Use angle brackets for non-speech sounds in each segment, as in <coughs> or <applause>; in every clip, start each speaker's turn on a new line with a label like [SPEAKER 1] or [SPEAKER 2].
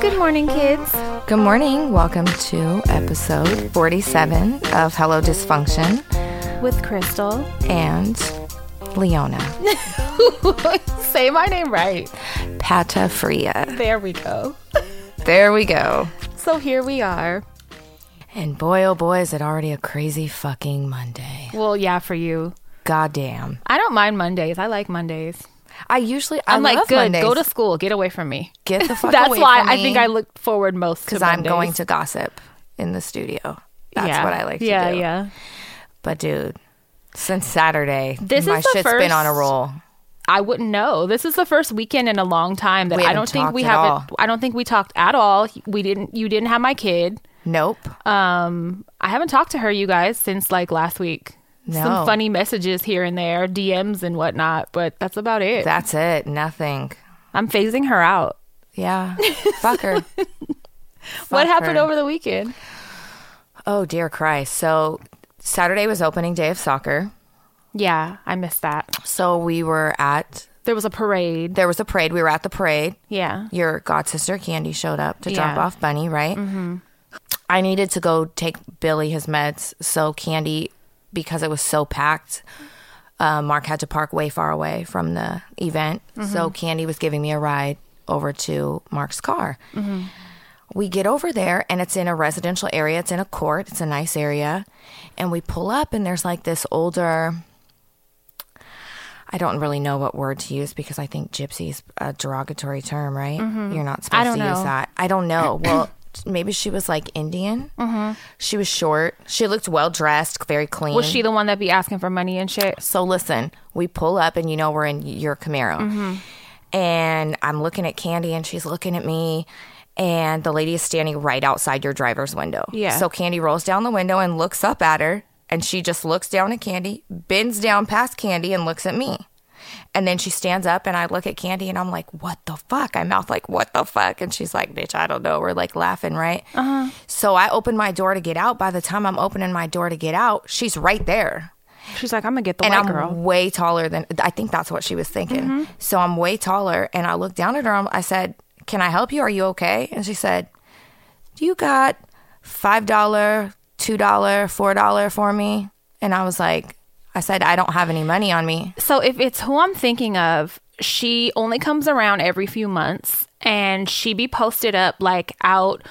[SPEAKER 1] Good morning, kids.
[SPEAKER 2] Good morning. Welcome to episode 47 of Hello Dysfunction
[SPEAKER 1] With Crystal.
[SPEAKER 2] and Leona.
[SPEAKER 1] <laughs> Say my name right.
[SPEAKER 2] Patafria.
[SPEAKER 1] There we go.
[SPEAKER 2] There we go.
[SPEAKER 1] So here we are.
[SPEAKER 2] And boy, oh boy, is it already a crazy fucking Monday.
[SPEAKER 1] Well, yeah, for you.
[SPEAKER 2] Goddamn.
[SPEAKER 1] I don't mind Mondays. I like Mondays.
[SPEAKER 2] I usually I
[SPEAKER 1] I'm like,
[SPEAKER 2] love
[SPEAKER 1] good.
[SPEAKER 2] Mondays.
[SPEAKER 1] Go to school. Get away from me.
[SPEAKER 2] <laughs> Get the fuck
[SPEAKER 1] That's
[SPEAKER 2] away
[SPEAKER 1] why
[SPEAKER 2] from
[SPEAKER 1] I think
[SPEAKER 2] me.
[SPEAKER 1] I look forward most to
[SPEAKER 2] because I'm
[SPEAKER 1] Mondays.
[SPEAKER 2] going to gossip in the studio. That's
[SPEAKER 1] Yeah.
[SPEAKER 2] what I like to
[SPEAKER 1] yeah,
[SPEAKER 2] do.
[SPEAKER 1] Yeah,
[SPEAKER 2] But dude, since Saturday,
[SPEAKER 1] This is
[SPEAKER 2] my
[SPEAKER 1] the
[SPEAKER 2] shit's been on a
[SPEAKER 1] first-
[SPEAKER 2] roll.
[SPEAKER 1] I wouldn't know. This is the first weekend in a long time that
[SPEAKER 2] We
[SPEAKER 1] I
[SPEAKER 2] haven't
[SPEAKER 1] don't think we
[SPEAKER 2] talked at
[SPEAKER 1] haven't. I don't think we talked at all. We didn't. You didn't have my kid.
[SPEAKER 2] Nope.
[SPEAKER 1] Um, I haven't talked to her, you guys, since like last week.
[SPEAKER 2] No.
[SPEAKER 1] Some funny messages here and there, DMs and whatnot, but that's about it.
[SPEAKER 2] That's it. Nothing.
[SPEAKER 1] I'm phasing her out.
[SPEAKER 2] Yeah. Fuck her.
[SPEAKER 1] what happened
[SPEAKER 2] her.
[SPEAKER 1] over the weekend?
[SPEAKER 2] Oh dear Christ. So Saturday was opening day of soccer.
[SPEAKER 1] Yeah, I missed that.
[SPEAKER 2] So we were at
[SPEAKER 1] There was a parade.
[SPEAKER 2] there was a parade. We were at the parade.
[SPEAKER 1] Yeah.
[SPEAKER 2] Your god sister Candy showed up to drop
[SPEAKER 1] Yeah.
[SPEAKER 2] off Bunny, right? Mm-hmm. I needed to go take Billy his meds. So Candy, because it was so packed, uh, Mark had to park way far away from the event. So Candy was giving me a ride over to Mark's car. We get over there and it's in a residential area. It's in a court. It's a nice area. And we pull up and there's like this older. I don't really know what word to use because I think gypsy is a derogatory term, right? You're not supposed
[SPEAKER 1] Mm-hmm. don't
[SPEAKER 2] to use
[SPEAKER 1] know.
[SPEAKER 2] that. I don't know. Well, maybe she was like Indian. She was short. She looked well dressed, very clean.
[SPEAKER 1] Mm-hmm. Was she the one that be asking for money and shit?
[SPEAKER 2] So listen, we pull up and you know we're in your Camaro. And I'm looking at Candy and she's looking at me. And the lady is standing right outside your driver's window.
[SPEAKER 1] Yeah.
[SPEAKER 2] So Candy rolls down the window and looks up at her. And she just looks down at Candy, bends down past Candy, and looks at me. And then she stands up and I look at Candy and I'm like, what the fuck? I mouth like, what the fuck? And she's like, bitch, I don't know. We're like laughing, right? Uh-huh. So I open my door to get out. By the time I'm opening my door to get out, she's right there
[SPEAKER 1] She's like, I'm gonna get the
[SPEAKER 2] and
[SPEAKER 1] white
[SPEAKER 2] I'm
[SPEAKER 1] girl. Mm-hmm.
[SPEAKER 2] way taller than I think that's what she was thinking. So I'm way taller, and I looked down at her. I said, "Can I help you? Are you okay?" And she said, "Do you got five dollar, two dollar, four dollar for me?" And I was like, "I said I don't have any money on me."
[SPEAKER 1] So if it's who I'm thinking of, she only comes around every few months and she be posted up like out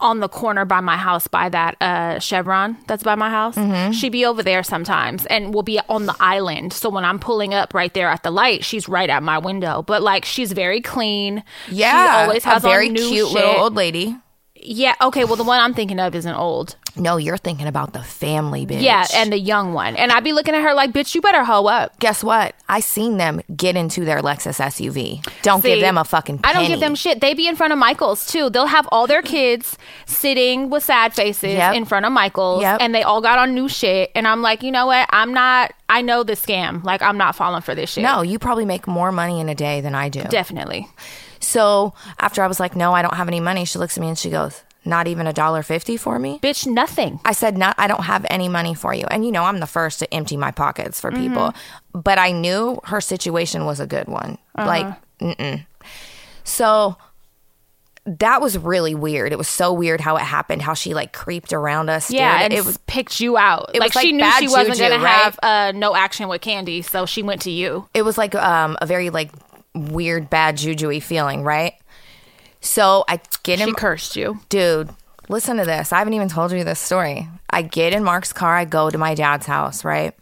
[SPEAKER 1] on the corner by my house by that uh chevron that's by my house
[SPEAKER 2] Mm-hmm.
[SPEAKER 1] she be over there sometimes and will be on the island so when i'm pulling up right there at the light she's right at my window but like she's very clean
[SPEAKER 2] Yeah,
[SPEAKER 1] she always has
[SPEAKER 2] a very
[SPEAKER 1] on new
[SPEAKER 2] cute
[SPEAKER 1] shit.
[SPEAKER 2] little old lady.
[SPEAKER 1] yeah okay well the one i'm thinking of isn't old
[SPEAKER 2] No, you're thinking about the family, bitch.
[SPEAKER 1] yeah and the young one and i'd be looking at her like bitch you better hoe up
[SPEAKER 2] guess what? I seen them get into their Lexus SUV. Don't give
[SPEAKER 1] See,
[SPEAKER 2] them a fucking. Penny.
[SPEAKER 1] I don't give them shit. They be in front of Michaels too. They'll have all their kids sitting with sad faces
[SPEAKER 2] Yep.
[SPEAKER 1] in front of Michaels,
[SPEAKER 2] Yep.
[SPEAKER 1] and they all got on new shit. And I'm like, you know what? I'm not. I know the scam. Like I'm not falling for this shit.
[SPEAKER 2] No, you probably make more money in a day than I do.
[SPEAKER 1] definitely.
[SPEAKER 2] So after I was like, no, I don't have any money, she looks at me and she goes, not even a dollar fifty for me.
[SPEAKER 1] Bitch, nothing.
[SPEAKER 2] I said, not, I don't have any money for you. And you know, I'm the first to empty my pockets for
[SPEAKER 1] Mm-hmm.
[SPEAKER 2] people, but I knew her situation was a good one.
[SPEAKER 1] Uh-huh.
[SPEAKER 2] Like, mm-mm. so that was really weird. It was so weird how it happened, how she like creeped around us.
[SPEAKER 1] Yeah,
[SPEAKER 2] stared-
[SPEAKER 1] and
[SPEAKER 2] it
[SPEAKER 1] it
[SPEAKER 2] was
[SPEAKER 1] was picked you out.
[SPEAKER 2] was
[SPEAKER 1] like, she
[SPEAKER 2] like
[SPEAKER 1] knew
[SPEAKER 2] bad
[SPEAKER 1] she wasn't
[SPEAKER 2] juju,
[SPEAKER 1] gonna
[SPEAKER 2] right?
[SPEAKER 1] have uh, no action with Candy, so she went to you.
[SPEAKER 2] it was like um, a very like weird bad juju feeling, right? So I get him.
[SPEAKER 1] She cursed you.
[SPEAKER 2] dude listen to this i haven't even told you this story i get in mark's car i go to my dad's house right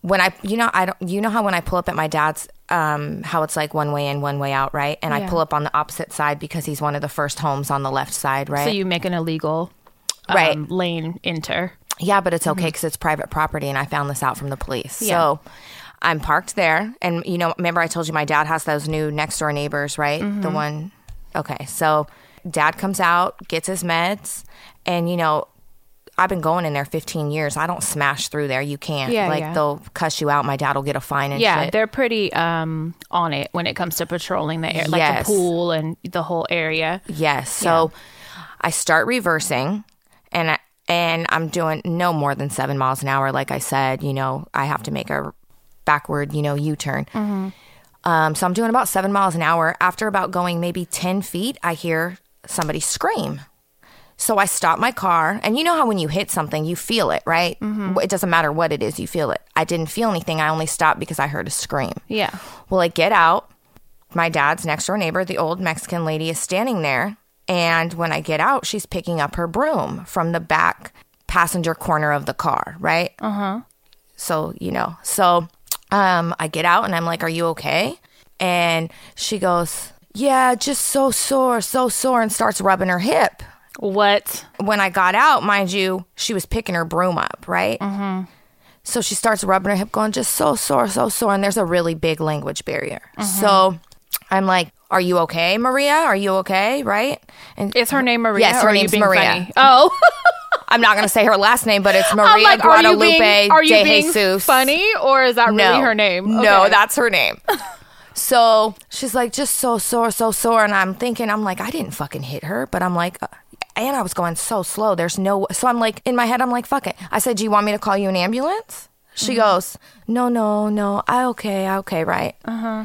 [SPEAKER 2] when i you know i don't you know how when i pull up at my dad's um how it's like one way in one way out right and i
[SPEAKER 1] Yeah.
[SPEAKER 2] pull up on the opposite side because he's one of the first homes on the left side right
[SPEAKER 1] So you make an illegal um,
[SPEAKER 2] Right.
[SPEAKER 1] lane enter.
[SPEAKER 2] yeah, but it's okay because it's private property, and I found this out from the police.
[SPEAKER 1] Mm-hmm. Yeah.
[SPEAKER 2] So I'm parked there, and you know, remember I told you my dad has those new next door neighbors, right?
[SPEAKER 1] Mm-hmm.
[SPEAKER 2] The one. Okay, so dad comes out, gets his meds, and you know, I've been going in there 15 years. I don't smash through there. You can't.
[SPEAKER 1] Yeah,
[SPEAKER 2] like
[SPEAKER 1] yeah.
[SPEAKER 2] they'll cuss you out. My dad will get a fine and
[SPEAKER 1] Yeah,
[SPEAKER 2] shit.
[SPEAKER 1] they're pretty um on it when it comes to patrolling the air, like
[SPEAKER 2] Yes.
[SPEAKER 1] the pool and the whole area.
[SPEAKER 2] Yes. So I start reversing and I, and I'm doing no more than 7 miles an hour like I said, you know, I have to make a backward, you know, U-turn. Um, so I'm doing about 7 miles an hour. After about going maybe 10 feet, I hear somebody scream. So I stop my car, and you know how when you hit something, you feel it, right? It doesn't matter what it is, you feel it. I didn't feel anything. I only stopped because I heard a scream.
[SPEAKER 1] Yeah.
[SPEAKER 2] Well, I get out. My dad's next door neighbor, the old Mexican lady, is standing there. And when I get out, she's picking up her broom from the back passenger corner of the car, right? Uh huh. So, you know, so um, I get out and I'm like, Are you okay? And she goes, Yeah, just so sore, so sore, and starts rubbing her hip
[SPEAKER 1] What?
[SPEAKER 2] when I got out, mind you, she was picking her broom up, right? Mm-hmm. So she starts rubbing her hip, going, just so sore, so sore. And there's a really big language barrier.
[SPEAKER 1] Mm-hmm.
[SPEAKER 2] So I'm like, Are you okay, Maria? Are you okay? Right? And
[SPEAKER 1] Is her name Maria?
[SPEAKER 2] Yes, her
[SPEAKER 1] or are you
[SPEAKER 2] name's
[SPEAKER 1] being
[SPEAKER 2] Maria.
[SPEAKER 1] funny? Oh, <laughs>
[SPEAKER 2] I'm not going to say her last name, but it's Maria
[SPEAKER 1] I'm like, are you
[SPEAKER 2] Guadalupe
[SPEAKER 1] being, are you
[SPEAKER 2] de
[SPEAKER 1] being
[SPEAKER 2] Jesus.
[SPEAKER 1] funny or is that
[SPEAKER 2] No.
[SPEAKER 1] really her name?
[SPEAKER 2] No,
[SPEAKER 1] Okay.
[SPEAKER 2] that's her
[SPEAKER 1] <laughs>
[SPEAKER 2] name. so she's like, just so sore, so sore. And I'm thinking, I'm like, I didn't fucking hit her, but I'm like, uh, and I was going so slow. There's no, so I'm like, in my head, I'm like, fuck it. I said, do you want me to call you an ambulance? She
[SPEAKER 1] Mm-hmm.
[SPEAKER 2] goes, no, no, no. I okay, I okay, right? Uh huh.
[SPEAKER 1] Uh-huh.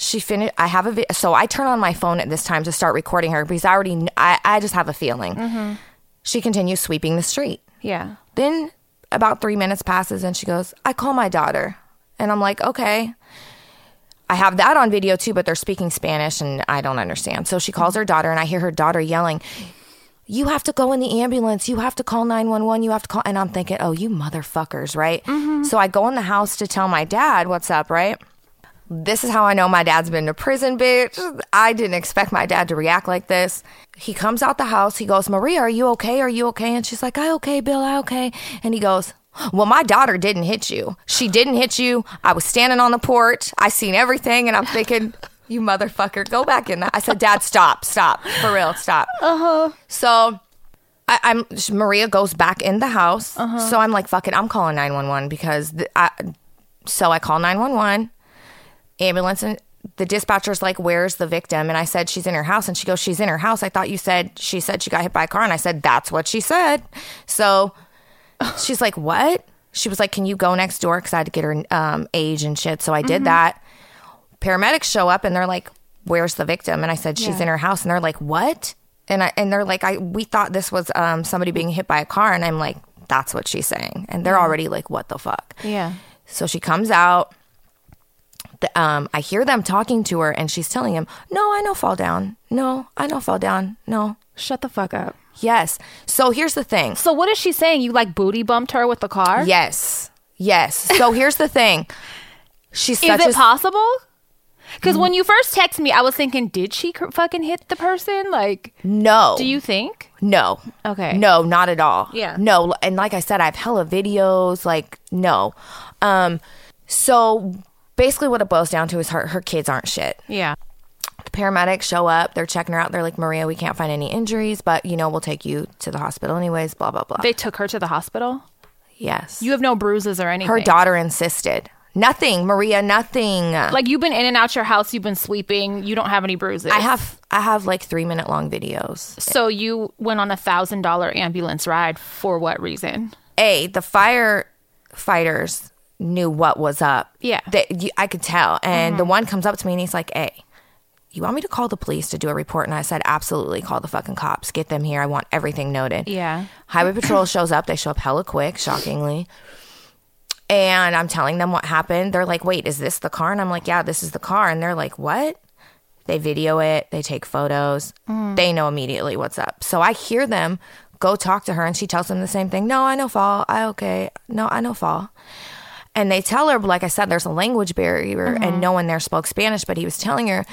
[SPEAKER 2] She finished. I have a vi- so I turn on my phone at this time to start recording her because I already kn- I I just have a feeling.
[SPEAKER 1] Mm-hmm.
[SPEAKER 2] She continues sweeping the street.
[SPEAKER 1] yeah.
[SPEAKER 2] Then about three minutes passes and she goes, I call my daughter. And I'm like, okay. I have that on video too, but they're speaking Spanish and I don't understand. So she calls her daughter and I hear her daughter yelling, You have to go in the ambulance. You have to call 911. You have to call. And I'm thinking, Oh, you motherfuckers, right? So I go in the house to tell my dad what's up, right? This is how I know my dad's been to prison, bitch. I didn't expect my dad to react like this. He comes out the house. He goes, Maria, are you okay? Are you okay? And she's like, I okay, Bill, I okay. And he goes, Well, my daughter didn't hit you. She didn't hit you. I was standing on the porch. I seen everything. And I'm thinking, <laughs> You motherfucker, go back in that. I said, Dad, stop, stop. For real, stop. Uh huh. So. I, I'm Maria goes back in the house, so I'm like, "Fuck it, I'm calling 911 because th- I." So I call 911 ambulance and the dispatcher's like where's the victim and i said she's in her house and she goes she's in her house i thought you said she said she got hit by a car and i said that's what she said so she's like what she was like can you go next door because i had to get her um, age and shit so i did that paramedics show up and they're like where's the victim and i said she's
[SPEAKER 1] Yeah.
[SPEAKER 2] in her house and they're like what and i and they're like i we thought this was um, somebody being hit by a car and i'm like that's what she's saying and they're already like what the fuck
[SPEAKER 1] Yeah.
[SPEAKER 2] so she comes out. The, um, I hear them talking to her, and she's telling him, "No, I know fall down. No, I know fall down. No,
[SPEAKER 1] Shut the fuck up.
[SPEAKER 2] yes." So here's the thing.
[SPEAKER 1] So what is she saying? You like booty bumped her with the car?
[SPEAKER 2] Yes, yes.
[SPEAKER 1] <laughs>
[SPEAKER 2] So here's the thing. She's
[SPEAKER 1] Is
[SPEAKER 2] such
[SPEAKER 1] it
[SPEAKER 2] a
[SPEAKER 1] possible? Because
[SPEAKER 2] Mm-hmm.
[SPEAKER 1] when you first text me, I was thinking, did she cr- fucking hit the person? Like,
[SPEAKER 2] no.
[SPEAKER 1] do you think?
[SPEAKER 2] No.
[SPEAKER 1] Okay.
[SPEAKER 2] No, not at all.
[SPEAKER 1] Yeah.
[SPEAKER 2] No, and like I said, I have hella videos. Like, no. Um. So basically, what it boils down to is her her kids aren't shit.
[SPEAKER 1] Yeah.
[SPEAKER 2] The paramedics show up. They're checking her out. They're like, Maria, we can't find any injuries, but you know, we'll take you to the hospital anyways. Blah blah blah.
[SPEAKER 1] They took her to the hospital.
[SPEAKER 2] yes.
[SPEAKER 1] You have no bruises or anything.
[SPEAKER 2] Her daughter insisted. Nothing, Maria. Nothing.
[SPEAKER 1] Like you've been in and out your house, you've been sweeping, you don't have any bruises.
[SPEAKER 2] I have I have like three minute long videos.
[SPEAKER 1] So you went on a thousand dollar ambulance ride for what reason?
[SPEAKER 2] A the firefighters knew what was up.
[SPEAKER 1] Yeah. Mm-hmm.
[SPEAKER 2] They, you, I could tell. And the one comes up to me and he's like, "Hey, you want me to call the police to do a report?" And I said, "Absolutely, call the fucking cops. Get them here. I want everything noted."
[SPEAKER 1] Yeah.
[SPEAKER 2] Highway Patrol shows up. They show up hella quick, shockingly. And I'm telling them what happened. They're like, wait, is this the car? And I'm like, yeah, this is the car. And they're like, what? They video it, they take photos. They know immediately what's up. So I hear them go talk to her, and she tells them the same thing. No, I know fall. I okay. No, I know fall. And they tell her, like I said, there's a language barrier, and no one there spoke Spanish, but he was telling her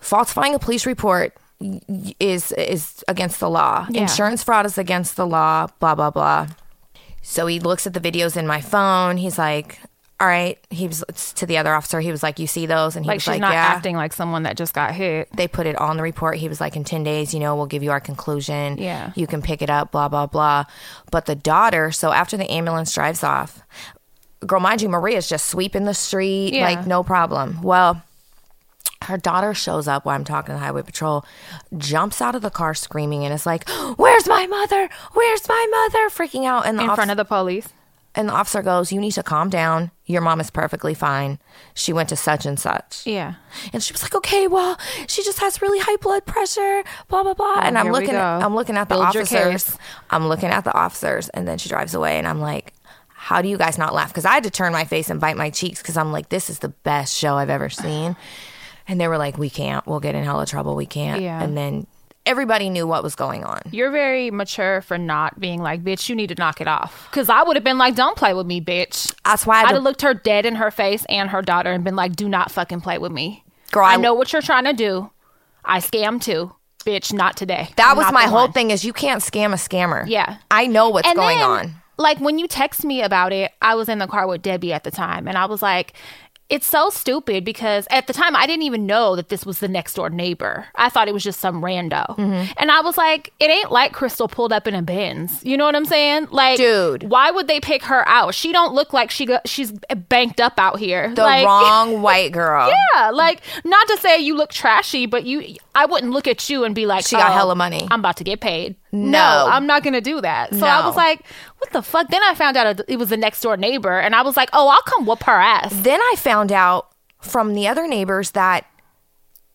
[SPEAKER 2] falsifying a police report y- y- is is against the law.
[SPEAKER 1] Yeah.
[SPEAKER 2] Insurance fraud is against the law, blah blah blah. So he looks at the videos in my phone. He's like, all right. He was to the other officer. He was like, you see those? And he
[SPEAKER 1] Like
[SPEAKER 2] was
[SPEAKER 1] she's
[SPEAKER 2] like,
[SPEAKER 1] not
[SPEAKER 2] yeah.
[SPEAKER 1] acting like someone that just got hit.
[SPEAKER 2] They put it on the report. He was like, in 10 days, you know, we'll give you our conclusion.
[SPEAKER 1] Yeah.
[SPEAKER 2] You can pick it up, blah, blah, blah. But the daughter, so after the ambulance drives off, girl, mind you, Maria's just sweeping the street,
[SPEAKER 1] Yeah.
[SPEAKER 2] like, no problem. Well, her daughter shows up while I'm talking to Highway Patrol, jumps out of the car screaming, and is like, Where's my mother? Where's my mother? Freaking out. And the
[SPEAKER 1] in
[SPEAKER 2] officer,
[SPEAKER 1] front of the police.
[SPEAKER 2] and the officer goes, You need to calm down. Your mom is perfectly fine. She went to such and such.
[SPEAKER 1] Yeah.
[SPEAKER 2] And she was like, "Okay, well, she just has really high blood pressure, blah blah blah." And I'm
[SPEAKER 1] Oh, here we
[SPEAKER 2] looking,
[SPEAKER 1] go.
[SPEAKER 2] I'm looking at the
[SPEAKER 1] Build your
[SPEAKER 2] officers.
[SPEAKER 1] case.
[SPEAKER 2] I'm looking at the officers, and then she drives away, and I'm like, "How do you guys not laugh?" Because I had to turn my face and bite my cheeks because I'm like, "This is the best show I've ever seen." <sighs> And they were like, "We can't. We'll get in hella trouble. We can't."
[SPEAKER 1] Yeah.
[SPEAKER 2] And then everybody knew what was going on.
[SPEAKER 1] You're very mature for not being like, bitch, you need to knock it off. Because I would have been like, don't play with me, bitch.
[SPEAKER 2] That's why I
[SPEAKER 1] I'd
[SPEAKER 2] had
[SPEAKER 1] have
[SPEAKER 2] to,
[SPEAKER 1] looked her dead in her face and her daughter and been like, do not fucking play with me.
[SPEAKER 2] Girl,
[SPEAKER 1] I,
[SPEAKER 2] I-
[SPEAKER 1] know what you're trying to do. I scam too. Bitch, not today.
[SPEAKER 2] that
[SPEAKER 1] I'm
[SPEAKER 2] was
[SPEAKER 1] not
[SPEAKER 2] my
[SPEAKER 1] the
[SPEAKER 2] whole
[SPEAKER 1] one."
[SPEAKER 2] thing: is you can't scam a scammer.
[SPEAKER 1] Yeah.
[SPEAKER 2] I know what's
[SPEAKER 1] And
[SPEAKER 2] going
[SPEAKER 1] then,
[SPEAKER 2] on.
[SPEAKER 1] Like when you text me about it, I was in the car with Debbie at the time and I was like, it's so stupid because at the time I didn't even know that this was the next door neighbor. I thought it was just some rando.
[SPEAKER 2] Mm-hmm.
[SPEAKER 1] And I was like, it ain't like Crystal pulled up in a Benz. You know what I'm saying? Like
[SPEAKER 2] Dude.
[SPEAKER 1] why would they pick her out? She don't look like she got, she's banked up out here.
[SPEAKER 2] The
[SPEAKER 1] like, <laughs>
[SPEAKER 2] wrong white girl.
[SPEAKER 1] Yeah, like not to say you look trashy, but you I wouldn't look at you and be like
[SPEAKER 2] She got
[SPEAKER 1] "Oh,
[SPEAKER 2] hella money."
[SPEAKER 1] I'm about to get paid. No,
[SPEAKER 2] No.
[SPEAKER 1] I'm not gonna do that. So I
[SPEAKER 2] No.
[SPEAKER 1] was like, what the fuck? Then I found out it was the next door neighbor, and I was like, oh, I'll come whoop her ass.
[SPEAKER 2] then I found out from the other neighbors that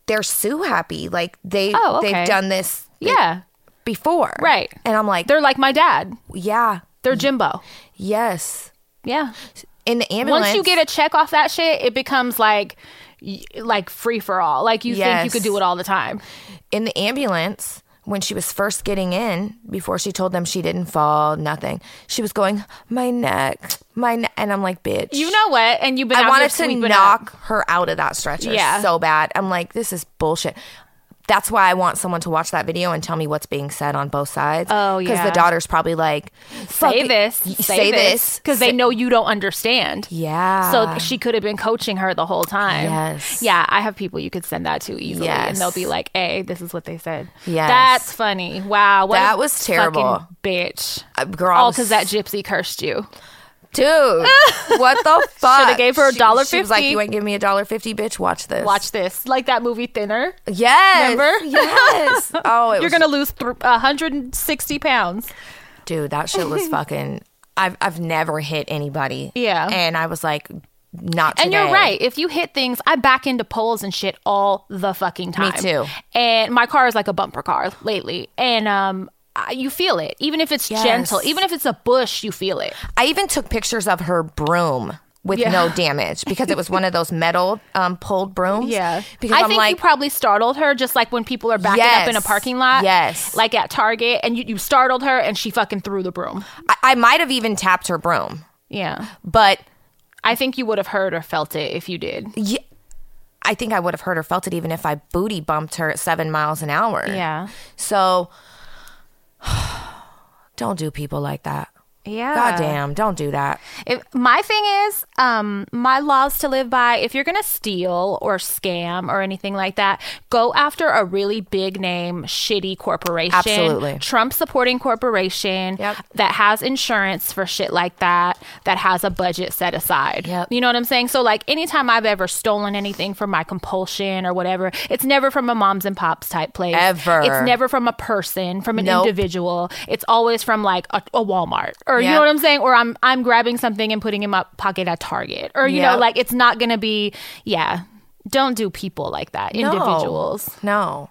[SPEAKER 2] they're sue happy. Like they
[SPEAKER 1] Oh, okay.
[SPEAKER 2] they've done this
[SPEAKER 1] Yeah,
[SPEAKER 2] before.
[SPEAKER 1] Right.
[SPEAKER 2] And I'm like,
[SPEAKER 1] they're like my dad.
[SPEAKER 2] yeah,
[SPEAKER 1] They're Jimbo.
[SPEAKER 2] yes.
[SPEAKER 1] Yeah.
[SPEAKER 2] In the ambulance.
[SPEAKER 1] Once you get a check off that shit, it becomes like y- like free for all. Like you think you
[SPEAKER 2] Yes.
[SPEAKER 1] could do it all the time.
[SPEAKER 2] in the ambulance when she was first getting in before she told them she didn't fall, nothing. She was going, "My neck, my neck." And I'm like, "Bitch."
[SPEAKER 1] You know what? And you've been.
[SPEAKER 2] I
[SPEAKER 1] out
[SPEAKER 2] wanted
[SPEAKER 1] here
[SPEAKER 2] to
[SPEAKER 1] sweeping up.
[SPEAKER 2] knock her out of that stretcher
[SPEAKER 1] Yeah.
[SPEAKER 2] so bad. I'm like, this is bullshit. That's why I want someone to watch that video and tell me what's being said on both sides.
[SPEAKER 1] Oh,
[SPEAKER 2] Because
[SPEAKER 1] yeah.
[SPEAKER 2] the daughter's probably like, "Fuck
[SPEAKER 1] say
[SPEAKER 2] it.
[SPEAKER 1] this,
[SPEAKER 2] Y-
[SPEAKER 1] say this, because they know you don't understand.
[SPEAKER 2] Yeah. Uh,
[SPEAKER 1] So she could have been coaching her the whole time.
[SPEAKER 2] Ah. Yes.
[SPEAKER 1] Yeah, I have people you could send that to easily, and
[SPEAKER 2] Yes.
[SPEAKER 1] they'll be like, "Hey, this is what they said."
[SPEAKER 2] Yes.
[SPEAKER 1] That's funny. Wow. What
[SPEAKER 2] That
[SPEAKER 1] a
[SPEAKER 2] was terrible.
[SPEAKER 1] fucking bitch.
[SPEAKER 2] Uh, girl, I
[SPEAKER 1] All
[SPEAKER 2] was-
[SPEAKER 1] because that gypsy cursed you. <laughs>
[SPEAKER 2] dude, what the fuck?
[SPEAKER 1] Shoulda gave her a
[SPEAKER 2] She-
[SPEAKER 1] dollar
[SPEAKER 2] She was like,
[SPEAKER 1] fifty.
[SPEAKER 2] "You ain't give me a dollar fifty, bitch. Watch this.
[SPEAKER 1] Watch this, like that movie Thinner.
[SPEAKER 2] Yes.
[SPEAKER 1] Remember?
[SPEAKER 2] <laughs> Yes. Oh, it
[SPEAKER 1] <laughs> You're
[SPEAKER 2] was,
[SPEAKER 1] gonna lose th- 160 pounds.
[SPEAKER 2] dude. That shit
[SPEAKER 1] <laughs>
[SPEAKER 2] was fucking. I've I've never hit anybody.
[SPEAKER 1] Yeah.
[SPEAKER 2] And I was like, not. Today.
[SPEAKER 1] And you're right. If you hit things, I back into poles and shit all the fucking time.
[SPEAKER 2] too.
[SPEAKER 1] And my car is like a bumper car lately, and um, I- you feel it. Even if it's gentle,
[SPEAKER 2] Yes.
[SPEAKER 1] even if it's a bush, you feel it.
[SPEAKER 2] I even took pictures of her broom with
[SPEAKER 1] Yeah.
[SPEAKER 2] no
[SPEAKER 1] <laughs>
[SPEAKER 2] damage because it was one of those metal um, pulled brooms. Because
[SPEAKER 1] I
[SPEAKER 2] I am
[SPEAKER 1] think you
[SPEAKER 2] like,
[SPEAKER 1] probably startled her, just like when people are backing up
[SPEAKER 2] Yes.
[SPEAKER 1] in a parking lot.
[SPEAKER 2] Yes.
[SPEAKER 1] like at Target, and you, you startled her, and she fucking threw the broom.
[SPEAKER 2] I, I might have even tapped her broom,
[SPEAKER 1] Yeah,
[SPEAKER 2] but
[SPEAKER 1] I think you would have heard or felt it if you did.
[SPEAKER 2] y- I think I would have heard or felt it even if I booty bumped her at seven miles an hour.
[SPEAKER 1] Yeah.
[SPEAKER 2] So <sighs> don't do people like that.
[SPEAKER 1] Yeah.
[SPEAKER 2] God damn, don't do that.
[SPEAKER 1] If, my thing is, um, my laws to live by if you're going to steal or scam or anything like that, go after a really big name, shitty corporation.
[SPEAKER 2] Absolutely.
[SPEAKER 1] Trump supporting corporation
[SPEAKER 2] Yep.
[SPEAKER 1] that has insurance for shit like that, that has a budget set aside.
[SPEAKER 2] Yep.
[SPEAKER 1] You know what I'm saying? So, like, anytime I've ever stolen anything from my compulsion or whatever, it's never from a moms and pops type place.
[SPEAKER 2] Ever.
[SPEAKER 1] It's never from a person, from an
[SPEAKER 2] Nope.
[SPEAKER 1] individual. It's always from like a, a Walmart or, you know
[SPEAKER 2] Yep.
[SPEAKER 1] what I'm I'm saying, or I'm I'm grabbing something and putting in my pocket at Target, or you know,
[SPEAKER 2] Yep.
[SPEAKER 1] like it's not gonna be, yeah. Don't do people like that,
[SPEAKER 2] No.
[SPEAKER 1] individuals.
[SPEAKER 2] No.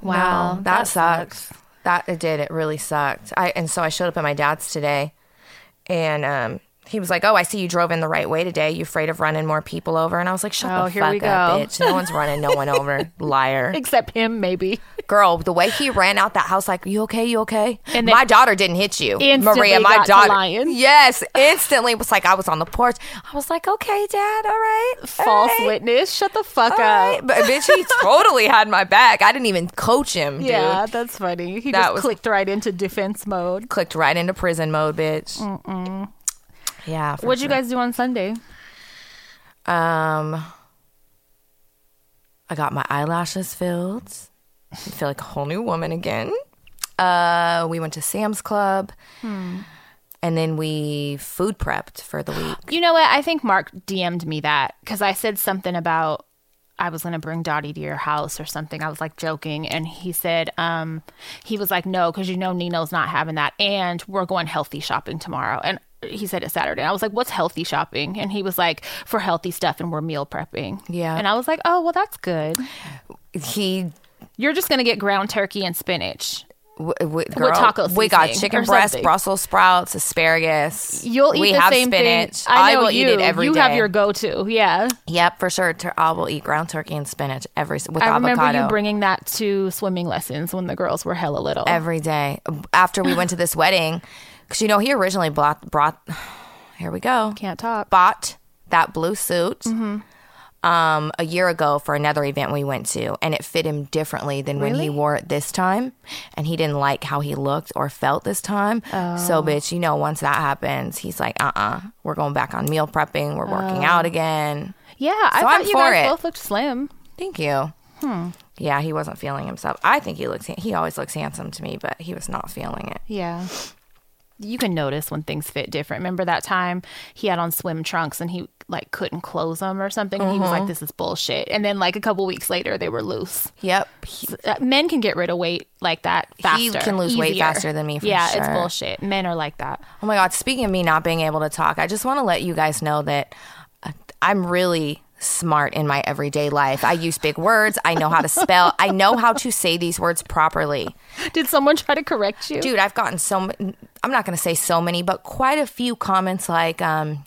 [SPEAKER 1] Wow,
[SPEAKER 2] No, that,
[SPEAKER 1] that
[SPEAKER 2] sucks. That it did. It really sucked. I and so I showed up at my dad's today, and um, he was like, "Oh, I see you drove in the right way today. You afraid of running more people over?" And I was like, "Shut
[SPEAKER 1] Oh,
[SPEAKER 2] the
[SPEAKER 1] here
[SPEAKER 2] fuck
[SPEAKER 1] we
[SPEAKER 2] up,
[SPEAKER 1] go.
[SPEAKER 2] bitch! No one's running no one
[SPEAKER 1] <laughs>
[SPEAKER 2] over, liar,
[SPEAKER 1] Except him, maybe.
[SPEAKER 2] girl." The way he ran out that house, like, "You okay? You okay?"
[SPEAKER 1] And
[SPEAKER 2] And
[SPEAKER 1] then
[SPEAKER 2] my daughter didn't hit you,
[SPEAKER 1] instantly
[SPEAKER 2] Maria. My
[SPEAKER 1] got to
[SPEAKER 2] daughter,
[SPEAKER 1] lying.
[SPEAKER 2] yes, instantly was like, I was on the porch. I was like, "Okay, dad, all right." all
[SPEAKER 1] False
[SPEAKER 2] right."
[SPEAKER 1] witness. Shut the fuck
[SPEAKER 2] All
[SPEAKER 1] up.
[SPEAKER 2] right. But bitch, he totally had my back. I didn't even coach him, dude.
[SPEAKER 1] Yeah, that's funny. He
[SPEAKER 2] That
[SPEAKER 1] just
[SPEAKER 2] was-
[SPEAKER 1] clicked right into defense mode.
[SPEAKER 2] clicked right into prison mode, bitch. Yeah. for
[SPEAKER 1] What'd you
[SPEAKER 2] sure.
[SPEAKER 1] guys do on Sunday?
[SPEAKER 2] Um, I got my eyelashes filled. I feel like a whole new woman again. Uh, we went to Sam's Club,
[SPEAKER 1] Hmm.
[SPEAKER 2] and then we food prepped for the week.
[SPEAKER 1] <gasps> You know what? I think Mark DM'd me that because I said something about I was going to bring Dottie to your house or something. I was like joking. And he said, um, he was like, no, because you know Nino's not having that. And we're going healthy shopping tomorrow. And he said it's Saturday. I was like, what's healthy shopping? And he was like, for healthy stuff and we're meal prepping.
[SPEAKER 2] Yeah.
[SPEAKER 1] And I was like, oh, well, that's good.
[SPEAKER 2] He
[SPEAKER 1] You're just going to get ground turkey and spinach.
[SPEAKER 2] w- w- girl,
[SPEAKER 1] taco
[SPEAKER 2] we got
[SPEAKER 1] seasoning
[SPEAKER 2] chicken
[SPEAKER 1] or
[SPEAKER 2] breast,
[SPEAKER 1] something.
[SPEAKER 2] Brussels sprouts, asparagus.
[SPEAKER 1] You'll eat
[SPEAKER 2] we
[SPEAKER 1] the
[SPEAKER 2] have
[SPEAKER 1] same
[SPEAKER 2] spinach.
[SPEAKER 1] thing. I, know
[SPEAKER 2] will
[SPEAKER 1] you.
[SPEAKER 2] eat it every day.
[SPEAKER 1] You have your go-to. Yeah.
[SPEAKER 2] yep for sure. Tur- I will eat ground turkey and spinach every s- with
[SPEAKER 1] I
[SPEAKER 2] avocado.
[SPEAKER 1] remember you bringing that to swimming lessons when the girls were hella little.
[SPEAKER 2] every day after we went to this wedding because you know he originally brought, brought <sighs> here we go
[SPEAKER 1] Can't talk.
[SPEAKER 2] bought that blue suit
[SPEAKER 1] Mm-hmm.
[SPEAKER 2] um, a year ago for another event we went to and it fit him differently than when he wore it this time and he didn't like how he looked or felt this time so
[SPEAKER 1] Oh.
[SPEAKER 2] bitch you know once that happens he's like uh-uh we're going back on meal prepping we're working
[SPEAKER 1] Oh.
[SPEAKER 2] out again
[SPEAKER 1] Yeah,
[SPEAKER 2] So
[SPEAKER 1] I thought
[SPEAKER 2] I'm
[SPEAKER 1] you
[SPEAKER 2] for
[SPEAKER 1] guys
[SPEAKER 2] it.
[SPEAKER 1] both looked slim.
[SPEAKER 2] thank you yeah he wasn't feeling himself i think he looks he always looks handsome to me but he was not feeling it
[SPEAKER 1] Yeah. You can notice when things fit different. Remember that time he had on swim trunks and he like couldn't close them or something. And He was
[SPEAKER 2] Mm-hmm.
[SPEAKER 1] like, "This is bullshit." And then like a couple weeks later, they were loose.
[SPEAKER 2] yep
[SPEAKER 1] Uh, Men can get rid of weight like that faster.
[SPEAKER 2] He can lose weight
[SPEAKER 1] easier.
[SPEAKER 2] faster than me, for
[SPEAKER 1] yeah, it's
[SPEAKER 2] sure.
[SPEAKER 1] bullshit. Men are like that. <laughs>
[SPEAKER 2] Oh my God. Speaking of me not being able to talk, I just want to let you guys know that uh, I'm really smart in my everyday life. I use big words. I know how to spell. I know how to say these words properly.
[SPEAKER 1] Did someone try to correct you?
[SPEAKER 2] Dude, I've gotten so m- I'm not going to say so many, but quite a few comments like, um,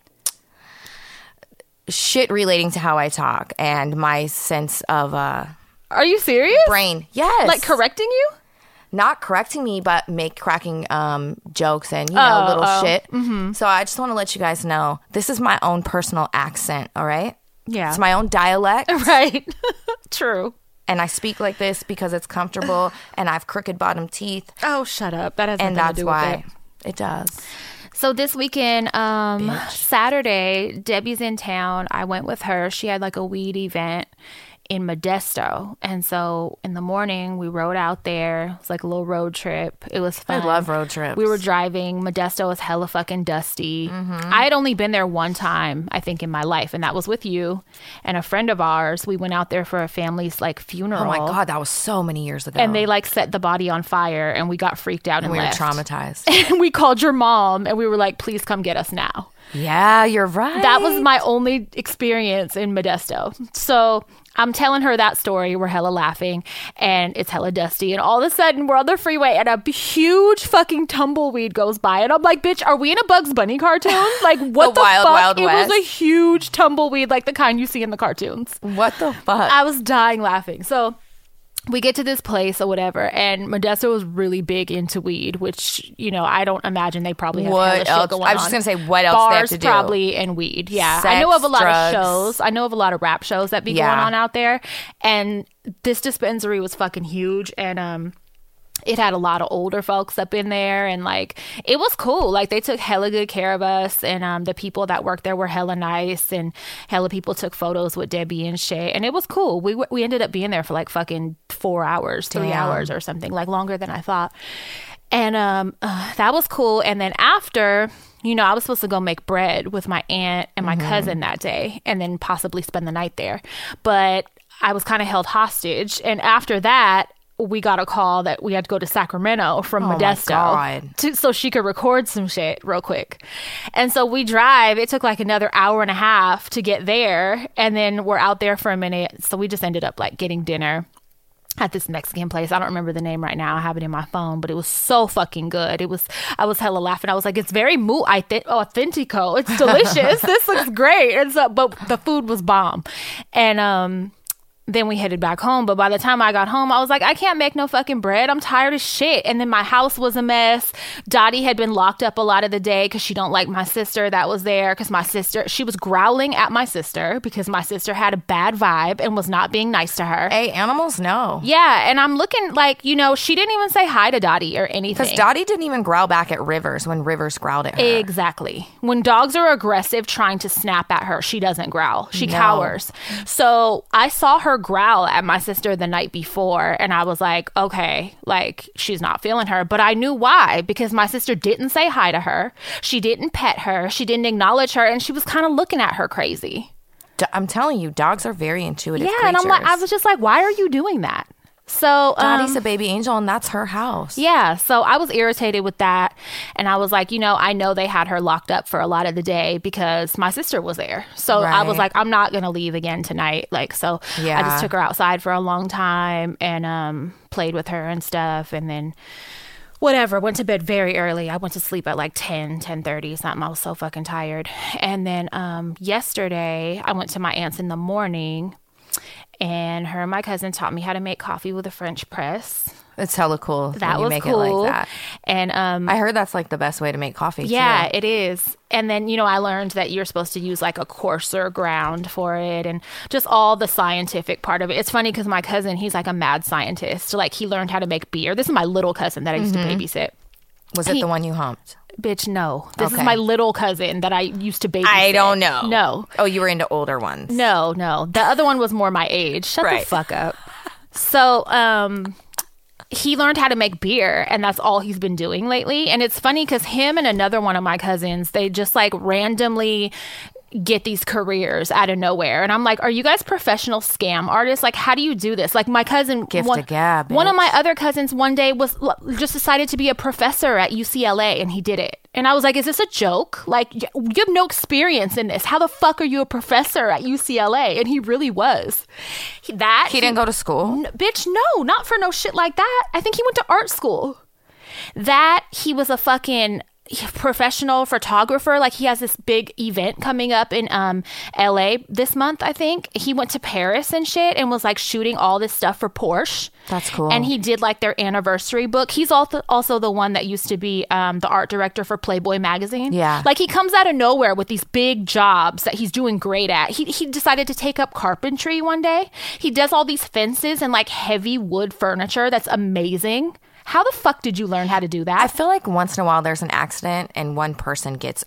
[SPEAKER 2] shit relating to how I talk and my sense of uh,
[SPEAKER 1] Are you serious?
[SPEAKER 2] brain. Yes.
[SPEAKER 1] Like correcting you? <laughs>
[SPEAKER 2] not correcting me, but make cracking um, jokes and you know
[SPEAKER 1] Oh,
[SPEAKER 2] little shit.
[SPEAKER 1] Mm-hmm.
[SPEAKER 2] So I just want to let you guys know this is my own personal accent. All right,
[SPEAKER 1] Yeah.
[SPEAKER 2] it's my own dialect,
[SPEAKER 1] Right. <laughs> True.
[SPEAKER 2] and I speak like this because it's comfortable, and I have crooked bottom teeth,
[SPEAKER 1] Oh, shut up. That has
[SPEAKER 2] and
[SPEAKER 1] nothing
[SPEAKER 2] that's
[SPEAKER 1] to do with
[SPEAKER 2] why
[SPEAKER 1] it.
[SPEAKER 2] it. does.
[SPEAKER 1] So this weekend, um, Saturday, Debbie's in town. I went with her. She had like a weed event in Modesto, and so in the morning we rode out there. It was like a little road trip. It was fun.
[SPEAKER 2] love road trips.
[SPEAKER 1] We were driving. Modesto was hella fucking dusty.
[SPEAKER 2] Mm-hmm.
[SPEAKER 1] I had only been there one time, I think, in my life, and that was with you and a friend of ours. We went out there for a family's like funeral.
[SPEAKER 2] Oh my god, that was so many years ago,
[SPEAKER 1] And they like set the body on fire, and we got freaked out and,
[SPEAKER 2] we were
[SPEAKER 1] left.
[SPEAKER 2] traumatized.
[SPEAKER 1] <laughs> and we called your mom and we were like, please come get us now.
[SPEAKER 2] yeah, you're right.
[SPEAKER 1] That was my only experience in Modesto. So I'm telling her that story. We're hella laughing and it's hella dusty. And all of a sudden, we're on the freeway and a b- huge fucking tumbleweed goes by. And I'm like, bitch, are we in a Bugs Bunny cartoon?
[SPEAKER 2] <laughs>
[SPEAKER 1] Like, what the,
[SPEAKER 2] Wild
[SPEAKER 1] fuck?
[SPEAKER 2] Wild
[SPEAKER 1] it was
[SPEAKER 2] West.
[SPEAKER 1] a huge tumbleweed like the kind you see in the cartoons.
[SPEAKER 2] what the fuck.
[SPEAKER 1] I was dying laughing. So we get to this place or whatever, and Modesto was really big into weed, which you know I don't imagine they probably have
[SPEAKER 2] What
[SPEAKER 1] hella shit
[SPEAKER 2] else?
[SPEAKER 1] going
[SPEAKER 2] I was just
[SPEAKER 1] on.
[SPEAKER 2] gonna say, what else they have
[SPEAKER 1] Bars
[SPEAKER 2] to do?
[SPEAKER 1] probably and weed. Yeah, I
[SPEAKER 2] Sex,
[SPEAKER 1] know of a lot
[SPEAKER 2] drugs.
[SPEAKER 1] of shows. I know of a lot of rap shows that be going
[SPEAKER 2] Yeah.
[SPEAKER 1] on out there, and this dispensary was fucking huge, and um. It had a lot of older folks up in there, and like it was cool. Like they took hella good care of us, and um, the people that worked there were hella nice, and hella people took photos with Debbie and shit, and it was cool. We w- we ended up being there for like fucking four hours, three
[SPEAKER 2] Damn.
[SPEAKER 1] hours or something, like longer than I thought. And um, uh, that was cool. And then after, you know, I was supposed to go make bread with my aunt and my
[SPEAKER 2] Mm-hmm.
[SPEAKER 1] cousin that day, and then possibly spend the night there, but I was kind of held hostage. And after that. We got a call that we had to go to Sacramento from
[SPEAKER 2] Oh my
[SPEAKER 1] Modesto
[SPEAKER 2] God.
[SPEAKER 1] to, so she could record some shit real quick. And so we drive. It took like another hour and a half to get there. And then we're out there for a minute. So we just ended up like getting dinner at this Mexican place. I don't remember the name right now. I have it in my phone, but it was so fucking good. It was, I was hella laughing. I was like, it's very mu I thi- authentico. <laughs> It's delicious. this looks great. And so, but the food was bomb. And, um, then we headed back home. But by the time I got home, I was like, I can't make no fucking bread. I'm tired as shit. And then my house was a mess. Dottie had been locked up a lot of the day because she don't like my sister that was there. Because my sister, she was growling at my sister because my sister had a bad vibe and was not being nice to her.
[SPEAKER 2] Hey, animals, no.
[SPEAKER 1] yeah, and I'm looking like you know she didn't even say hi to Dottie or anything.
[SPEAKER 2] Because Dottie didn't even growl back at Rivers when Rivers growled at her.
[SPEAKER 1] Exactly. When dogs are aggressive trying to snap at her, she doesn't growl. She cowers. So I saw her growl at my sister the night before and I was like, okay, like she's not feeling her. But I knew why because my sister didn't say hi to her. She didn't pet her. She didn't acknowledge her. And she was kind of looking at her crazy.
[SPEAKER 2] Do- I'm telling you, dogs are very intuitive.
[SPEAKER 1] Yeah. And I'm like, I
[SPEAKER 2] creatures.
[SPEAKER 1] was just like, why are you doing that? So, um,
[SPEAKER 2] Dottie's a baby angel, and that's her house.
[SPEAKER 1] yeah, so I was irritated with that. And I was like, you know, I know they had her locked up for a lot of the day because my sister was there. So I was
[SPEAKER 2] Right.
[SPEAKER 1] like, I'm not going to leave again tonight. Like, so I
[SPEAKER 2] Yeah.
[SPEAKER 1] just took her outside for a long time and um, played with her and stuff. And then whatever, went to bed very early. I went to sleep at like 10, 10.30, something. I was so fucking tired. And then um, yesterday I went to my aunt's in the morning. And her and my cousin taught me how to make coffee with a French press
[SPEAKER 2] It's hella cool. when
[SPEAKER 1] that
[SPEAKER 2] you
[SPEAKER 1] was
[SPEAKER 2] make
[SPEAKER 1] cool.
[SPEAKER 2] it like that.
[SPEAKER 1] And um,
[SPEAKER 2] I heard that's like the best way to make coffee. too.
[SPEAKER 1] yeah, it is. And then you know, I learned that you're supposed to use like a coarser ground for it, and just all the scientific part of it. It's funny because my cousin, he's like a mad scientist. Like he learned how to make beer. This is my little cousin that I used
[SPEAKER 2] Mm-hmm.
[SPEAKER 1] to babysit.
[SPEAKER 2] Was it the one you humped?
[SPEAKER 1] Bitch, no. This is
[SPEAKER 2] Okay.
[SPEAKER 1] my little cousin that I used to babysit.
[SPEAKER 2] know.
[SPEAKER 1] No.
[SPEAKER 2] Oh, you were into older ones.
[SPEAKER 1] No, no. The other one was more my age. Shut the
[SPEAKER 2] Right.
[SPEAKER 1] fuck up. So, um, he learned how to make beer, and that's all he's been doing lately. And it's funny because him and another one of my cousins, they just like randomly get these careers out of nowhere. And I'm like, are you guys professional scam artists? Like, how do you do this? Like, my cousin,
[SPEAKER 2] Gift
[SPEAKER 1] one,
[SPEAKER 2] to gab,
[SPEAKER 1] one of
[SPEAKER 2] bitch.
[SPEAKER 1] my other cousins one day was l- just decided to be a professor at UCLA, and he did it. And I was like, is this a joke? Like, y- you have no experience in this. How the fuck are you a professor at UCLA? And he really was. He- That
[SPEAKER 2] He didn't go to school.
[SPEAKER 1] N- bitch, no, not for no shit like that. I think he went to art school. That he was a fucking professional photographer. Like he has this big event coming up in um LA this month, I think. He went to Paris and shit and was like shooting all this stuff for Porsche.
[SPEAKER 2] That's cool.
[SPEAKER 1] And he did like their anniversary book. He's also also the one that used to be um, the art director for Playboy magazine.
[SPEAKER 2] Yeah.
[SPEAKER 1] like he comes out of nowhere with these big jobs that he's doing great at. He he decided to take up carpentry one day. He does all these fences and like heavy wood furniture. That's amazing. How the fuck did you learn how to do
[SPEAKER 2] I
[SPEAKER 1] that?
[SPEAKER 2] feel like once in a while there's an accident and one person gets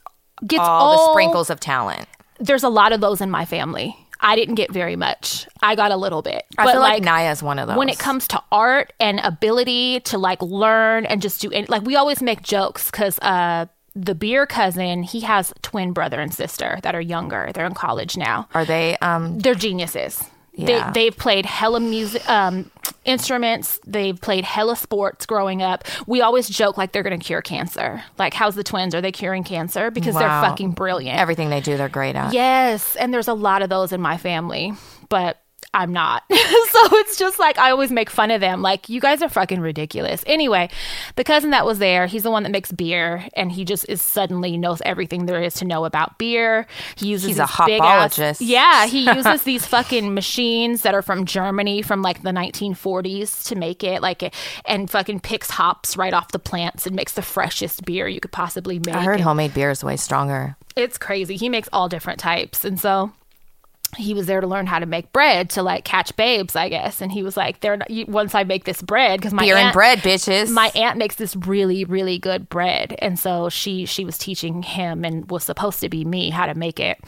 [SPEAKER 1] Gets
[SPEAKER 2] all
[SPEAKER 1] all-
[SPEAKER 2] the sprinkles of talent.
[SPEAKER 1] There's a lot of those in my family. I didn't get very much. I got a little bit.
[SPEAKER 2] I
[SPEAKER 1] but
[SPEAKER 2] feel like,
[SPEAKER 1] like
[SPEAKER 2] Naya's one of those.
[SPEAKER 1] when it comes to art and ability to like learn and just do any, like we always make jokes because uh the beer cousin he has twin brother and sister that are younger they're in college now
[SPEAKER 2] are they um
[SPEAKER 1] they're geniuses
[SPEAKER 2] Yeah.
[SPEAKER 1] they, they've played hella music um instruments they've played hella sports growing up we always joke like they're gonna cure cancer like how's the twins are they curing cancer because
[SPEAKER 2] Wow.
[SPEAKER 1] they're fucking brilliant
[SPEAKER 2] everything they do they're great at.
[SPEAKER 1] Yes, and there's a lot of those in my family, but I'm not. <laughs> so it's just like I always make fun of them. Like, you guys are fucking ridiculous. Anyway, the cousin that was there, he's the one that makes beer, and he just is suddenly knows everything there is to know about beer. He uses
[SPEAKER 2] He's a
[SPEAKER 1] these big ass-
[SPEAKER 2] hopologist.
[SPEAKER 1] Yeah, he
[SPEAKER 2] <laughs>
[SPEAKER 1] uses these fucking machines that are from Germany from like the 1940s to make it, like, and fucking picks hops right off the plants and makes the freshest beer you could possibly make.
[SPEAKER 2] I heard
[SPEAKER 1] And-
[SPEAKER 2] homemade beer is way stronger.
[SPEAKER 1] it's crazy. He makes all different types. And so he was there to learn how to make bread to like catch babes, I guess. And he was like, "There, you- once I make this bread, because my
[SPEAKER 2] Beer
[SPEAKER 1] aunt,
[SPEAKER 2] and bread, bitches.
[SPEAKER 1] my aunt makes this really, really good bread, and so she she was teaching him and was supposed to be me how to make it.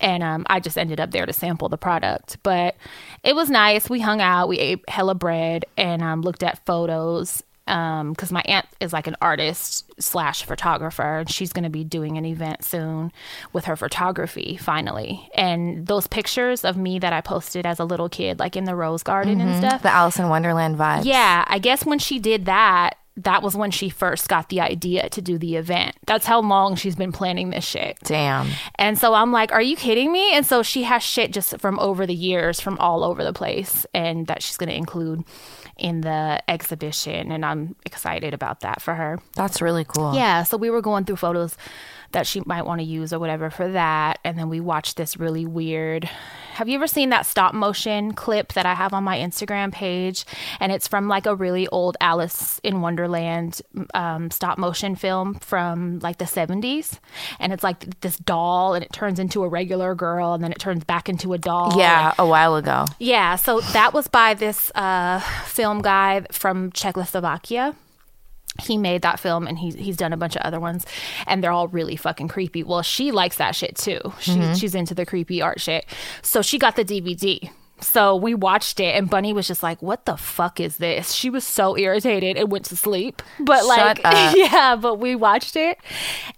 [SPEAKER 1] And um, I just ended up there to sample the product, but it was nice. We hung out, we ate hella bread, and um, looked at photos because my aunt is like an artist slash photographer, and she's going to be doing an event soon with her photography finally. And those pictures of me that I posted as a little kid, like in the rose garden and stuff,
[SPEAKER 2] the Alice in Wonderland vibe.
[SPEAKER 1] yeah, I guess when she did that, that was when she first got the idea to do the event. That's how long she's been planning this shit.
[SPEAKER 2] Damn.
[SPEAKER 1] And so I'm like, are you kidding me? And so she has shit just from over the years from all over the place and that she's going to include in the exhibition. And I'm excited about that for her.
[SPEAKER 2] That's really cool.
[SPEAKER 1] Yeah, so we were going through photos that she might want to use or whatever for that. And then we watched this really weird. Have you ever seen that stop motion clip that I have on my Instagram page? And it's from like a really old Alice in Wonderland um, stop motion film from like the 70s. And it's like this doll and it turns into a regular girl and then it turns back into a doll.
[SPEAKER 2] Yeah, a while ago.
[SPEAKER 1] Yeah, so that was by this uh, film guy from Czechoslovakia. He made that film and he's, he's done a bunch of other ones, and they're all really fucking creepy. Well, she likes that shit too. She,
[SPEAKER 2] Mm-hmm.
[SPEAKER 1] She's into the creepy art shit. So she got the DVD. So we watched it, and Bunny was just like, What the fuck is this? She was so irritated and went to sleep. But, like,
[SPEAKER 2] up.
[SPEAKER 1] <laughs> yeah, but we watched it.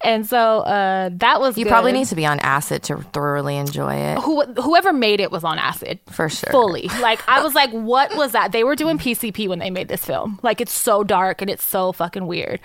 [SPEAKER 1] And so uh, that was
[SPEAKER 2] You probably
[SPEAKER 1] good. Oh,
[SPEAKER 2] need to be on acid to thoroughly enjoy it.
[SPEAKER 1] Who, whoever made it was on acid
[SPEAKER 2] For sure.
[SPEAKER 1] fully like i was like what was that they were doing pcp when they made this film like it's so dark and it's so fucking weird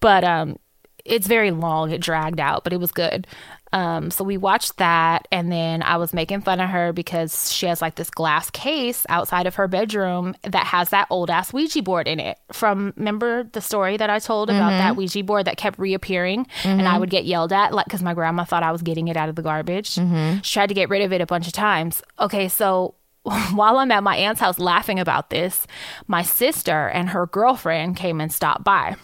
[SPEAKER 1] but um it's very long it dragged out but it was good um so we watched that and then i was making fun of her because she has like this glass case outside of her bedroom that has that old ass ouija board in it from remember the story that i told about that ouija board that kept reappearing and i would get yelled at like because my grandma thought i was getting it out of the garbage she tried to get rid of it a bunch of times okay so <laughs> while I'm at my aunt's house laughing about this, my sister and her girlfriend came and stopped by.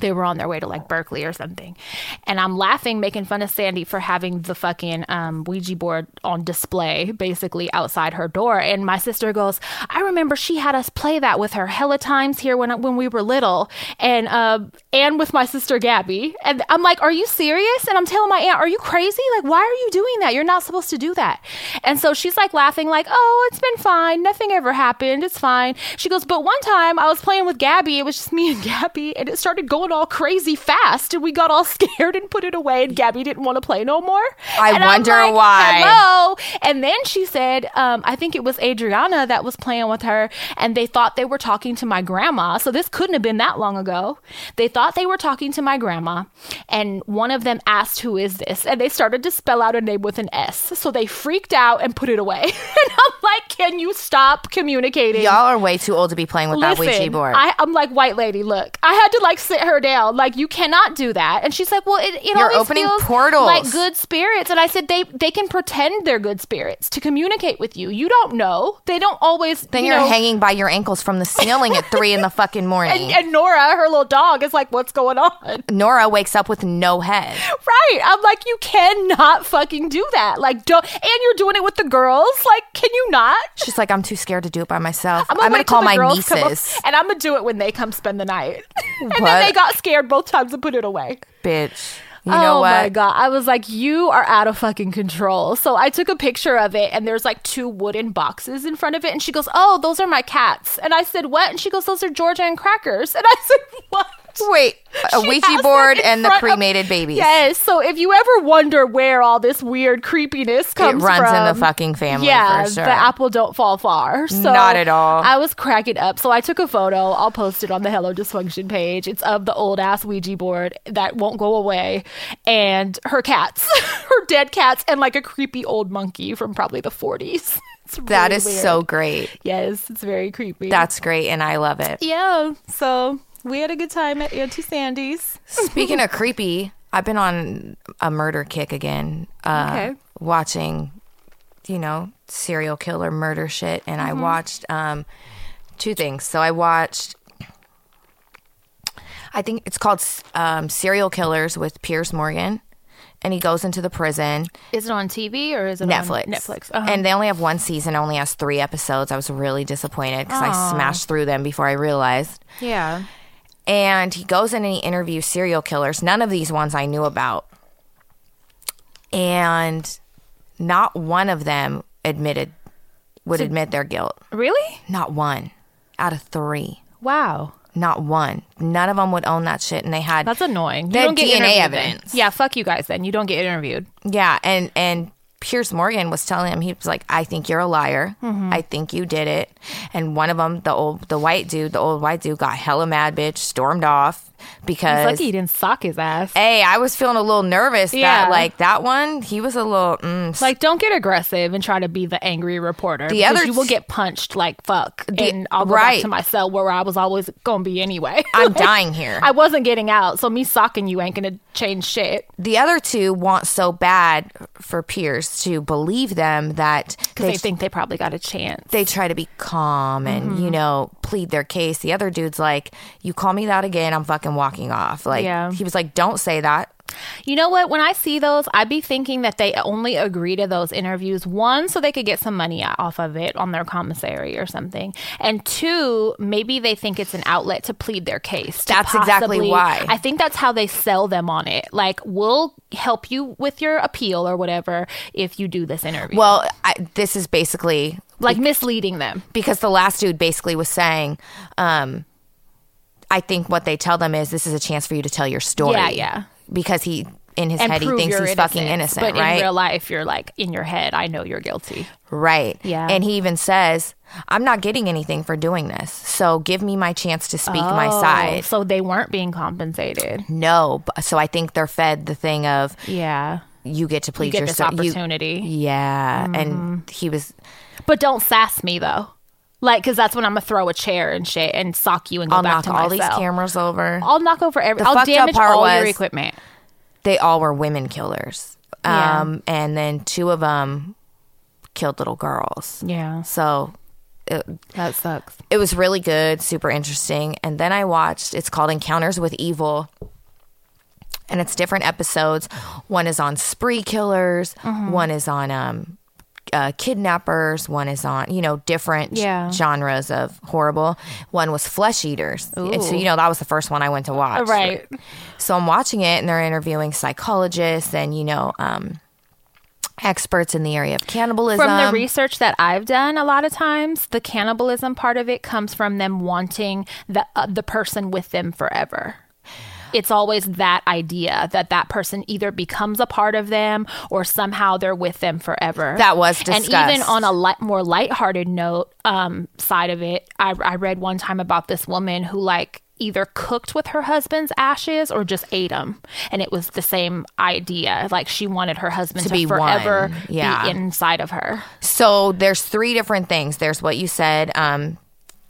[SPEAKER 1] They were on their way to like Berkeley or something. And I'm laughing, making fun of Sandy for having the fucking um, Ouija board on display basically outside her door. And my sister goes, I remember she had us play that with her hella times here when, when we were little and, uh, and with my sister Gabby. And I'm like, Are you serious? And I'm telling my aunt, Are you crazy? Like, why are you doing that? You're not supposed to do that. And so she's like laughing, like, Oh, it's been fine. Nothing ever happened. It's fine. She goes, But one time I was playing with Gabby. It was just me and <laughs> Gabby, and it started going all crazy fast. And we got all <laughs> scared and put it away. And Gabby didn't want to play no more.
[SPEAKER 2] I
[SPEAKER 1] And I'm
[SPEAKER 2] wonder why.
[SPEAKER 1] Hello. And then she said, um, I think it was Adriana that was playing with her, and they thought they were talking to my grandma. So this couldn't have been that long ago. They thought they were talking to my grandma, and one of them asked, Who is this? And they started to spell out a name with an S. So they freaked out and put it away. <laughs> and I'm like, Can you stop communicating?
[SPEAKER 2] Y'all are way too old to be playing with that Ouija
[SPEAKER 1] Listen,
[SPEAKER 2] board.
[SPEAKER 1] I, I'm like, white lady, look. I had to like sit her down. Like, you cannot do that. And she's like, well, it, it
[SPEAKER 2] You're
[SPEAKER 1] always
[SPEAKER 2] opening
[SPEAKER 1] feels
[SPEAKER 2] portals.
[SPEAKER 1] like good spirits. And I said, they they can pretend they're good spirits to communicate with you. You don't know. They don't always.
[SPEAKER 2] then
[SPEAKER 1] you
[SPEAKER 2] you're
[SPEAKER 1] know,
[SPEAKER 2] hanging by your ankles from the ceiling at three in the fucking morning.
[SPEAKER 1] <laughs> And, and Nora, her little dog, is like, what's going on? <laughs>
[SPEAKER 2] Nora wakes up with no head.
[SPEAKER 1] Right. I'm like, you cannot fucking do that. Like, don't. And you're doing it with the girls. Like, can you
[SPEAKER 2] <laughs>
[SPEAKER 1] not?
[SPEAKER 2] She's like, I'm too scared to do it by myself. I'm,
[SPEAKER 1] wait
[SPEAKER 2] gonna
[SPEAKER 1] till
[SPEAKER 2] call
[SPEAKER 1] the
[SPEAKER 2] my
[SPEAKER 1] girls come up-
[SPEAKER 2] nieces.
[SPEAKER 1] and I'm gonna do it when they come spend the night. <laughs> and
[SPEAKER 2] What?
[SPEAKER 1] then they got scared both times and put it away.
[SPEAKER 2] Bitch. You know
[SPEAKER 1] oh
[SPEAKER 2] what?
[SPEAKER 1] my god! I was like, you are out of fucking control. So I took a picture of it, and there's like two wooden boxes in front of it, and she goes, "Oh, those are my cats." And I said, "What?" And she goes, "Those are Georgia and crackers." <laughs> And I said, "What?"
[SPEAKER 2] Wait, a
[SPEAKER 1] She
[SPEAKER 2] Ouija
[SPEAKER 1] has them
[SPEAKER 2] board
[SPEAKER 1] in
[SPEAKER 2] and the
[SPEAKER 1] front of-
[SPEAKER 2] cremated babies.
[SPEAKER 1] Yes. So if you ever wonder where all this weird creepiness
[SPEAKER 2] it
[SPEAKER 1] comes
[SPEAKER 2] runs in the
[SPEAKER 1] from,
[SPEAKER 2] fucking family
[SPEAKER 1] yeah,
[SPEAKER 2] for sure.
[SPEAKER 1] the apple don't fall far. So
[SPEAKER 2] Not at all.
[SPEAKER 1] I was cracking up. So I took a photo. I'll post it on the Hello Dysfunction page. It's of the old ass Ouija board that won't go away, and her cats, <laughs> her dead cats, and like a creepy old monkey from probably the forties. <laughs>
[SPEAKER 2] that is so great.
[SPEAKER 1] Yes, it's very creepy.
[SPEAKER 2] That's great, and I love it.
[SPEAKER 1] yeah. So we had a good time at Auntie Sandy's.
[SPEAKER 2] Speaking of creepy, I've been on a murder kick again. Uh,
[SPEAKER 1] Okay.
[SPEAKER 2] Watching, you know, serial killer murder shit, and
[SPEAKER 1] Mm-hmm.
[SPEAKER 2] I watched um, two things. So I watched. I think it's called um, Serial Killers with Piers Morgan, and he goes into the prison.
[SPEAKER 1] Is it on TV or is it
[SPEAKER 2] Netflix.
[SPEAKER 1] Netflix. Oh. uh-huh.
[SPEAKER 2] And they only have one season, only has three episodes. I was really disappointed because I smashed through them before I realized.
[SPEAKER 1] yeah.
[SPEAKER 2] And he goes in and he interviews serial killers. None of these ones I knew about. And not one of them admitted, would admit their guilt.
[SPEAKER 1] Really?
[SPEAKER 2] Not one out of three.
[SPEAKER 1] Wow.
[SPEAKER 2] Not one. None of them would own that shit. And they had.
[SPEAKER 1] That's annoying. You
[SPEAKER 2] They had
[SPEAKER 1] don't get
[SPEAKER 2] DNA
[SPEAKER 1] interviewed then.
[SPEAKER 2] evidence.
[SPEAKER 1] Yeah, fuck you guys then. You don't get interviewed.
[SPEAKER 2] Yeah, and and Pierce Morgan was telling him, he was like, "I think you're a liar.
[SPEAKER 1] Mm-hmm.
[SPEAKER 2] I think you did it." And one of them, the old, the white dude, the old white dude, got hella mad, bitch, stormed off because
[SPEAKER 1] Lucky he didn't sock his ass.
[SPEAKER 2] hey, I was feeling a little nervous
[SPEAKER 1] Yeah.
[SPEAKER 2] that like that one, he was a little. Mm,
[SPEAKER 1] Like, don't get aggressive and try to be the angry reporter. The
[SPEAKER 2] other
[SPEAKER 1] you will
[SPEAKER 2] t-
[SPEAKER 1] get punched like fuck. and I'll go back
[SPEAKER 2] right.
[SPEAKER 1] to my cell where I was always gonna be anyway. <laughs>
[SPEAKER 2] I'm dying here.
[SPEAKER 1] I wasn't getting out, so me socking you ain't gonna change shit.
[SPEAKER 2] the other two want so bad for Pierce to believe them that
[SPEAKER 1] Because
[SPEAKER 2] they
[SPEAKER 1] they think they probably got a chance.
[SPEAKER 2] they try to be calm and
[SPEAKER 1] Mm-hmm.
[SPEAKER 2] you know plead their case the other dude's like you call me that again i'm fucking walking off like
[SPEAKER 1] Yeah.
[SPEAKER 2] he was like don't say that
[SPEAKER 1] You know what? When I see those, I be thinking that they only agree to those interviews one, so they could get some money off of it on their commissary or something, and two, maybe they think it's an outlet to plead their case. to
[SPEAKER 2] That's exactly
[SPEAKER 1] possibly-
[SPEAKER 2] why.
[SPEAKER 1] I think that's how they sell them on it. Like, we'll help you with your appeal or whatever if you do this interview.
[SPEAKER 2] well I, this is basically
[SPEAKER 1] like misleading them.
[SPEAKER 2] because the last dude basically was saying um i think what they tell them is this is a chance for you to tell your story
[SPEAKER 1] Yeah, yeah.
[SPEAKER 2] because he in his
[SPEAKER 1] And
[SPEAKER 2] head he
[SPEAKER 1] prove
[SPEAKER 2] thinks
[SPEAKER 1] your
[SPEAKER 2] he's fucking innocent
[SPEAKER 1] but
[SPEAKER 2] right
[SPEAKER 1] in real life, you're like in your head. I know you're guilty.
[SPEAKER 2] Right.
[SPEAKER 1] Yeah.
[SPEAKER 2] And he even says, I'm not getting anything for doing this. So give me my chance to speak my
[SPEAKER 1] Oh,
[SPEAKER 2] side.
[SPEAKER 1] so they weren't being compensated.
[SPEAKER 2] No. b- So I think they're fed the thing of
[SPEAKER 1] Yeah.
[SPEAKER 2] you get to plead
[SPEAKER 1] get
[SPEAKER 2] your
[SPEAKER 1] this
[SPEAKER 2] so- you-
[SPEAKER 1] opportunity. Mm-hmm.
[SPEAKER 2] yeah. And he was,
[SPEAKER 1] But don't sass me though. Like, cause that's when I'm gonna throw a chair and shit and sock you and go
[SPEAKER 2] I'll
[SPEAKER 1] back
[SPEAKER 2] knock
[SPEAKER 1] to
[SPEAKER 2] all
[SPEAKER 1] myself.
[SPEAKER 2] these cameras over.
[SPEAKER 1] I'll knock over every.
[SPEAKER 2] The
[SPEAKER 1] I'll
[SPEAKER 2] fucked up
[SPEAKER 1] damage
[SPEAKER 2] part
[SPEAKER 1] all your
[SPEAKER 2] was-
[SPEAKER 1] equipment.
[SPEAKER 2] they all were women killers.
[SPEAKER 1] Yeah.
[SPEAKER 2] Um, And then two of them killed little girls.
[SPEAKER 1] Yeah,
[SPEAKER 2] So it,
[SPEAKER 1] that sucks.
[SPEAKER 2] it was really good, super interesting. And then I watched, it's called Encounters with Evil. And it's different episodes. One is on spree killers,
[SPEAKER 1] Mm-hmm.
[SPEAKER 2] one is on um, uh, kidnappers, one is on, you know, different
[SPEAKER 1] Yeah.
[SPEAKER 2] genres of horrible. One was flesh eaters. And so,
[SPEAKER 1] Ooh.
[SPEAKER 2] you know, that was the first one I went to watch.
[SPEAKER 1] Right.
[SPEAKER 2] So I'm watching it, and they're interviewing psychologists and, you know, um, experts in the area of cannibalism.
[SPEAKER 1] From the research that I've done, a lot of times the cannibalism part of it comes from them wanting the uh, the person with them forever. It's always that idea that that person either becomes a part of them or somehow they're with them forever.
[SPEAKER 2] That was
[SPEAKER 1] And even
[SPEAKER 2] discussed.
[SPEAKER 1] on a light, more lighthearted note um, side of it, I, I read one time about this woman who like either cooked with her husband's ashes or just ate them, and it was the same idea. Like she wanted her husband to,
[SPEAKER 2] be one.
[SPEAKER 1] forever
[SPEAKER 2] Yeah.
[SPEAKER 1] be inside of her.
[SPEAKER 2] So there's three different things. There's what you said, um,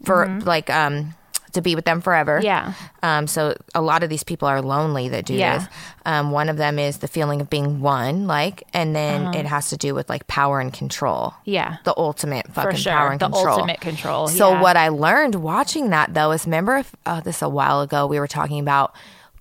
[SPEAKER 2] for like um, to be with them forever.
[SPEAKER 1] Mm-hmm. Yeah.
[SPEAKER 2] Um, so a lot of these people are lonely that do
[SPEAKER 1] Yeah.
[SPEAKER 2] this. Um, one of them is the feeling of being one, like, and then it has to do with like power and control.
[SPEAKER 1] Uh-huh. Yeah.
[SPEAKER 2] The ultimate fucking
[SPEAKER 1] sure.
[SPEAKER 2] power and
[SPEAKER 1] The
[SPEAKER 2] control.
[SPEAKER 1] ultimate control,
[SPEAKER 2] So
[SPEAKER 1] yeah.
[SPEAKER 2] what I learned watching that though is remember if, uh, this a while ago we were talking about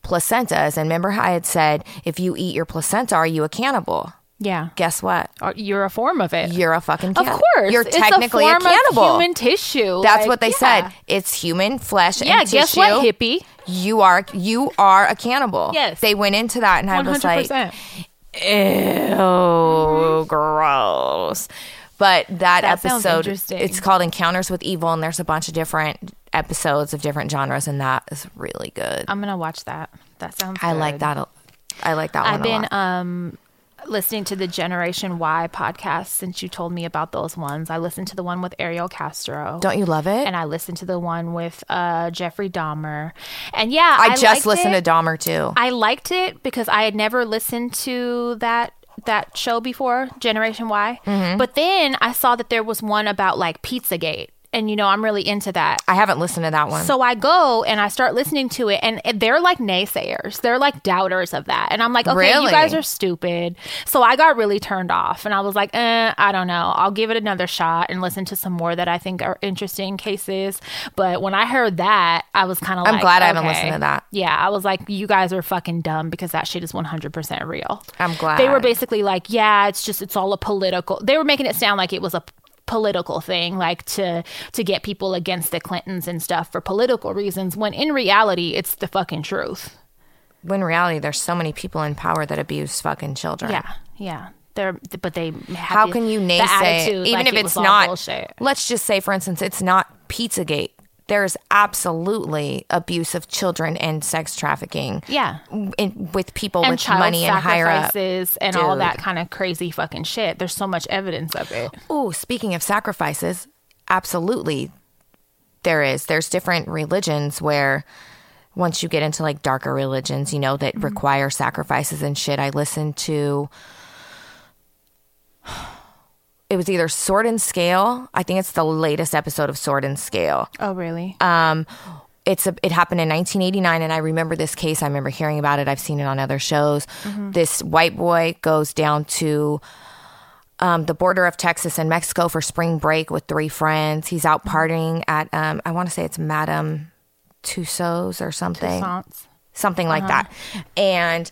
[SPEAKER 2] placentas and remember how I had said if you eat your placenta are you a cannibal?
[SPEAKER 1] Yeah,
[SPEAKER 2] Guess what?
[SPEAKER 1] Or you're a form of it.
[SPEAKER 2] You're a fucking can-
[SPEAKER 1] of course,
[SPEAKER 2] You're
[SPEAKER 1] It's
[SPEAKER 2] technically
[SPEAKER 1] a,
[SPEAKER 2] a,
[SPEAKER 1] form
[SPEAKER 2] cannibal.
[SPEAKER 1] Of human tissue.
[SPEAKER 2] That's
[SPEAKER 1] Like,
[SPEAKER 2] what they
[SPEAKER 1] yeah.
[SPEAKER 2] said. It's human flesh
[SPEAKER 1] Yeah,
[SPEAKER 2] and
[SPEAKER 1] guess
[SPEAKER 2] tissue.
[SPEAKER 1] what, hippie?
[SPEAKER 2] You are you are a cannibal.
[SPEAKER 1] Yes.
[SPEAKER 2] They went into that and I
[SPEAKER 1] One
[SPEAKER 2] was
[SPEAKER 1] hundred
[SPEAKER 2] like,
[SPEAKER 1] percent.
[SPEAKER 2] ew, gross. But that,
[SPEAKER 1] That sounds
[SPEAKER 2] episode
[SPEAKER 1] interesting.
[SPEAKER 2] it's called Encounters with Evil and there's a bunch of different episodes of different genres and that is really good.
[SPEAKER 1] I'm gonna watch that. That sounds.
[SPEAKER 2] I like
[SPEAKER 1] Oh, good.
[SPEAKER 2] that a- I like that one
[SPEAKER 1] I've
[SPEAKER 2] a
[SPEAKER 1] been
[SPEAKER 2] lot.
[SPEAKER 1] um listening to the Generation Y podcast since you told me about those ones. I listened to the one with Ariel Castro.
[SPEAKER 2] Don't you love it?
[SPEAKER 1] and I listened to the one with uh, Jeffrey Dahmer. And yeah, I,
[SPEAKER 2] I just
[SPEAKER 1] liked
[SPEAKER 2] listened
[SPEAKER 1] it.
[SPEAKER 2] to Dahmer too.
[SPEAKER 1] I liked it because I had never listened to that that show before, Generation Y.
[SPEAKER 2] Mm-hmm.
[SPEAKER 1] But then I saw that there was one about like Pizzagate, and you know I'm really into that.
[SPEAKER 2] I haven't listened to that one.
[SPEAKER 1] So I go and I start listening to it, and they're like naysayers. They're like doubters of that. And I'm like, okay, you
[SPEAKER 2] Really?
[SPEAKER 1] guys are stupid. So I got really turned off, and I was like, eh, I don't know. I'll give it another shot and listen to some more that I think are interesting cases. But when I heard that, I was kind of like,
[SPEAKER 2] I'm glad I haven't
[SPEAKER 1] okay.
[SPEAKER 2] listened to that.
[SPEAKER 1] Yeah, I was like, you guys are fucking dumb because that shit is 100% real.
[SPEAKER 2] I'm glad.
[SPEAKER 1] They were basically like, yeah, it's just it's all a political. They were making it sound like it was a p- political thing, like to to get people against the Clintons and stuff for political reasons. When in reality, it's the fucking truth.
[SPEAKER 2] when in reality there's so many people in power that abuse fucking children.
[SPEAKER 1] Yeah, yeah. They're but they have
[SPEAKER 2] How
[SPEAKER 1] the-
[SPEAKER 2] can you
[SPEAKER 1] the
[SPEAKER 2] naysay
[SPEAKER 1] attitude,
[SPEAKER 2] even
[SPEAKER 1] like
[SPEAKER 2] if
[SPEAKER 1] it
[SPEAKER 2] it's
[SPEAKER 1] was all
[SPEAKER 2] not?
[SPEAKER 1] bullshit.
[SPEAKER 2] Let's just say, for instance, it's not Pizzagate. there's absolutely abuse of children and sex trafficking.
[SPEAKER 1] Yeah.
[SPEAKER 2] In, with people
[SPEAKER 1] and
[SPEAKER 2] with
[SPEAKER 1] child
[SPEAKER 2] money and higher up.
[SPEAKER 1] sacrifices and all
[SPEAKER 2] Dude.
[SPEAKER 1] that kind of crazy fucking shit. There's so much evidence of it.
[SPEAKER 2] Oh, speaking of sacrifices, absolutely there is. There's different religions where once you get into like darker religions, you know, that require sacrifices and shit. I listened to <sighs> it was either Sword and Scale. I think it's the latest episode of Sword and Scale.
[SPEAKER 1] Oh, really?
[SPEAKER 2] Um, it's a, it happened in 1989, and I remember this case. I remember hearing about it. I've seen it on other shows. This white boy goes down to um, the border of Texas and Mexico for spring break with three friends. He's out partying at um, I want to say it's Madame Tussauds or something
[SPEAKER 1] Fonts.
[SPEAKER 2] something like
[SPEAKER 1] Uh-huh.
[SPEAKER 2] that. And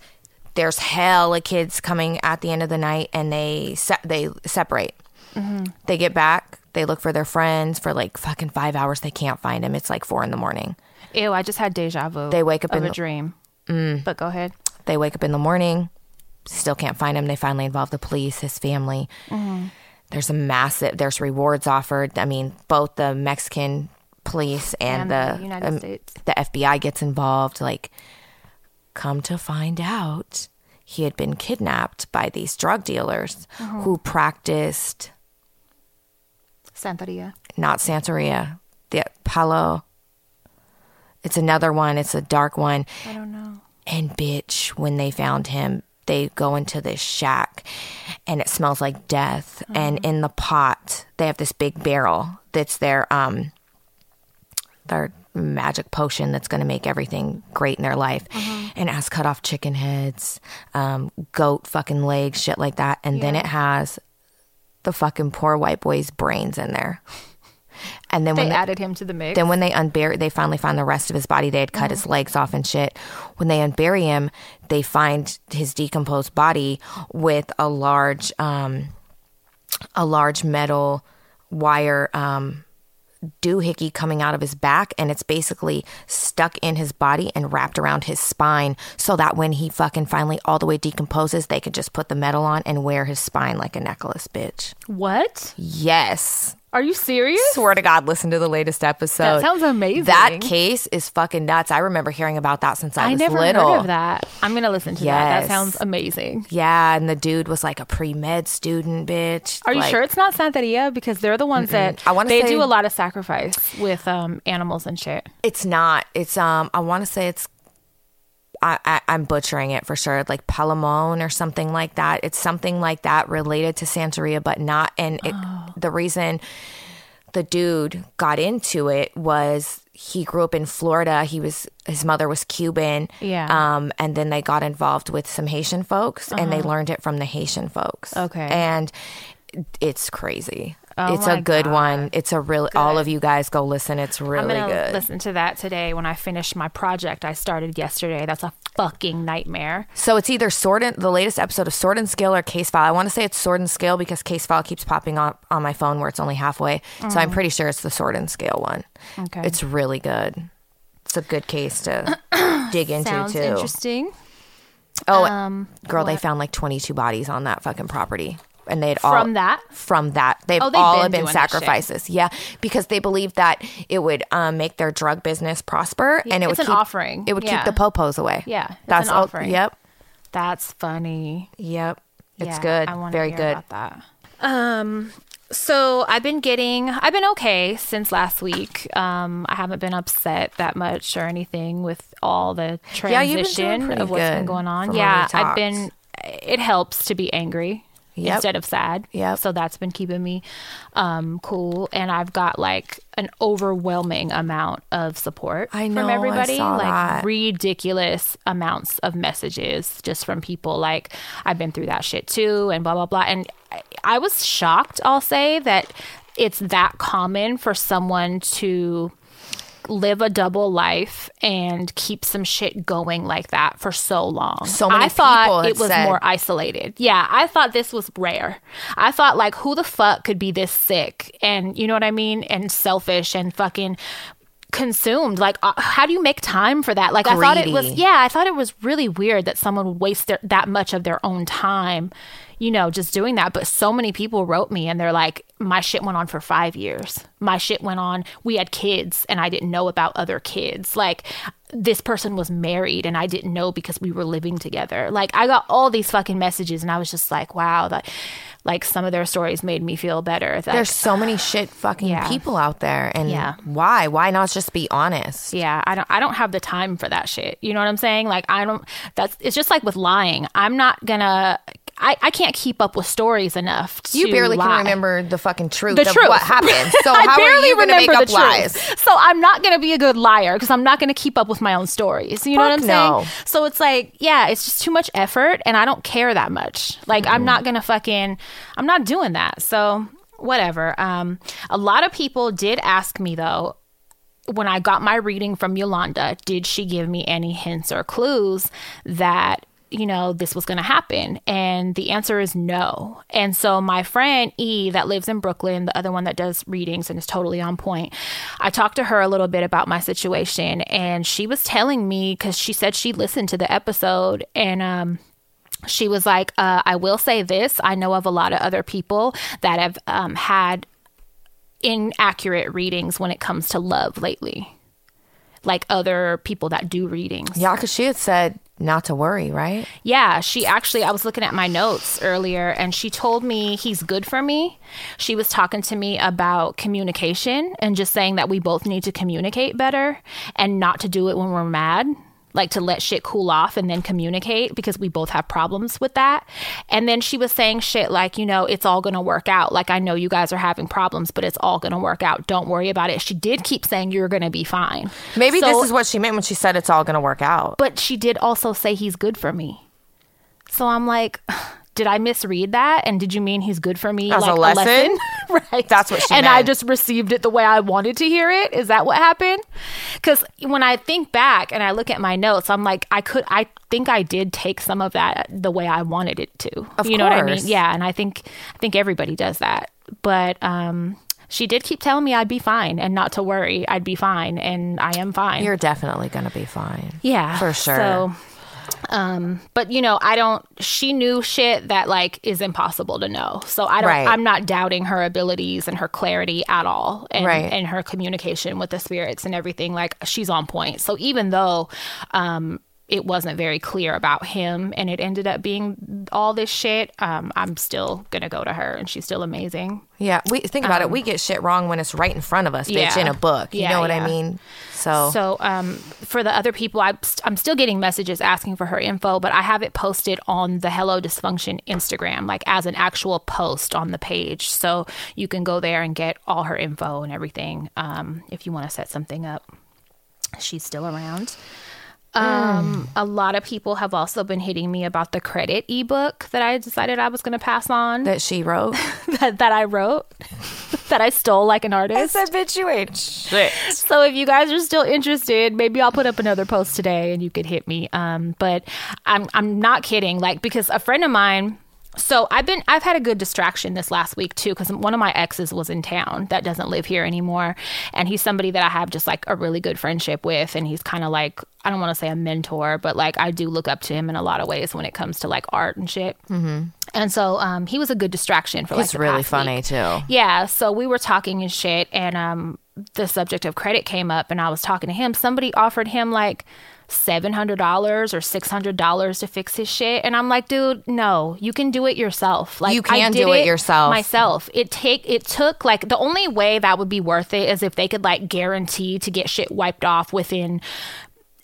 [SPEAKER 2] there's hella kids coming at the end of the night, and they se- they separate.
[SPEAKER 1] Mm-hmm.
[SPEAKER 2] They get back. They look for their friends for like fucking five hours. They can't find them. It's like four in the morning.
[SPEAKER 1] Ew, I just had deja vu.
[SPEAKER 2] They wake up
[SPEAKER 1] of
[SPEAKER 2] in
[SPEAKER 1] a
[SPEAKER 2] the- Mm.
[SPEAKER 1] dream. But go ahead.
[SPEAKER 2] They wake up in the morning, still can't find him. They finally involve the police, his family.
[SPEAKER 1] Mm-hmm.
[SPEAKER 2] There's a massive. There's rewards offered. I mean, both the Mexican police and,
[SPEAKER 1] And the
[SPEAKER 2] the um,
[SPEAKER 1] United States.
[SPEAKER 2] the FBI gets involved. Like, come to find out, he had been kidnapped by these drug dealers
[SPEAKER 1] Mm-hmm.
[SPEAKER 2] who practiced
[SPEAKER 1] Santeria.
[SPEAKER 2] not Santeria, the Palo. It's another one. It's a dark one.
[SPEAKER 1] I don't know.
[SPEAKER 2] And bitch, when they found him, they go into this shack and it smells like death. And in the pot, they have this big barrel that's their um their magic potion that's going to make everything great in their life. And it has cut off chicken heads, um, goat fucking legs, shit like that. And then it has the fucking poor white boy's brains in there. And then
[SPEAKER 1] They
[SPEAKER 2] when the-
[SPEAKER 1] added him to the mix.
[SPEAKER 2] then when they unbury, they finally find the rest of his body. They had cut
[SPEAKER 1] Mm-hmm.
[SPEAKER 2] his legs off and shit. When they unbury him, they find his decomposed body with a large, um, a large metal wire um, doohickey coming out of his back, and it's basically stuck in his body and wrapped around his spine, so that when he fucking finally all the way decomposes, they could just put the metal on and wear his spine like a necklace, bitch.
[SPEAKER 1] what?
[SPEAKER 2] Yes.
[SPEAKER 1] Are you serious?
[SPEAKER 2] Swear to God, listen to the latest episode.
[SPEAKER 1] That sounds amazing.
[SPEAKER 2] That case is fucking nuts. I remember hearing about that since I,
[SPEAKER 1] I
[SPEAKER 2] was
[SPEAKER 1] never
[SPEAKER 2] little.
[SPEAKER 1] heard of that. I'm gonna listen to that. That
[SPEAKER 2] Yes.
[SPEAKER 1] sounds amazing.
[SPEAKER 2] Yeah, and the dude was like a pre med student, bitch.
[SPEAKER 1] Are you
[SPEAKER 2] Like,
[SPEAKER 1] sure it's not Santeria? Because they're the ones that
[SPEAKER 2] I wanna
[SPEAKER 1] they
[SPEAKER 2] say-
[SPEAKER 1] do a lot of sacrifice with um, animals and shit.
[SPEAKER 2] It's not. It's um. I want to say it's. I, I I'm butchering it for sure. Like Palamon or something like that. It's something like that related to Santeria, but not. And it,
[SPEAKER 1] Oh.
[SPEAKER 2] the reason the dude got into it was he grew up in Florida. He was his mother was Cuban.
[SPEAKER 1] Yeah.
[SPEAKER 2] Um, and then they got involved with some Haitian folks, and they learned it from the Haitian folks.
[SPEAKER 1] Uh-huh. Okay.
[SPEAKER 2] And it's crazy.
[SPEAKER 1] Oh
[SPEAKER 2] it's a
[SPEAKER 1] my
[SPEAKER 2] good one. It's a really all of you guys go listen. It's really
[SPEAKER 1] I'm gonna
[SPEAKER 2] good.
[SPEAKER 1] listen to that today when I finish my project I started yesterday. That's a fucking nightmare.
[SPEAKER 2] So it's either Sword and the latest episode of Sword and Scale or Case File. I want to say it's Sword and Scale because Case File keeps popping up on my phone where it's only halfway. So I'm pretty sure it's the Sword and Scale one.
[SPEAKER 1] Mm. Okay.
[SPEAKER 2] It's really good. It's a good case
[SPEAKER 1] <coughs>
[SPEAKER 2] to dig into
[SPEAKER 1] sounds
[SPEAKER 2] too.
[SPEAKER 1] interesting.
[SPEAKER 2] Oh,
[SPEAKER 1] Um,
[SPEAKER 2] girl, they found like 22 bodies on that fucking property. And they had all
[SPEAKER 1] From that?
[SPEAKER 2] from that they've
[SPEAKER 1] Oh, they've
[SPEAKER 2] all
[SPEAKER 1] been
[SPEAKER 2] have been
[SPEAKER 1] doing that shit.
[SPEAKER 2] sacrifices. Yeah, because they believed that it would um, make their drug business prosper and it
[SPEAKER 1] it's
[SPEAKER 2] would
[SPEAKER 1] an
[SPEAKER 2] keep,
[SPEAKER 1] offering.
[SPEAKER 2] It would
[SPEAKER 1] Yeah.
[SPEAKER 2] keep the popos away.
[SPEAKER 1] Yeah, it's
[SPEAKER 2] that's
[SPEAKER 1] an
[SPEAKER 2] all-
[SPEAKER 1] offering.
[SPEAKER 2] Yep,
[SPEAKER 1] That's funny.
[SPEAKER 2] yep. It's
[SPEAKER 1] Yeah,
[SPEAKER 2] good.
[SPEAKER 1] I wanna
[SPEAKER 2] Very
[SPEAKER 1] hear
[SPEAKER 2] good.
[SPEAKER 1] About that. Um, so I've been getting, I've been okay since last week. Um, I haven't been upset that much or anything with all the
[SPEAKER 2] Yeah, you've been doing
[SPEAKER 1] transition
[SPEAKER 2] pretty
[SPEAKER 1] of what's been
[SPEAKER 2] good
[SPEAKER 1] going
[SPEAKER 2] from
[SPEAKER 1] on.
[SPEAKER 2] when
[SPEAKER 1] Yeah,
[SPEAKER 2] we
[SPEAKER 1] I've been. It helps to be angry
[SPEAKER 2] Yep.
[SPEAKER 1] instead of sad.
[SPEAKER 2] Yep.
[SPEAKER 1] So that's been keeping me um, cool, and I've got like an overwhelming amount of support
[SPEAKER 2] I know,
[SPEAKER 1] from
[SPEAKER 2] I
[SPEAKER 1] everybody.
[SPEAKER 2] saw
[SPEAKER 1] like
[SPEAKER 2] that.
[SPEAKER 1] ridiculous amounts of messages just from people like I've been through that shit too and blah blah blah and I, I was shocked I'll say that it's that common for someone to live a double life and keep some shit going like that for so long.
[SPEAKER 2] So many
[SPEAKER 1] I thought
[SPEAKER 2] people had
[SPEAKER 1] it was
[SPEAKER 2] said-
[SPEAKER 1] more isolated. Yeah, I thought this was rare. I thought like who the fuck could be this sick and you know what I mean and selfish and fucking consumed like uh, how do you make time for that like i thought it was
[SPEAKER 2] Greedy.
[SPEAKER 1] yeah i thought it was really weird that someone would waste their, that much of their own time you know, just doing that. But so many people wrote me and they're like, my shit went on for five years. My shit went on. We had kids and I didn't know about other kids. Like, this person was married and I didn't know because we were living together. Like, I got all these fucking messages and I was just like, wow, that, like, some of their stories made me feel better. That,
[SPEAKER 2] There's so many shit fucking
[SPEAKER 1] Yeah.
[SPEAKER 2] people out there, and
[SPEAKER 1] Yeah.
[SPEAKER 2] why? Why not just be honest?
[SPEAKER 1] Yeah, I don't I don't have the time for that shit. You know what I'm saying? Like I don't that's it's just like with lying. I'm not gonna I, I can't keep up with stories enough. To
[SPEAKER 2] You barely
[SPEAKER 1] lie.
[SPEAKER 2] can remember the fucking truth
[SPEAKER 1] the
[SPEAKER 2] of
[SPEAKER 1] truth.
[SPEAKER 2] what
[SPEAKER 1] <laughs>
[SPEAKER 2] happened. So
[SPEAKER 1] I
[SPEAKER 2] how are
[SPEAKER 1] barely
[SPEAKER 2] you going to make
[SPEAKER 1] remember
[SPEAKER 2] up
[SPEAKER 1] the
[SPEAKER 2] lies?
[SPEAKER 1] Truth. So I'm not gonna be a good liar because I'm not gonna keep up with my own stories. You know
[SPEAKER 2] Fuck
[SPEAKER 1] what I'm
[SPEAKER 2] no.
[SPEAKER 1] saying? So it's like, yeah, it's just too much effort and I don't care that much. Like
[SPEAKER 2] Mm-hmm.
[SPEAKER 1] I'm not gonna fucking I'm not doing that. So whatever. Um a lot of people did ask me though, when I got my reading from Yolanda, did she give me any hints or clues that, you know, this was going to happen? And the answer is no. And so my friend E, that lives in Brooklyn, the other one that does readings and is totally on point, I talked to her a little bit about my situation. And she was telling me, because she said she listened to the episode and, um, she was like, uh, I will say this. I know of a lot of other people that have um, had inaccurate readings when it comes to love lately. Like other people that do readings.
[SPEAKER 2] Yeah, because she had said not to worry, right?
[SPEAKER 1] Yeah, she actually, I was looking at my notes earlier and she told me he's good for me. She was talking to me about communication and just saying that we both need to communicate better and not to do it when we're mad. Like to let shit cool off and then communicate because we both have problems with that. And then she was saying shit like, you know, it's all gonna work out. Like, I know you guys are having problems, but it's all gonna work out. Don't worry about it. She did keep saying you're gonna be fine.
[SPEAKER 2] Maybe
[SPEAKER 1] So-
[SPEAKER 2] this is what she meant when she said it's all going to work out.
[SPEAKER 1] but she did also say he's good for me. So I'm like, <sighs> did I misread that? And did you mean he's good for me
[SPEAKER 2] As a
[SPEAKER 1] like
[SPEAKER 2] lesson?
[SPEAKER 1] <laughs> right.
[SPEAKER 2] That's what she
[SPEAKER 1] And I
[SPEAKER 2] meant.
[SPEAKER 1] just received it the way I wanted to hear it. Is that what happened? Cuz when I think back and I look at my notes, I'm like I could I think I did take some of that the way I wanted it to.
[SPEAKER 2] Of
[SPEAKER 1] you know what I mean?
[SPEAKER 2] course.
[SPEAKER 1] Yeah, and I think I think everybody does that. But um she did keep telling me I'd be fine and not to worry. I'd be fine and I am fine.
[SPEAKER 2] You're definitely going to be fine.
[SPEAKER 1] Yeah.
[SPEAKER 2] For sure.
[SPEAKER 1] So um but you know, I don't she knew shit that like is impossible to know. So I don't
[SPEAKER 2] Right.
[SPEAKER 1] I'm not doubting her abilities and her clarity at all and
[SPEAKER 2] Right.
[SPEAKER 1] and her communication with the spirits and everything like she's on point. So even though um it wasn't very clear about him and it ended up being all this shit, um I'm still going to go to her and she's still amazing.
[SPEAKER 2] Yeah, we think about it. We get shit wrong when it's right in front of us, bitch,
[SPEAKER 1] Um, yeah.
[SPEAKER 2] in a book. You
[SPEAKER 1] Yeah,
[SPEAKER 2] know what
[SPEAKER 1] yeah.
[SPEAKER 2] I mean? So,
[SPEAKER 1] So um, for the other people, I, I'm still getting messages asking for her info, but I have it posted on the Hello Dysfunction Instagram, like as an actual post on the page. So you can go there and get all her info and everything um, if you want to set something up. She's still around. Um, A lot of people have also been hitting me about the credit ebook that I decided I was going to pass on
[SPEAKER 2] that she wrote.
[SPEAKER 1] <laughs> that, that I wrote <laughs> that I stole like an artist.
[SPEAKER 2] said, bitch, you ain't shit.
[SPEAKER 1] So if you guys are still interested, maybe I'll put up another post today and you could hit me. Um, but I'm I'm not kidding. Like because a friend of mine. So I've been I've had a good distraction this last week too because one of my exes was in town that doesn't live here anymore, and he's somebody that I have just like a really good friendship with, and he's kind of like I don't want to say a mentor, but like I do look up to him in a lot of ways when it comes to like art and shit. Mm-hmm. And so um, he was a good distraction for like
[SPEAKER 2] It's
[SPEAKER 1] the
[SPEAKER 2] really
[SPEAKER 1] past week.
[SPEAKER 2] funny, too.
[SPEAKER 1] Yeah, so we were talking and shit, and um, the subject of credit came up, and I was talking to him. Somebody offered him like seven hundred dollars or six hundred dollars to fix his shit, and I'm like, dude, no, you can do it yourself. Like
[SPEAKER 2] You
[SPEAKER 1] I
[SPEAKER 2] can
[SPEAKER 1] did
[SPEAKER 2] do it yourself.
[SPEAKER 1] Myself. It take it took like the only way that would be worth it is if they could like guarantee to get shit wiped off within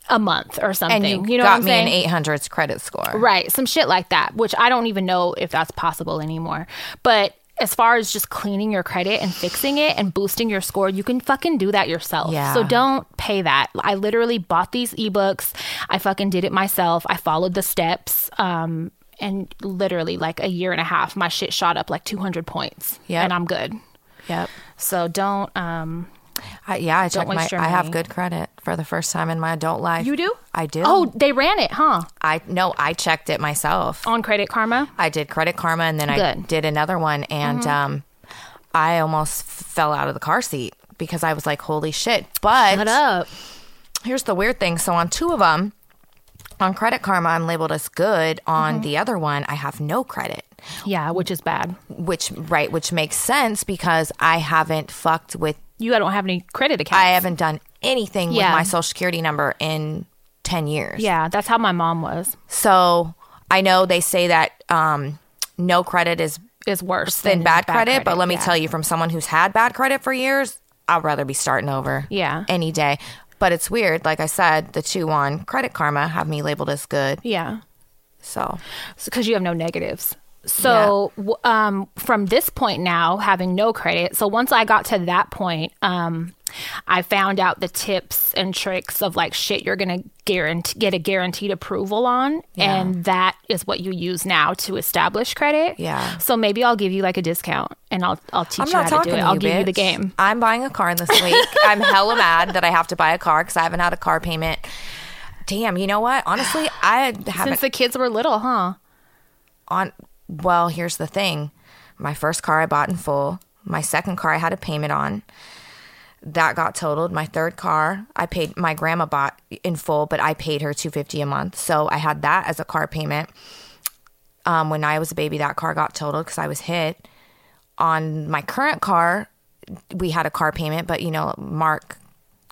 [SPEAKER 1] a month or something.
[SPEAKER 2] And you,
[SPEAKER 1] know what
[SPEAKER 2] got
[SPEAKER 1] I'm
[SPEAKER 2] me
[SPEAKER 1] saying?
[SPEAKER 2] an 800s credit score.
[SPEAKER 1] Right. Some shit like that, which I don't even know if that's possible anymore. But as far as just cleaning your credit and fixing it and boosting your score, you can fucking do that yourself.
[SPEAKER 2] Yeah.
[SPEAKER 1] So don't pay that. I literally bought these ebooks. I fucking did it myself. I followed the steps. Um, and literally, like a year and a half, my shit shot up like 200 points.
[SPEAKER 2] Yep.
[SPEAKER 1] And I'm good.
[SPEAKER 2] Yep.
[SPEAKER 1] So don't, um,
[SPEAKER 2] I, yeah, I checked my.
[SPEAKER 1] waste your
[SPEAKER 2] I have
[SPEAKER 1] money.
[SPEAKER 2] good credit for the first time in my adult life.
[SPEAKER 1] You do?
[SPEAKER 2] I do.
[SPEAKER 1] oh, they ran it, huh?
[SPEAKER 2] I no, I checked it myself.
[SPEAKER 1] On Credit Karma.
[SPEAKER 2] I did Credit Karma, and then I
[SPEAKER 1] Good. Mm-hmm.
[SPEAKER 2] did another one, and um, I almost fell out of the car seat because I was like, "Holy shit!" But
[SPEAKER 1] Shut up.
[SPEAKER 2] here's the weird thing. So on two of them, On Credit Karma, I'm labeled as good. On
[SPEAKER 1] Mm-hmm.
[SPEAKER 2] the other one, I have no credit,
[SPEAKER 1] Yeah, which is bad.
[SPEAKER 2] which right, which makes sense because I haven't fucked with.
[SPEAKER 1] You don't have any credit accounts.
[SPEAKER 2] I haven't done anything
[SPEAKER 1] Yeah.
[SPEAKER 2] with my social security number in ten years.
[SPEAKER 1] yeah, that's how my mom was.
[SPEAKER 2] So I know they say that um, no credit is
[SPEAKER 1] Is worse
[SPEAKER 2] than bad, credit, but let me
[SPEAKER 1] yeah.
[SPEAKER 2] tell you, from someone who's had bad credit for years, I'd rather be starting over.
[SPEAKER 1] Yeah.
[SPEAKER 2] Any day. But it's weird. Like I said, the two on Credit Karma have me labeled as good.
[SPEAKER 1] Yeah.
[SPEAKER 2] So
[SPEAKER 1] because you have no negatives. So w um, from this point now, having no credit. So once I got to that point, um, I found out the tips and tricks of like shit you're gonna guarantee get a guaranteed approval on, and that is what you use now to establish credit.
[SPEAKER 2] Yeah.
[SPEAKER 1] So maybe I'll give you like a discount, and I'll I'll teach
[SPEAKER 2] I'm
[SPEAKER 1] you
[SPEAKER 2] not
[SPEAKER 1] how to
[SPEAKER 2] talking
[SPEAKER 1] do
[SPEAKER 2] to
[SPEAKER 1] it.
[SPEAKER 2] you.
[SPEAKER 1] I'll give you the
[SPEAKER 2] bitch.
[SPEAKER 1] game.
[SPEAKER 2] I'm buying a car this
[SPEAKER 1] <laughs>
[SPEAKER 2] week. I'm hella mad that I have to buy a car because I haven't had a car payment. Damn, you know what? Honestly, I haven't
[SPEAKER 1] Since the kids were little, huh?
[SPEAKER 2] on well here's the thing my first car i bought in full my second car i had a payment on that got totaled my third car i paid my grandma bought in full but i paid her 250 a month so i had that as a car payment um, when i was a baby that car got totaled because i was hit on my current car we had a car payment but you know mark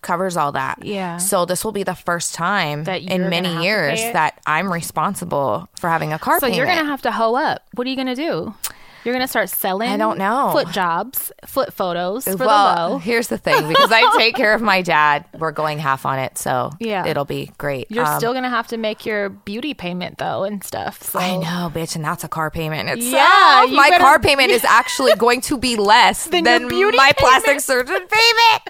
[SPEAKER 2] covers all that
[SPEAKER 1] Yeah.
[SPEAKER 2] so this will be the first time
[SPEAKER 1] That you're
[SPEAKER 2] in
[SPEAKER 1] gonna
[SPEAKER 2] many
[SPEAKER 1] have to
[SPEAKER 2] years
[SPEAKER 1] pay it?
[SPEAKER 2] that i'm responsible for having a car
[SPEAKER 1] So
[SPEAKER 2] payment
[SPEAKER 1] you're gonna have to hoe up. What are you gonna do? You're gonna start selling. I
[SPEAKER 2] don't know.
[SPEAKER 1] Foot jobs, foot photos for the
[SPEAKER 2] well,
[SPEAKER 1] low.
[SPEAKER 2] here's the thing because I take care of my dad, we're going half on it, so
[SPEAKER 1] Yeah.
[SPEAKER 2] it'll be great.
[SPEAKER 1] You're
[SPEAKER 2] Um,
[SPEAKER 1] still gonna have to make your beauty payment though and stuff. So
[SPEAKER 2] I know, bitch, and that's a car payment. It's
[SPEAKER 1] Yeah, you
[SPEAKER 2] my
[SPEAKER 1] better-
[SPEAKER 2] car payment is actually going to be less than,
[SPEAKER 1] <laughs> Than your beauty
[SPEAKER 2] my
[SPEAKER 1] payment.
[SPEAKER 2] plastic surgeon
[SPEAKER 1] <laughs>
[SPEAKER 2] payment.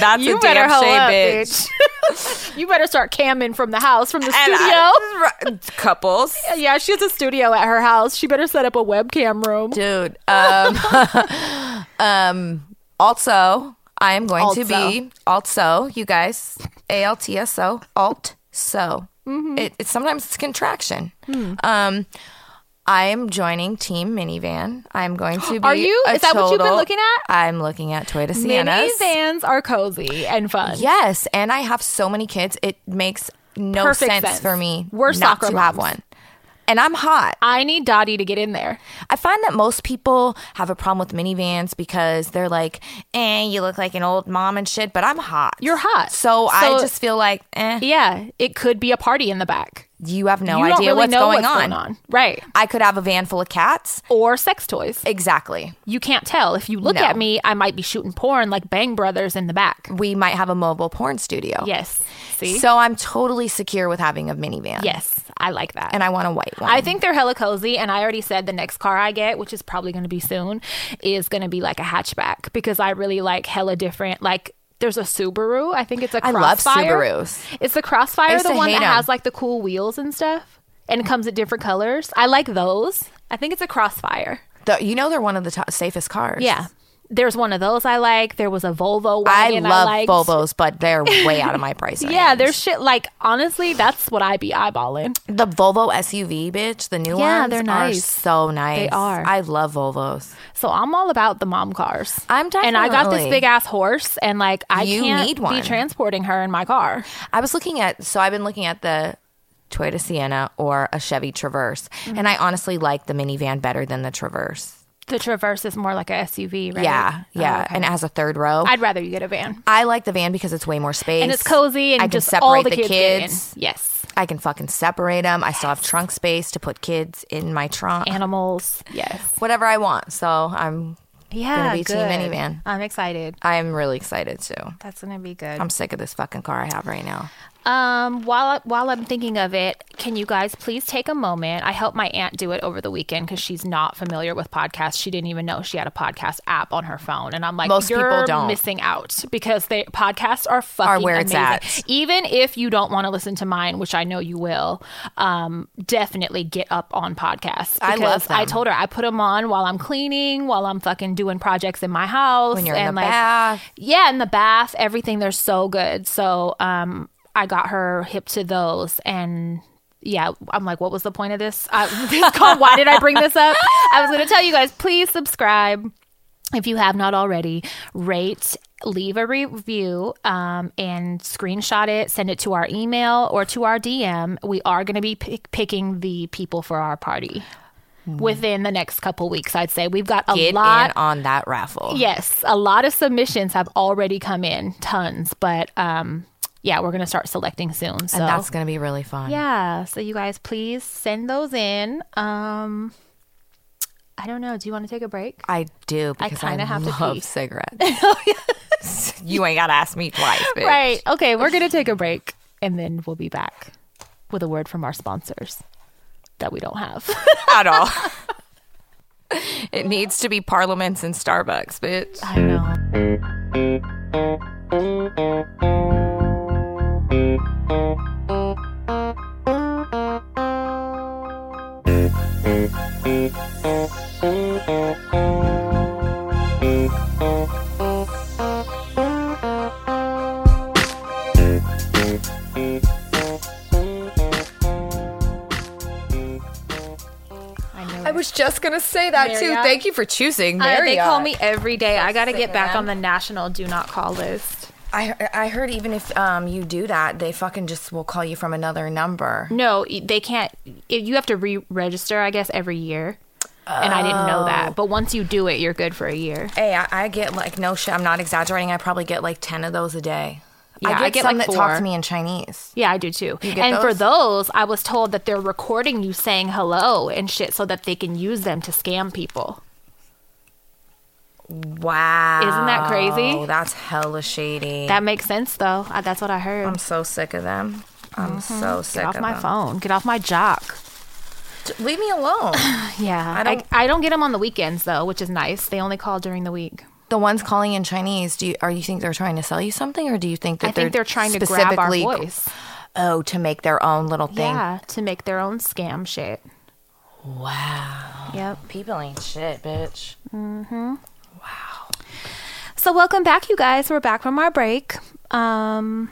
[SPEAKER 2] That's
[SPEAKER 1] <laughs> you
[SPEAKER 2] a
[SPEAKER 1] better
[SPEAKER 2] damn
[SPEAKER 1] hoe
[SPEAKER 2] shame,
[SPEAKER 1] up,
[SPEAKER 2] bitch.
[SPEAKER 1] bitch. <laughs> you better start camming from the house, from the
[SPEAKER 2] And
[SPEAKER 1] studio.
[SPEAKER 2] <laughs> I- couples,
[SPEAKER 1] <laughs> yeah, she has a studio at her house. She better set up a webcam room.
[SPEAKER 2] dude. Um, <laughs> um, also, I am going to be also. You guys, A L T S O, alt so.
[SPEAKER 1] Mm-hmm.
[SPEAKER 2] It, it sometimes it's contraction.
[SPEAKER 1] Hmm.
[SPEAKER 2] Um, I am joining Team Minivan. I'm going to be.
[SPEAKER 1] Are you?
[SPEAKER 2] a
[SPEAKER 1] Is that what you've been
[SPEAKER 2] total-
[SPEAKER 1] looking at?
[SPEAKER 2] I'm looking at Toyota Siennas.
[SPEAKER 1] Minivans are cozy and fun.
[SPEAKER 2] Yes, and I have so many kids. It makes no
[SPEAKER 1] Perfect
[SPEAKER 2] sense,
[SPEAKER 1] sense.
[SPEAKER 2] for me
[SPEAKER 1] We're
[SPEAKER 2] not
[SPEAKER 1] soccer
[SPEAKER 2] to have
[SPEAKER 1] moms.
[SPEAKER 2] one. And I'm hot.
[SPEAKER 1] I need Dottie to get in there.
[SPEAKER 2] I find that most people have a problem with minivans because they're like, eh, you look like an old mom and shit, but I'm hot.
[SPEAKER 1] You're hot.
[SPEAKER 2] So, I
[SPEAKER 1] So-
[SPEAKER 2] just feel like, eh,
[SPEAKER 1] Yeah, it could be a party in the back.
[SPEAKER 2] you have no
[SPEAKER 1] you
[SPEAKER 2] idea
[SPEAKER 1] don't really
[SPEAKER 2] what's,
[SPEAKER 1] know
[SPEAKER 2] going,
[SPEAKER 1] what's
[SPEAKER 2] on.
[SPEAKER 1] going on, right?
[SPEAKER 2] I could have a van full of cats.
[SPEAKER 1] Or sex toys.
[SPEAKER 2] Exactly.
[SPEAKER 1] You can't tell. If you look
[SPEAKER 2] No.
[SPEAKER 1] at me, I might be shooting porn like Bang Brothers in the back.
[SPEAKER 2] We might have a mobile porn studio.
[SPEAKER 1] Yes. See?
[SPEAKER 2] So I'm totally secure with having a minivan.
[SPEAKER 1] yes, I like that.
[SPEAKER 2] And I want a white one.
[SPEAKER 1] I think they're hella cozy, and I already said the next car I get, which is probably going to be soon, is going to be like a hatchback because I really like hella different. Like, there's a Subaru. I think it's a
[SPEAKER 2] I love
[SPEAKER 1] Crossfire.
[SPEAKER 2] Subarus.
[SPEAKER 1] It's the Crossfire,
[SPEAKER 2] used
[SPEAKER 1] the
[SPEAKER 2] to
[SPEAKER 1] one
[SPEAKER 2] hate
[SPEAKER 1] that
[SPEAKER 2] 'em.
[SPEAKER 1] has like the cool wheels and stuff, and it comes in different colors. I like those. I think it's a Crossfire.
[SPEAKER 2] The- you know, they're one of the top, safest cars.
[SPEAKER 1] Yeah. There's one of those I like. There was a Volvo
[SPEAKER 2] I
[SPEAKER 1] wagon I,
[SPEAKER 2] love
[SPEAKER 1] liked.
[SPEAKER 2] Volvos, but
[SPEAKER 1] <laughs>
[SPEAKER 2] they're way out of my price range.
[SPEAKER 1] Yeah, there's shit like honestly, that's what I be eyeballing.
[SPEAKER 2] The Volvo SUV, bitch. The new
[SPEAKER 1] Yeah,
[SPEAKER 2] ones
[SPEAKER 1] they're
[SPEAKER 2] are
[SPEAKER 1] nice.
[SPEAKER 2] so nice.
[SPEAKER 1] They are.
[SPEAKER 2] I love Volvos.
[SPEAKER 1] So I'm all about the mom cars.
[SPEAKER 2] I'm
[SPEAKER 1] and I got this
[SPEAKER 2] definitely-
[SPEAKER 1] big ass horse, and like I
[SPEAKER 2] You
[SPEAKER 1] can't
[SPEAKER 2] need one.
[SPEAKER 1] be transporting her in my car.
[SPEAKER 2] I was looking at, so I've been looking at the Toyota Sienna or a Chevy Traverse, and I honestly like the minivan better than the Traverse.
[SPEAKER 1] The Traverse is more like a SUV, right?
[SPEAKER 2] Yeah, yeah,
[SPEAKER 1] Oh, okay.
[SPEAKER 2] and it has a third row. I,
[SPEAKER 1] I'd rather you get a van,
[SPEAKER 2] like the van because it's way more space
[SPEAKER 1] and it's cozy, and
[SPEAKER 2] I can
[SPEAKER 1] just
[SPEAKER 2] separate
[SPEAKER 1] all the,
[SPEAKER 2] the
[SPEAKER 1] kids. get
[SPEAKER 2] kids.
[SPEAKER 1] in. Yes,
[SPEAKER 2] I can fucking separate them. I still have trunk space to put kids in my trunk,
[SPEAKER 1] animals. Yes,
[SPEAKER 2] whatever I want. So I'm,
[SPEAKER 1] yeah,
[SPEAKER 2] be team
[SPEAKER 1] good.
[SPEAKER 2] minivan.
[SPEAKER 1] I'm excited.
[SPEAKER 2] I'm really excited too.
[SPEAKER 1] That's gonna be good.
[SPEAKER 2] I'm sick of this fucking car I have right now.
[SPEAKER 1] Um, while while I'm thinking of it, can you guys please take a moment? I helped my aunt do it over the weekend because she's not familiar with podcasts. She didn't even know she had a podcast app on her phone, and I'm like,
[SPEAKER 2] Most people
[SPEAKER 1] you're
[SPEAKER 2] don't.
[SPEAKER 1] missing out because they podcasts are fucking
[SPEAKER 2] where it's
[SPEAKER 1] amazing. Even if you don't want to listen to mine, which I know you will, um, definitely get up on podcasts.
[SPEAKER 2] I love
[SPEAKER 1] because
[SPEAKER 2] them.
[SPEAKER 1] I told her I put them on while I'm cleaning, while I'm fucking doing projects in my house,
[SPEAKER 2] When you're in
[SPEAKER 1] and
[SPEAKER 2] the
[SPEAKER 1] like
[SPEAKER 2] bath.
[SPEAKER 1] yeah, and the bath, everything. They're so good. So um, I got her hip to those and. Yeah, I'm like, what was the point of this? I, <laughs> this call, why did I bring this up? I was going to tell you guys, please subscribe if you have not already. Rate leave a review um, and screenshot it, send it to our email or to our DM. We are going to be pick- picking the people for our party within the next couple weeks, I'd say. We've got a
[SPEAKER 2] Hmm. Get
[SPEAKER 1] lot.
[SPEAKER 2] in on that raffle.
[SPEAKER 1] Yes, a lot of submissions have already come in, tons, but um, yeah, we're going to start selecting soon. So
[SPEAKER 2] And that's going to be really fun.
[SPEAKER 1] yeah, so you guys please send those in. Um, I don't know. Do you want to take a break?
[SPEAKER 2] I do because I,
[SPEAKER 1] kinda have to
[SPEAKER 2] love
[SPEAKER 1] pee. <laughs> Oh,
[SPEAKER 2] cigarettes. you ain't got to ask me twice, bitch.
[SPEAKER 1] Right. Okay, we're going to take a break and then we'll be back with a word from our sponsors that we don't have.
[SPEAKER 2] At
[SPEAKER 1] <laughs>
[SPEAKER 2] all. <laughs> it needs to be parliaments and Starbucks, bitch.
[SPEAKER 1] I <laughs> know. I know.
[SPEAKER 2] I was just going to say that too.
[SPEAKER 1] Marriott.
[SPEAKER 2] Thank you for choosing
[SPEAKER 1] I-
[SPEAKER 2] Marriott.
[SPEAKER 1] Uh, they call me every day. I got to
[SPEAKER 2] Singing
[SPEAKER 1] get back
[SPEAKER 2] them.
[SPEAKER 1] on the national do not call list.
[SPEAKER 2] I, I heard even if um, you do that, they fucking just will call you from another number.
[SPEAKER 1] No, y- they can't. i- You have to re-register, I guess, every year. And I didn't know that. But once you do it, you're good for a year.
[SPEAKER 2] Hey, I, I get like no shit. I'm not exaggerating. I probably get like ten of those a day.
[SPEAKER 1] Yeah, I
[SPEAKER 2] I
[SPEAKER 1] get,
[SPEAKER 2] get some
[SPEAKER 1] like,
[SPEAKER 2] that talk
[SPEAKER 1] four.
[SPEAKER 2] to me in Chinese.
[SPEAKER 1] Yeah, I do too.
[SPEAKER 2] get
[SPEAKER 1] And for
[SPEAKER 2] those?
[SPEAKER 1] those, I was told that they're recording you saying hello and shit so that they can use them to scam people.
[SPEAKER 2] Wow,
[SPEAKER 1] that crazy?
[SPEAKER 2] That's hella shady.
[SPEAKER 1] That makes sense, though. I, that's what I heard.
[SPEAKER 2] I'm so sick of them. I'm so sick
[SPEAKER 1] Get off
[SPEAKER 2] of
[SPEAKER 1] my
[SPEAKER 2] them.
[SPEAKER 1] phone. Get off my jock.
[SPEAKER 2] J- Leave me alone.
[SPEAKER 1] Yeah. I
[SPEAKER 2] don't-
[SPEAKER 1] I, don't get them on the weekends, though, which is nice. They only call during the week.
[SPEAKER 2] <laughs> the ones calling in Chinese. Do you are you think they're trying to sell you something, or do you think that
[SPEAKER 1] I think they're trying to grab our
[SPEAKER 2] specifically-
[SPEAKER 1] voice.
[SPEAKER 2] Oh, to make their own little thing.
[SPEAKER 1] Yeah, to make their own scam shit.
[SPEAKER 2] Wow.
[SPEAKER 1] Yep.
[SPEAKER 2] People ain't shit,
[SPEAKER 1] <laughs>
[SPEAKER 2] bitch.
[SPEAKER 1] So welcome back, you guys. We're back from our break. Um,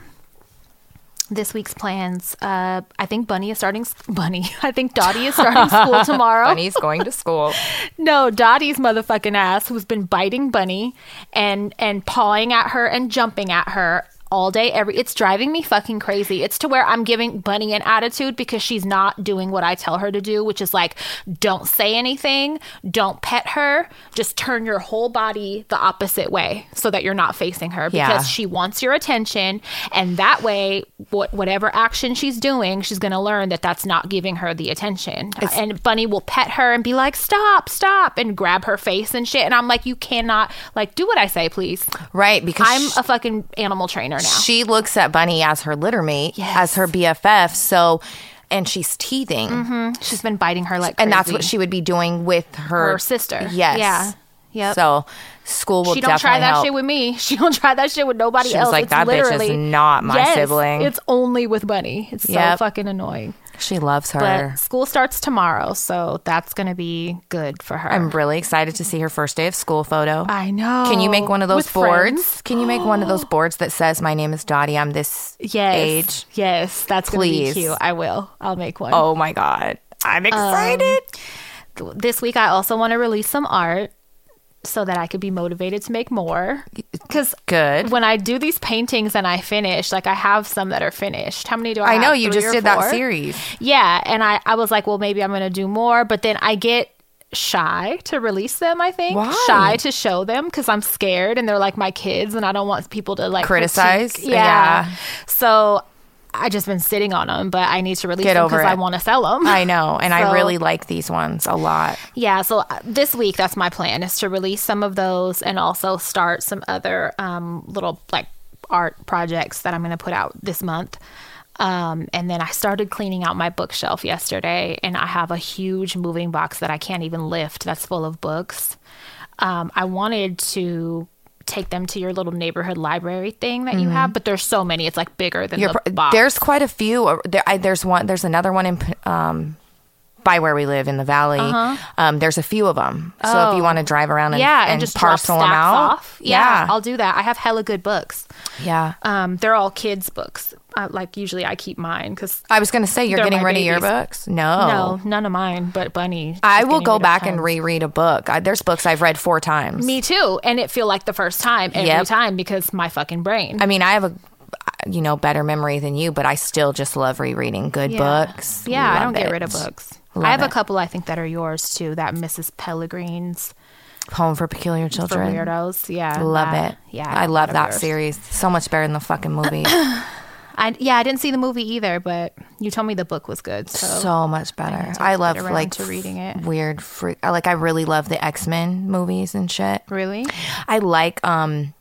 [SPEAKER 1] this week's plans. Uh, I think Bunny is starting. s- <laughs> Bunny. I think Dottie is starting school tomorrow.
[SPEAKER 2] Bunny's going to school.
[SPEAKER 1] No, Dottie's motherfucking ass, who's been biting Bunny and and pawing at her and jumping at her all day every it's driving me fucking crazy it's to where i'm giving bunny an attitude because she's not doing what i tell her to do which is like don't say anything don't pet her just turn your whole body the opposite way so that you're not facing her because
[SPEAKER 2] Yeah.
[SPEAKER 1] she wants your attention and that way what whatever action she's doing she's going to learn that that's not giving her the attention and bunny will pet her and be like stop stop and grab her face and shit and i'm like you cannot like do what i say please
[SPEAKER 2] Right, because
[SPEAKER 1] i'm
[SPEAKER 2] she-
[SPEAKER 1] a fucking animal trainer now
[SPEAKER 2] she looks at Bunny as her littermate, as her BFF. So, and she's teething,
[SPEAKER 1] she's been biting her like
[SPEAKER 2] and that's
[SPEAKER 1] Mm-hmm. crazy.
[SPEAKER 2] what she would be doing with her,
[SPEAKER 1] Her sister.
[SPEAKER 2] Yes,
[SPEAKER 1] Yeah. Yep.
[SPEAKER 2] So, school will
[SPEAKER 1] she don't
[SPEAKER 2] definitely
[SPEAKER 1] try that
[SPEAKER 2] help.
[SPEAKER 1] shit with me. <laughs> She don't try that shit with nobody
[SPEAKER 2] She was
[SPEAKER 1] else.
[SPEAKER 2] like,
[SPEAKER 1] It's
[SPEAKER 2] "That bitch is
[SPEAKER 1] literally-
[SPEAKER 2] not my
[SPEAKER 1] Yes,
[SPEAKER 2] sibling."
[SPEAKER 1] It's only with Bunny. It's
[SPEAKER 2] Yep.
[SPEAKER 1] so fucking annoying.
[SPEAKER 2] she loves
[SPEAKER 1] But
[SPEAKER 2] her.
[SPEAKER 1] school starts tomorrow, so that's gonna be good for her.
[SPEAKER 2] I'm really excited to see her first day of school photo.
[SPEAKER 1] I know.
[SPEAKER 2] Can you make one of those
[SPEAKER 1] Oh, With
[SPEAKER 2] boards?
[SPEAKER 1] friends?
[SPEAKER 2] Can you make one of
[SPEAKER 1] <gasps>
[SPEAKER 2] those boards that says, "My name is Dottie. I'm this
[SPEAKER 1] Yes.
[SPEAKER 2] age."
[SPEAKER 1] Yes, that's
[SPEAKER 2] Please.
[SPEAKER 1] gonna be cute. I will. I'll make one.
[SPEAKER 2] Oh my god,
[SPEAKER 1] Um,
[SPEAKER 2] I'm excited.
[SPEAKER 1] This week, I also want to release some art so that I could be motivated to make more. Because
[SPEAKER 2] Good.
[SPEAKER 1] when I do these paintings and I finish, like I have some that are finished. How many do I?
[SPEAKER 2] I know
[SPEAKER 1] have?
[SPEAKER 2] you
[SPEAKER 1] Three
[SPEAKER 2] just
[SPEAKER 1] or
[SPEAKER 2] did
[SPEAKER 1] four?
[SPEAKER 2] that series.
[SPEAKER 1] Yeah, and I I was like, well, maybe I'm gonna do more, but then I get shy to release them. I think
[SPEAKER 2] Why?
[SPEAKER 1] shy to show them because I'm scared, and they're like my kids, and I don't want people to like
[SPEAKER 2] Criticize?
[SPEAKER 1] critique. Yeah.
[SPEAKER 2] Yeah.
[SPEAKER 1] So I just been sitting on them, but I need to release
[SPEAKER 2] Get
[SPEAKER 1] them
[SPEAKER 2] over
[SPEAKER 1] because I
[SPEAKER 2] it.
[SPEAKER 1] want to sell them.
[SPEAKER 2] I know, and
[SPEAKER 1] <laughs> So-
[SPEAKER 2] I really like these ones a lot.
[SPEAKER 1] Yeah, so uh, this week that's my plan is to release some of those and also start some other um, little like art projects that I'm going to put out this month. Um, and then I started cleaning out my bookshelf yesterday, and I have a huge moving box that I can't even lift that's full of books. Um, I wanted to take them to your little neighborhood library thing that you have, but there's so many. It's like bigger than
[SPEAKER 2] Your
[SPEAKER 1] the
[SPEAKER 2] Mm-hmm. pro-
[SPEAKER 1] box.
[SPEAKER 2] There's quite a few. uh, There, I, there's one. There's another one in P- um, by where we live in the valley. Um, there's a few of them. So if you want to drive around and,
[SPEAKER 1] Uh-huh. Oh. yeah, and,
[SPEAKER 2] and
[SPEAKER 1] just
[SPEAKER 2] parcel
[SPEAKER 1] parcel
[SPEAKER 2] them out,
[SPEAKER 1] off. Yeah, I'll do that. I have hella good books.
[SPEAKER 2] yeah.
[SPEAKER 1] Um, they're all kids' books, I, like usually I keep mine because
[SPEAKER 2] I was gonna say you're
[SPEAKER 1] They're
[SPEAKER 2] getting
[SPEAKER 1] my
[SPEAKER 2] rid of
[SPEAKER 1] babies.
[SPEAKER 2] your books. No.
[SPEAKER 1] no, none of mine. But Bunny,
[SPEAKER 2] Oh. I
[SPEAKER 1] she's
[SPEAKER 2] will
[SPEAKER 1] getting
[SPEAKER 2] go
[SPEAKER 1] rid of
[SPEAKER 2] back and
[SPEAKER 1] tons.
[SPEAKER 2] reread a book. I, there's books I've read four times.
[SPEAKER 1] Me too, and it feel like the first time every
[SPEAKER 2] Yep.
[SPEAKER 1] time because my fucking brain.
[SPEAKER 2] I mean, I have a you know better memory than you, but I still just love rereading good
[SPEAKER 1] Yeah.
[SPEAKER 2] books.
[SPEAKER 1] Yeah, I
[SPEAKER 2] Love
[SPEAKER 1] don't get rid of
[SPEAKER 2] it.
[SPEAKER 1] books.
[SPEAKER 2] Love
[SPEAKER 1] I have a
[SPEAKER 2] it.
[SPEAKER 1] couple I think that are yours too. That Mrs. Pellegrin's
[SPEAKER 2] Home for Peculiar
[SPEAKER 1] for
[SPEAKER 2] Children.
[SPEAKER 1] weirdos. Yeah,
[SPEAKER 2] Love
[SPEAKER 1] that-
[SPEAKER 2] it.
[SPEAKER 1] Yeah,
[SPEAKER 2] I love
[SPEAKER 1] of
[SPEAKER 2] that
[SPEAKER 1] yours.
[SPEAKER 2] series so much better than the fucking
[SPEAKER 1] <coughs>
[SPEAKER 2] movie.
[SPEAKER 1] I yeah, I didn't see the movie either, but you told me the book was good. So,
[SPEAKER 2] so much better.
[SPEAKER 1] need to
[SPEAKER 2] I
[SPEAKER 1] get
[SPEAKER 2] love
[SPEAKER 1] around
[SPEAKER 2] like
[SPEAKER 1] to reading it.
[SPEAKER 2] Weird freak. I- Like I really love the X Men movies and shit.
[SPEAKER 1] really,
[SPEAKER 2] I like um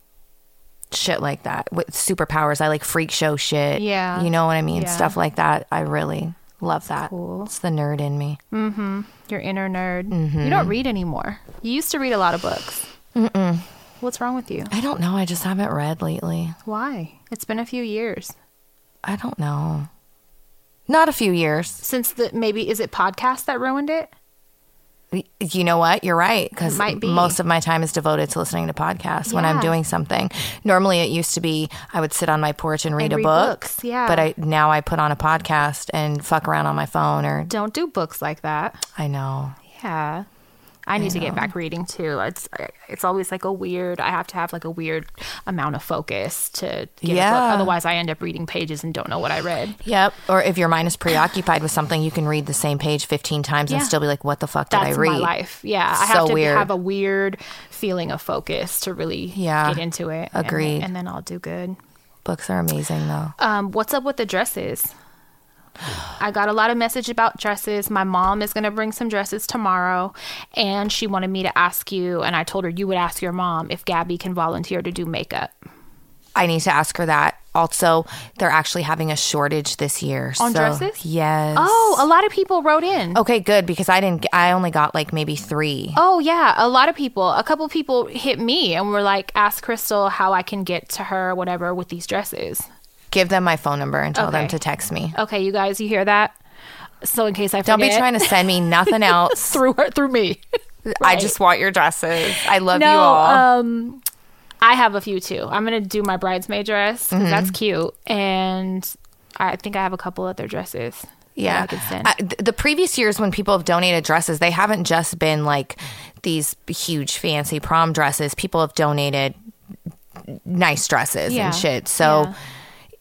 [SPEAKER 2] shit like that with superpowers. I like freak show shit.
[SPEAKER 1] Yeah.
[SPEAKER 2] you know what I mean.
[SPEAKER 1] Yeah.
[SPEAKER 2] Stuff like that. I really love that.
[SPEAKER 1] cool.
[SPEAKER 2] It's the nerd in me.
[SPEAKER 1] your inner nerd.
[SPEAKER 2] Mm-hmm.
[SPEAKER 1] You don't read anymore. You used to read a lot of books. Mm-mm. What's wrong with you?
[SPEAKER 2] I don't know. I just haven't read lately.
[SPEAKER 1] Why? It's been a few years
[SPEAKER 2] I don't know. Not a few years.
[SPEAKER 1] since the maybe is it podcast that ruined it?
[SPEAKER 2] Y- You know what? You're right. Because
[SPEAKER 1] It might be.
[SPEAKER 2] most of my time is devoted to listening to podcasts when I'm
[SPEAKER 1] Yeah.
[SPEAKER 2] doing something. Normally, it used to be I would sit on my porch and read
[SPEAKER 1] And
[SPEAKER 2] a
[SPEAKER 1] read
[SPEAKER 2] book.
[SPEAKER 1] books, yeah.
[SPEAKER 2] But I now I put on a podcast and fuck around on my phone. Or
[SPEAKER 1] Don't do books like that.
[SPEAKER 2] I know.
[SPEAKER 1] Yeah. I need to get back reading too. It's it's always like a weird. I have to have like a weird amount of focus to get a
[SPEAKER 2] Yeah.
[SPEAKER 1] book. Otherwise, I end up reading pages and don't know what I read.
[SPEAKER 2] Yep. Or if your mind is preoccupied with something, you can read the same page 15 times and
[SPEAKER 1] Yeah.
[SPEAKER 2] still be like, what the fuck did
[SPEAKER 1] That's
[SPEAKER 2] I read?
[SPEAKER 1] my life. Yeah, I
[SPEAKER 2] So
[SPEAKER 1] have to
[SPEAKER 2] weird.
[SPEAKER 1] have a weird feeling of focus to really
[SPEAKER 2] Yeah.
[SPEAKER 1] get into it. And then-
[SPEAKER 2] Agreed.
[SPEAKER 1] And, then I'll do good.
[SPEAKER 2] Books are amazing, though.
[SPEAKER 1] Um, what's up with the dresses? I got a lot of message about dresses. My mom is going to bring some dresses tomorrow, and she wanted me to ask you. And I told her you would ask your mom if Gabby can volunteer to do makeup.
[SPEAKER 2] I need to ask her that. Also, they're actually having a shortage this year.
[SPEAKER 1] On
[SPEAKER 2] so-
[SPEAKER 1] dresses?
[SPEAKER 2] Yes.
[SPEAKER 1] Oh, a lot of people wrote in.
[SPEAKER 2] Okay, good because I didn't. I only got like maybe three.
[SPEAKER 1] Oh yeah, a lot of people. A couple people hit me and were like, "Ask Crystal how I can get to her, whatever, with these dresses."
[SPEAKER 2] Give them my phone number and tell them
[SPEAKER 1] Okay.
[SPEAKER 2] to text me.
[SPEAKER 1] Okay, you guys, you hear that? So in case I forget,
[SPEAKER 2] Don't be trying to send
[SPEAKER 1] <laughs>
[SPEAKER 2] me nothing else.
[SPEAKER 1] through her through me. <laughs>
[SPEAKER 2] I just want your dresses. I love you
[SPEAKER 1] no,
[SPEAKER 2] all.
[SPEAKER 1] um, I have a few too. I'm gonna do my bridesmaid dress.
[SPEAKER 2] Mm-hmm.
[SPEAKER 1] 'cause That's cute, and I think I have a couple other dresses. that
[SPEAKER 2] yeah.
[SPEAKER 1] I could send.
[SPEAKER 2] I- th- the previous years when people have donated dresses, they haven't just been like these huge fancy prom dresses. People have donated nice dresses
[SPEAKER 1] Yeah.
[SPEAKER 2] and shit. So
[SPEAKER 1] Yeah.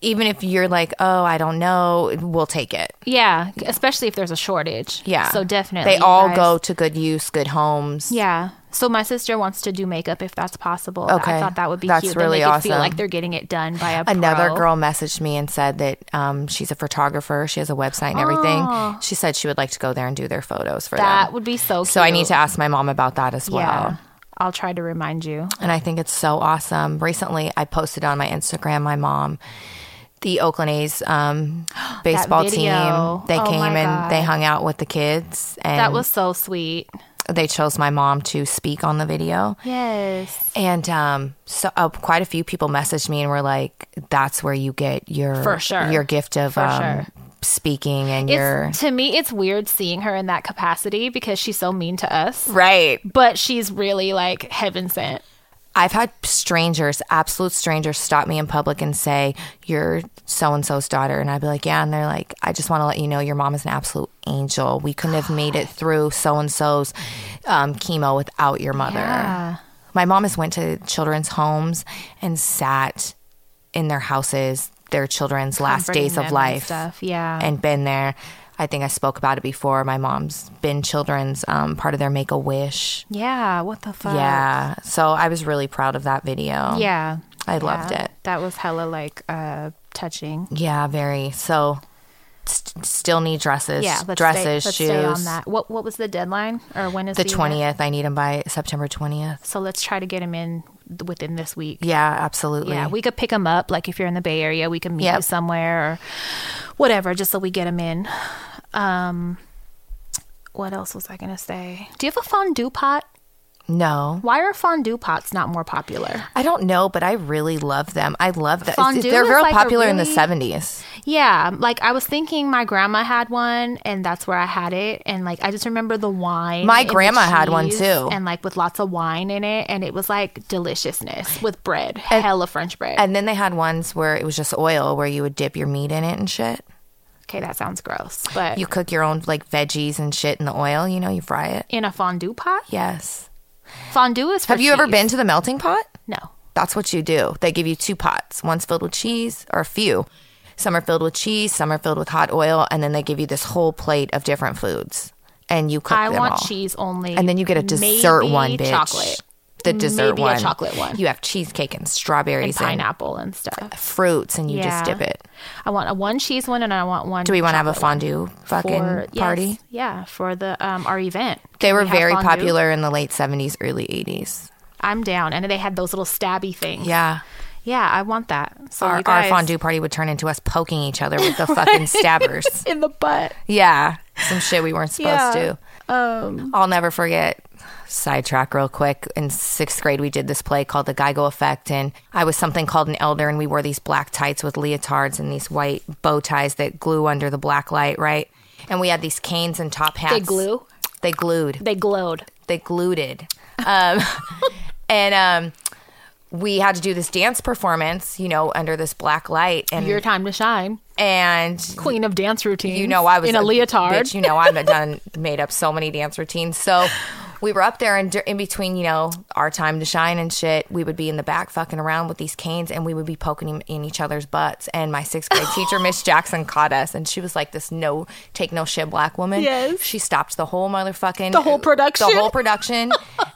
[SPEAKER 2] even if you're like, oh, I don't know, we'll take it.
[SPEAKER 1] yeah, especially if there's a shortage.
[SPEAKER 2] Yeah.
[SPEAKER 1] so definitely
[SPEAKER 2] They all
[SPEAKER 1] you guys.
[SPEAKER 2] go to good use, good homes.
[SPEAKER 1] Yeah. So my sister wants to do makeup if that's possible.
[SPEAKER 2] Okay.
[SPEAKER 1] I thought that would be
[SPEAKER 2] That's
[SPEAKER 1] cute.
[SPEAKER 2] really
[SPEAKER 1] then they could
[SPEAKER 2] awesome.
[SPEAKER 1] feel like they're getting it done by a
[SPEAKER 2] Another
[SPEAKER 1] pro.
[SPEAKER 2] girl messaged me and said that um, she's a photographer. She has a website and everything. She said she would like to go there and do their photos for
[SPEAKER 1] That
[SPEAKER 2] them.
[SPEAKER 1] would be so cute.
[SPEAKER 2] so I need to ask my mom about that as well.
[SPEAKER 1] Yeah. I'll try to remind you.
[SPEAKER 2] And I think it's so awesome. Recently, I posted on my Instagram, my mom, the Oakland A's
[SPEAKER 1] <gasps>
[SPEAKER 2] um, baseball team.
[SPEAKER 1] video.
[SPEAKER 2] They
[SPEAKER 1] Oh
[SPEAKER 2] came
[SPEAKER 1] my
[SPEAKER 2] and they
[SPEAKER 1] God.
[SPEAKER 2] hung out with the kids, and
[SPEAKER 1] That was so sweet.
[SPEAKER 2] they chose my mom to speak on the video.
[SPEAKER 1] Yes.
[SPEAKER 2] And um, so uh, quite a few people messaged me and were like, "That's where you get your
[SPEAKER 1] For sure.
[SPEAKER 2] your gift of
[SPEAKER 1] For
[SPEAKER 2] um,
[SPEAKER 1] sure.
[SPEAKER 2] speaking and your
[SPEAKER 1] It's, to me, it's weird seeing her in that capacity because she's so mean to us,
[SPEAKER 2] right."
[SPEAKER 1] but she's really like heaven sent.
[SPEAKER 2] I've had strangers, absolute strangers, stop me in public and say, You're so and so's daughter. And I'd be like, Yeah. And they're like, I just want to let you know your mom is an absolute angel. We couldn't have made it through so and so's um, chemo without your mother.
[SPEAKER 1] Yeah.
[SPEAKER 2] My mom has went to children's homes and sat in their houses, their children's last
[SPEAKER 1] Comforting
[SPEAKER 2] days
[SPEAKER 1] them
[SPEAKER 2] of
[SPEAKER 1] and
[SPEAKER 2] life
[SPEAKER 1] Stuff. Yeah.
[SPEAKER 2] and been there. I think I spoke about it before. My mom's been children's um, part of their make a wish.
[SPEAKER 1] yeah. What the fuck?
[SPEAKER 2] Yeah. So I was really proud of that video.
[SPEAKER 1] Yeah.
[SPEAKER 2] I loved it.
[SPEAKER 1] That was hella like uh, touching.
[SPEAKER 2] Yeah, very. So st- still need dresses.
[SPEAKER 1] Yeah, let's
[SPEAKER 2] dresses,
[SPEAKER 1] stay, let's
[SPEAKER 2] shoes.
[SPEAKER 1] stay on that. What what was the deadline or when is
[SPEAKER 2] The
[SPEAKER 1] event?
[SPEAKER 2] 20th, I need them by September 20th.
[SPEAKER 1] So let's try to get them in th- within this week.
[SPEAKER 2] Yeah, absolutely.
[SPEAKER 1] Yeah, we could pick them up. Like if you're in the Bay Area, we can meet you
[SPEAKER 2] Yep.
[SPEAKER 1] somewhere or whatever, just so we get them in. Um, what else was I gonna say? Do you have a fondue pot?
[SPEAKER 2] no.
[SPEAKER 1] Why are fondue pots not more popular?
[SPEAKER 2] I don't know, but I really love them. I love that.
[SPEAKER 1] Fondue
[SPEAKER 2] They're
[SPEAKER 1] is
[SPEAKER 2] real
[SPEAKER 1] like a
[SPEAKER 2] popular in the
[SPEAKER 1] really-
[SPEAKER 2] 70s.
[SPEAKER 1] Yeah, like I was thinking my grandma had one and that's where I had it and like I just remember the wine.
[SPEAKER 2] My
[SPEAKER 1] and the
[SPEAKER 2] grandma had one,
[SPEAKER 1] cheese
[SPEAKER 2] too.
[SPEAKER 1] And like with lots of wine in it and it was like deliciousness with bread. hella French bread.
[SPEAKER 2] And then they had ones where it was just oil where you would dip your meat in it and shit.
[SPEAKER 1] okay, that sounds gross. But
[SPEAKER 2] You cook your own like veggies and shit in the oil, you know, you fry it.
[SPEAKER 1] in a fondue pot?
[SPEAKER 2] Yes.
[SPEAKER 1] Fondue is for
[SPEAKER 2] Have you ever
[SPEAKER 1] cheese.
[SPEAKER 2] been to the melting pot?
[SPEAKER 1] No.
[SPEAKER 2] That's what you do. They give you two pots, one's filled with cheese, or a few. Some are filled with cheese, some are filled with hot oil, and then they give you this whole plate of different foods, and you cook
[SPEAKER 1] I
[SPEAKER 2] them
[SPEAKER 1] want
[SPEAKER 2] all.
[SPEAKER 1] cheese only.
[SPEAKER 2] And then you get a dessert
[SPEAKER 1] Maybe
[SPEAKER 2] one, bitch.
[SPEAKER 1] Chocolate.
[SPEAKER 2] The dessert
[SPEAKER 1] Maybe a
[SPEAKER 2] one,
[SPEAKER 1] chocolate one.
[SPEAKER 2] You have cheesecake and strawberries and,
[SPEAKER 1] Pineapple and stuff.
[SPEAKER 2] fruits, and you just
[SPEAKER 1] Yeah.
[SPEAKER 2] dip it.
[SPEAKER 1] I want a one cheese one and I want one.
[SPEAKER 2] Do we want to have a fondue fucking
[SPEAKER 1] for- yes,
[SPEAKER 2] party?
[SPEAKER 1] yeah, for the um, our event.
[SPEAKER 2] They
[SPEAKER 1] Can
[SPEAKER 2] were
[SPEAKER 1] we have
[SPEAKER 2] very
[SPEAKER 1] fondue?
[SPEAKER 2] popular in the late seventies, early eighties.
[SPEAKER 1] I'm down, and they had those little stabby things.
[SPEAKER 2] Yeah.
[SPEAKER 1] yeah, I want that. So
[SPEAKER 2] Our,
[SPEAKER 1] Oh, you guys,
[SPEAKER 2] our fondue party would turn into us poking each other with the fucking stabbers.
[SPEAKER 1] in the butt.
[SPEAKER 2] Yeah. Some shit we weren't supposed
[SPEAKER 1] Yeah. Um,
[SPEAKER 2] to. I'll never forget. Sidetrack real quick. In sixth grade, we did this play called The Geico Effect, and I was something called an elder, and we wore these black tights with leotards and these white bow ties that glue under the black light, right? And we had these canes and top hats.
[SPEAKER 1] They glue.
[SPEAKER 2] They glued
[SPEAKER 1] They glowed.
[SPEAKER 2] they glued it. Um, <laughs> and um, we had to do this dance performance, you know, under this black light, and
[SPEAKER 1] Your time to shine,
[SPEAKER 2] and
[SPEAKER 1] queen of dance routine.
[SPEAKER 2] you know I was
[SPEAKER 1] in a, leotard.
[SPEAKER 2] Bitch, you know I've done <laughs> made up so many dance routines. So we were up there, and dur- in between, you know, our time to shine and shit, we would be in the back fucking around with these canes, and we would be poking em- in each other's butts. And my sixth
[SPEAKER 1] <gasps>
[SPEAKER 2] grade teacher, Miss Jackson, caught us, and she was like, "This no take no shit black woman."
[SPEAKER 1] Yes.
[SPEAKER 2] she stopped the whole motherfucking
[SPEAKER 1] The whole production?
[SPEAKER 2] the whole
[SPEAKER 1] <laughs>
[SPEAKER 2] production.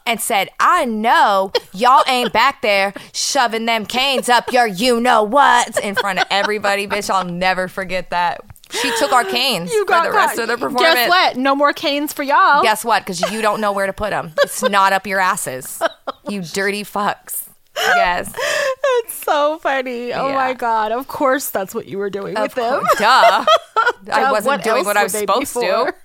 [SPEAKER 2] And said, I know y'all ain't back there shoving them canes up your you know what in front of everybody, bitch. I'll never forget that. She took our canes
[SPEAKER 1] You
[SPEAKER 2] for the rest of the performance.
[SPEAKER 1] Guess what? No more canes for y'all.
[SPEAKER 2] Guess what? Because you don't know where to put them. It's not up your asses.
[SPEAKER 1] <laughs>
[SPEAKER 2] You dirty fucks. Yes.
[SPEAKER 1] <laughs> That's so funny. Oh
[SPEAKER 2] Yeah.
[SPEAKER 1] my god! Of course, that's what you were doing with them. <laughs>
[SPEAKER 2] Duh. I
[SPEAKER 1] Duh,
[SPEAKER 2] wasn't
[SPEAKER 1] what
[SPEAKER 2] doing
[SPEAKER 1] else
[SPEAKER 2] Uh, what I was
[SPEAKER 1] would they be
[SPEAKER 2] supposed to.
[SPEAKER 1] <laughs> for?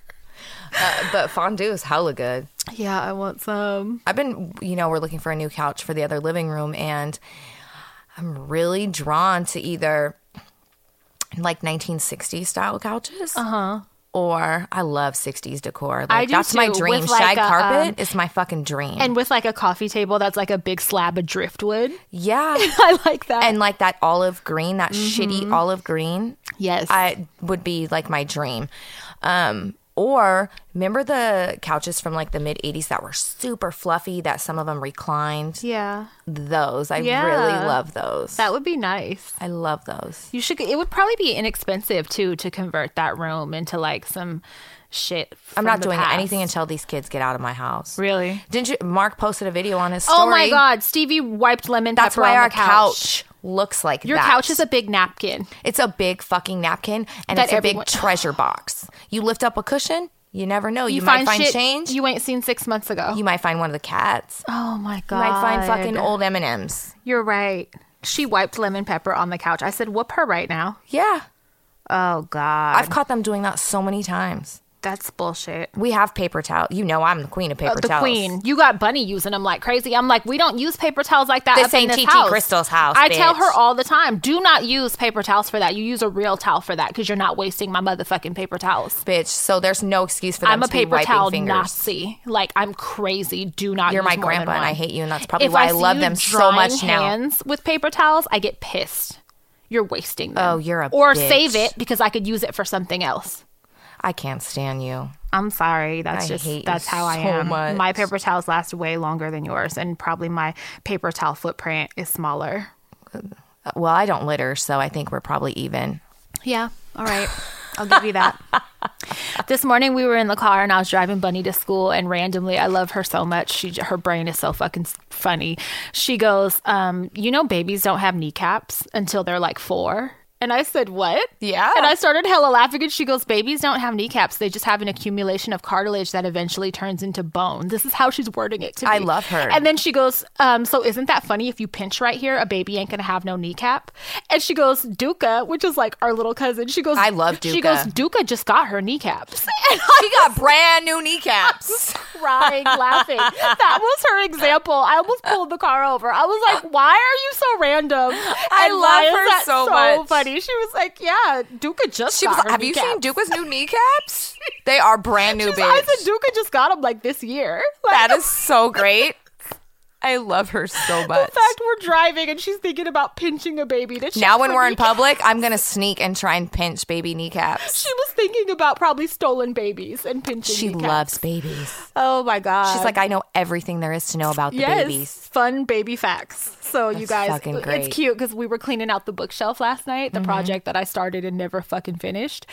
[SPEAKER 2] Uh, but fondue is hella good.
[SPEAKER 1] Yeah, I want some.
[SPEAKER 2] I've been, you know, we're looking for a new couch for the other living room, and I'm really drawn to either like 1960s style couches. Uh huh. Or I love 60s decor. Like,
[SPEAKER 1] Uh-huh. I do
[SPEAKER 2] that's my
[SPEAKER 1] too,
[SPEAKER 2] dream.
[SPEAKER 1] with, like,
[SPEAKER 2] Shag
[SPEAKER 1] a, um,
[SPEAKER 2] carpet is my fucking dream.
[SPEAKER 1] And with like a coffee table that's like a big slab of driftwood. <laughs>
[SPEAKER 2] yeah.
[SPEAKER 1] I like that.
[SPEAKER 2] and like that olive green, that shitty olive green,
[SPEAKER 1] Mm-hmm. yes.
[SPEAKER 2] I would be like my dream. Um, or remember the couches from like the mid '80s that were super fluffy, that some of them reclined.
[SPEAKER 1] yeah.
[SPEAKER 2] Those I
[SPEAKER 1] Yeah.
[SPEAKER 2] really love those.
[SPEAKER 1] That would be nice.
[SPEAKER 2] I love those.
[SPEAKER 1] You should it would probably be inexpensive too to convert that room into like some shit.
[SPEAKER 2] I'm
[SPEAKER 1] from
[SPEAKER 2] not
[SPEAKER 1] the
[SPEAKER 2] doing
[SPEAKER 1] past.
[SPEAKER 2] anything until these kids get out of my house.
[SPEAKER 1] Really?
[SPEAKER 2] Didn't you? Mark posted a video on his story.
[SPEAKER 1] Oh my god, Stevie wiped lemon
[SPEAKER 2] That's
[SPEAKER 1] pepper
[SPEAKER 2] why
[SPEAKER 1] on
[SPEAKER 2] our
[SPEAKER 1] the couch.
[SPEAKER 2] couch. looks like
[SPEAKER 1] Your
[SPEAKER 2] that.
[SPEAKER 1] couch is a big napkin.
[SPEAKER 2] It's a big fucking napkin and
[SPEAKER 1] That
[SPEAKER 2] it's a
[SPEAKER 1] everyone-
[SPEAKER 2] big treasure box. You lift up a cushion, you never know. You, might find
[SPEAKER 1] shit
[SPEAKER 2] change. You,
[SPEAKER 1] you ain't seen six months ago.
[SPEAKER 2] might find one of the cats.
[SPEAKER 1] oh my god.
[SPEAKER 2] You might find fucking old M and M's.
[SPEAKER 1] You're right. She wiped lemon pepper on the couch. I said, "Whoop her right now."
[SPEAKER 2] Yeah,
[SPEAKER 1] Oh god,
[SPEAKER 2] I've caught them doing that so many times.
[SPEAKER 1] that's bullshit.
[SPEAKER 2] We have paper towel. You know I'm the queen of paper
[SPEAKER 1] Uh, the
[SPEAKER 2] towels.
[SPEAKER 1] queen. You got Bunny using them like crazy. I'm like, we don't use paper towels like that.
[SPEAKER 2] This
[SPEAKER 1] up in
[SPEAKER 2] ain't
[SPEAKER 1] this
[SPEAKER 2] T.T.
[SPEAKER 1] house.
[SPEAKER 2] Crystal's house,
[SPEAKER 1] I tell
[SPEAKER 2] bitch.
[SPEAKER 1] her all the time, do not use paper towels for that. You use a real towel for that because you're not wasting my motherfucking paper towels.
[SPEAKER 2] bitch. So there's no excuse for them
[SPEAKER 1] I'm a
[SPEAKER 2] to be
[SPEAKER 1] paper
[SPEAKER 2] wiping
[SPEAKER 1] towel
[SPEAKER 2] fingers.
[SPEAKER 1] Nazi. Like I'm crazy. Do not.
[SPEAKER 2] You're
[SPEAKER 1] use
[SPEAKER 2] my
[SPEAKER 1] more than
[SPEAKER 2] grandpa, and
[SPEAKER 1] one.
[SPEAKER 2] I hate you, and that's probably
[SPEAKER 1] if
[SPEAKER 2] why I,
[SPEAKER 1] see
[SPEAKER 2] love
[SPEAKER 1] you
[SPEAKER 2] them so much
[SPEAKER 1] drying
[SPEAKER 2] now.
[SPEAKER 1] hands with paper towels, I get pissed. You're wasting them.
[SPEAKER 2] Oh, you're a
[SPEAKER 1] or
[SPEAKER 2] bitch.
[SPEAKER 1] save it because I could use it for something else.
[SPEAKER 2] I can't stand you.
[SPEAKER 1] I'm sorry. That's
[SPEAKER 2] I
[SPEAKER 1] just
[SPEAKER 2] hate you
[SPEAKER 1] that's how I
[SPEAKER 2] so
[SPEAKER 1] am.
[SPEAKER 2] much.
[SPEAKER 1] My paper towels last way longer than yours, and probably my paper towel footprint is smaller.
[SPEAKER 2] Uh, Well, I don't litter, so I think we're probably <laughs> even.
[SPEAKER 1] Yeah. All right. I'll give you that. this morning we were in the car and I was driving Bunny to school and randomly I love her so much. She her brain is so fucking s- funny. She goes, um, you know babies don't have kneecaps until they're like 4. And I said, "What?"
[SPEAKER 2] Yeah.
[SPEAKER 1] And I started hella laughing and she goes, "Babies don't have kneecaps. They just have an accumulation of cartilage that eventually turns into bone." This is how she's wording it to me.
[SPEAKER 2] I love her.
[SPEAKER 1] And then she goes, um, so isn't that funny? If you pinch right here, a baby ain't gonna have no kneecap. And she goes, Duca, which is like our little cousin. She goes,
[SPEAKER 2] I love
[SPEAKER 1] She
[SPEAKER 2] Duca.
[SPEAKER 1] goes, Duca just got her kneecaps. <laughs> And
[SPEAKER 2] She got brand new <laughs> kneecaps.
[SPEAKER 1] crying, laughing. That was her example. I almost pulled the car over. I was like, why are you so random?
[SPEAKER 2] I
[SPEAKER 1] And
[SPEAKER 2] love
[SPEAKER 1] why is
[SPEAKER 2] her
[SPEAKER 1] that
[SPEAKER 2] so much.
[SPEAKER 1] funny. Candy. She was like, "Yeah, Duca just
[SPEAKER 2] She
[SPEAKER 1] got
[SPEAKER 2] was like,
[SPEAKER 1] her
[SPEAKER 2] Have you
[SPEAKER 1] kneecaps."
[SPEAKER 2] seen Duca's new <laughs> kneecaps? They are brand new,
[SPEAKER 1] She was like,
[SPEAKER 2] bitch.
[SPEAKER 1] I said Duca just got them like this year. Like,
[SPEAKER 2] That is so great. <laughs> I love her so
[SPEAKER 1] in
[SPEAKER 2] much.
[SPEAKER 1] fact, we're driving and she's thinking about pinching a baby. That she
[SPEAKER 2] Now, when we're in public,
[SPEAKER 1] public,
[SPEAKER 2] I'm going to sneak and try and pinch baby kneecaps.
[SPEAKER 1] she was thinking about probably stolen babies and pinching.
[SPEAKER 2] She
[SPEAKER 1] kneecaps.
[SPEAKER 2] loves babies.
[SPEAKER 1] Oh my god.
[SPEAKER 2] She's like, I know everything there is to know about the
[SPEAKER 1] yes,
[SPEAKER 2] babies.
[SPEAKER 1] fun baby facts. So you
[SPEAKER 2] That's
[SPEAKER 1] guys,
[SPEAKER 2] fucking great. Mm-hmm.
[SPEAKER 1] it's cute because we were cleaning out the bookshelf last night, the project that I started and never fucking finished,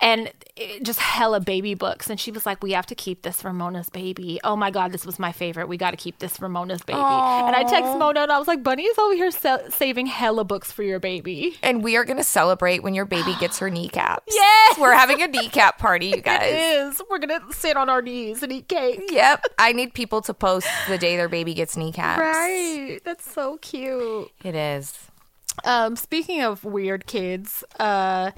[SPEAKER 1] and it, just hella baby books. And she was like, "We have to keep this for Mona's baby." Oh my god, this was my favorite. We got to keep this for Mona's baby. And I text Mona and I was like, "Bunny is over here sa- saving hella books for your baby."
[SPEAKER 2] And we are going to celebrate when your baby gets
[SPEAKER 1] <gasps>
[SPEAKER 2] her kneecaps.
[SPEAKER 1] Yes!
[SPEAKER 2] We're having a kneecap party, you
[SPEAKER 1] <laughs> It
[SPEAKER 2] guys.
[SPEAKER 1] is. We're gonna sit on our knees and eat cake.
[SPEAKER 2] Yep. I need people to post the day their baby gets kneecaps.
[SPEAKER 1] Right. That's so cute.
[SPEAKER 2] It is.
[SPEAKER 1] Um, speaking of weird kids, uh,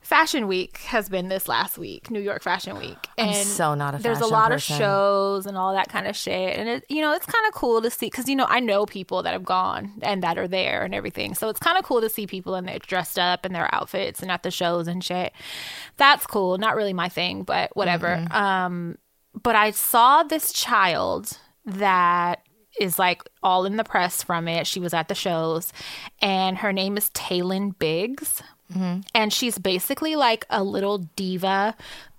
[SPEAKER 1] Fashion Week has been this last week, New York Fashion Week, and
[SPEAKER 2] so not a
[SPEAKER 1] there's a
[SPEAKER 2] fashion
[SPEAKER 1] lot
[SPEAKER 2] person.
[SPEAKER 1] of shows and all that kind of shit, and it, you know it's kind of cool to see because you know I know people that have gone and that are there and everything, so it's kind of cool to see people and they're dressed up in their outfits and at the shows and shit. That's cool. Not really my thing, but whatever.
[SPEAKER 2] Mm-hmm.
[SPEAKER 1] Um, but I saw this child that is like all in the press from it. She was at the shows, and her name is Taylin Biggs, and she's basically like a little diva.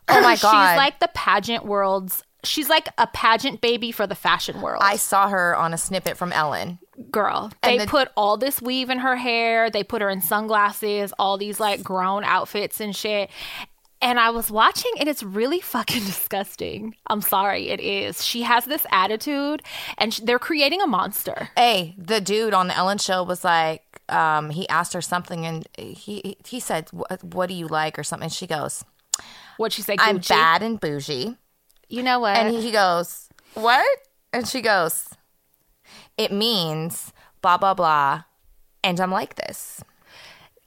[SPEAKER 2] Oh my God.
[SPEAKER 1] <clears throat> she's like the pageant world's. She's like a pageant baby for the fashion world.
[SPEAKER 2] I saw her on a snippet from Ellen.
[SPEAKER 1] Girl, they
[SPEAKER 2] the-
[SPEAKER 1] put all this weave in her hair. They put her in sunglasses, all these like grown outfits and shit. And I was watching, and it's really fucking <laughs> disgusting. I'm sorry, it is. She has this attitude, and sh- they're creating a monster.
[SPEAKER 2] Hey, the dude on the Ellen show was like, um, he asked her something and he he said, "What- "What do you like?" or something. She goes,
[SPEAKER 1] What'd she say?
[SPEAKER 2] "I'm
[SPEAKER 1] Gucci?
[SPEAKER 2] bad and bougie,"
[SPEAKER 1] You know what?
[SPEAKER 2] and he goes, "What?" and she goes, "It means blah blah blah," and I'm like this.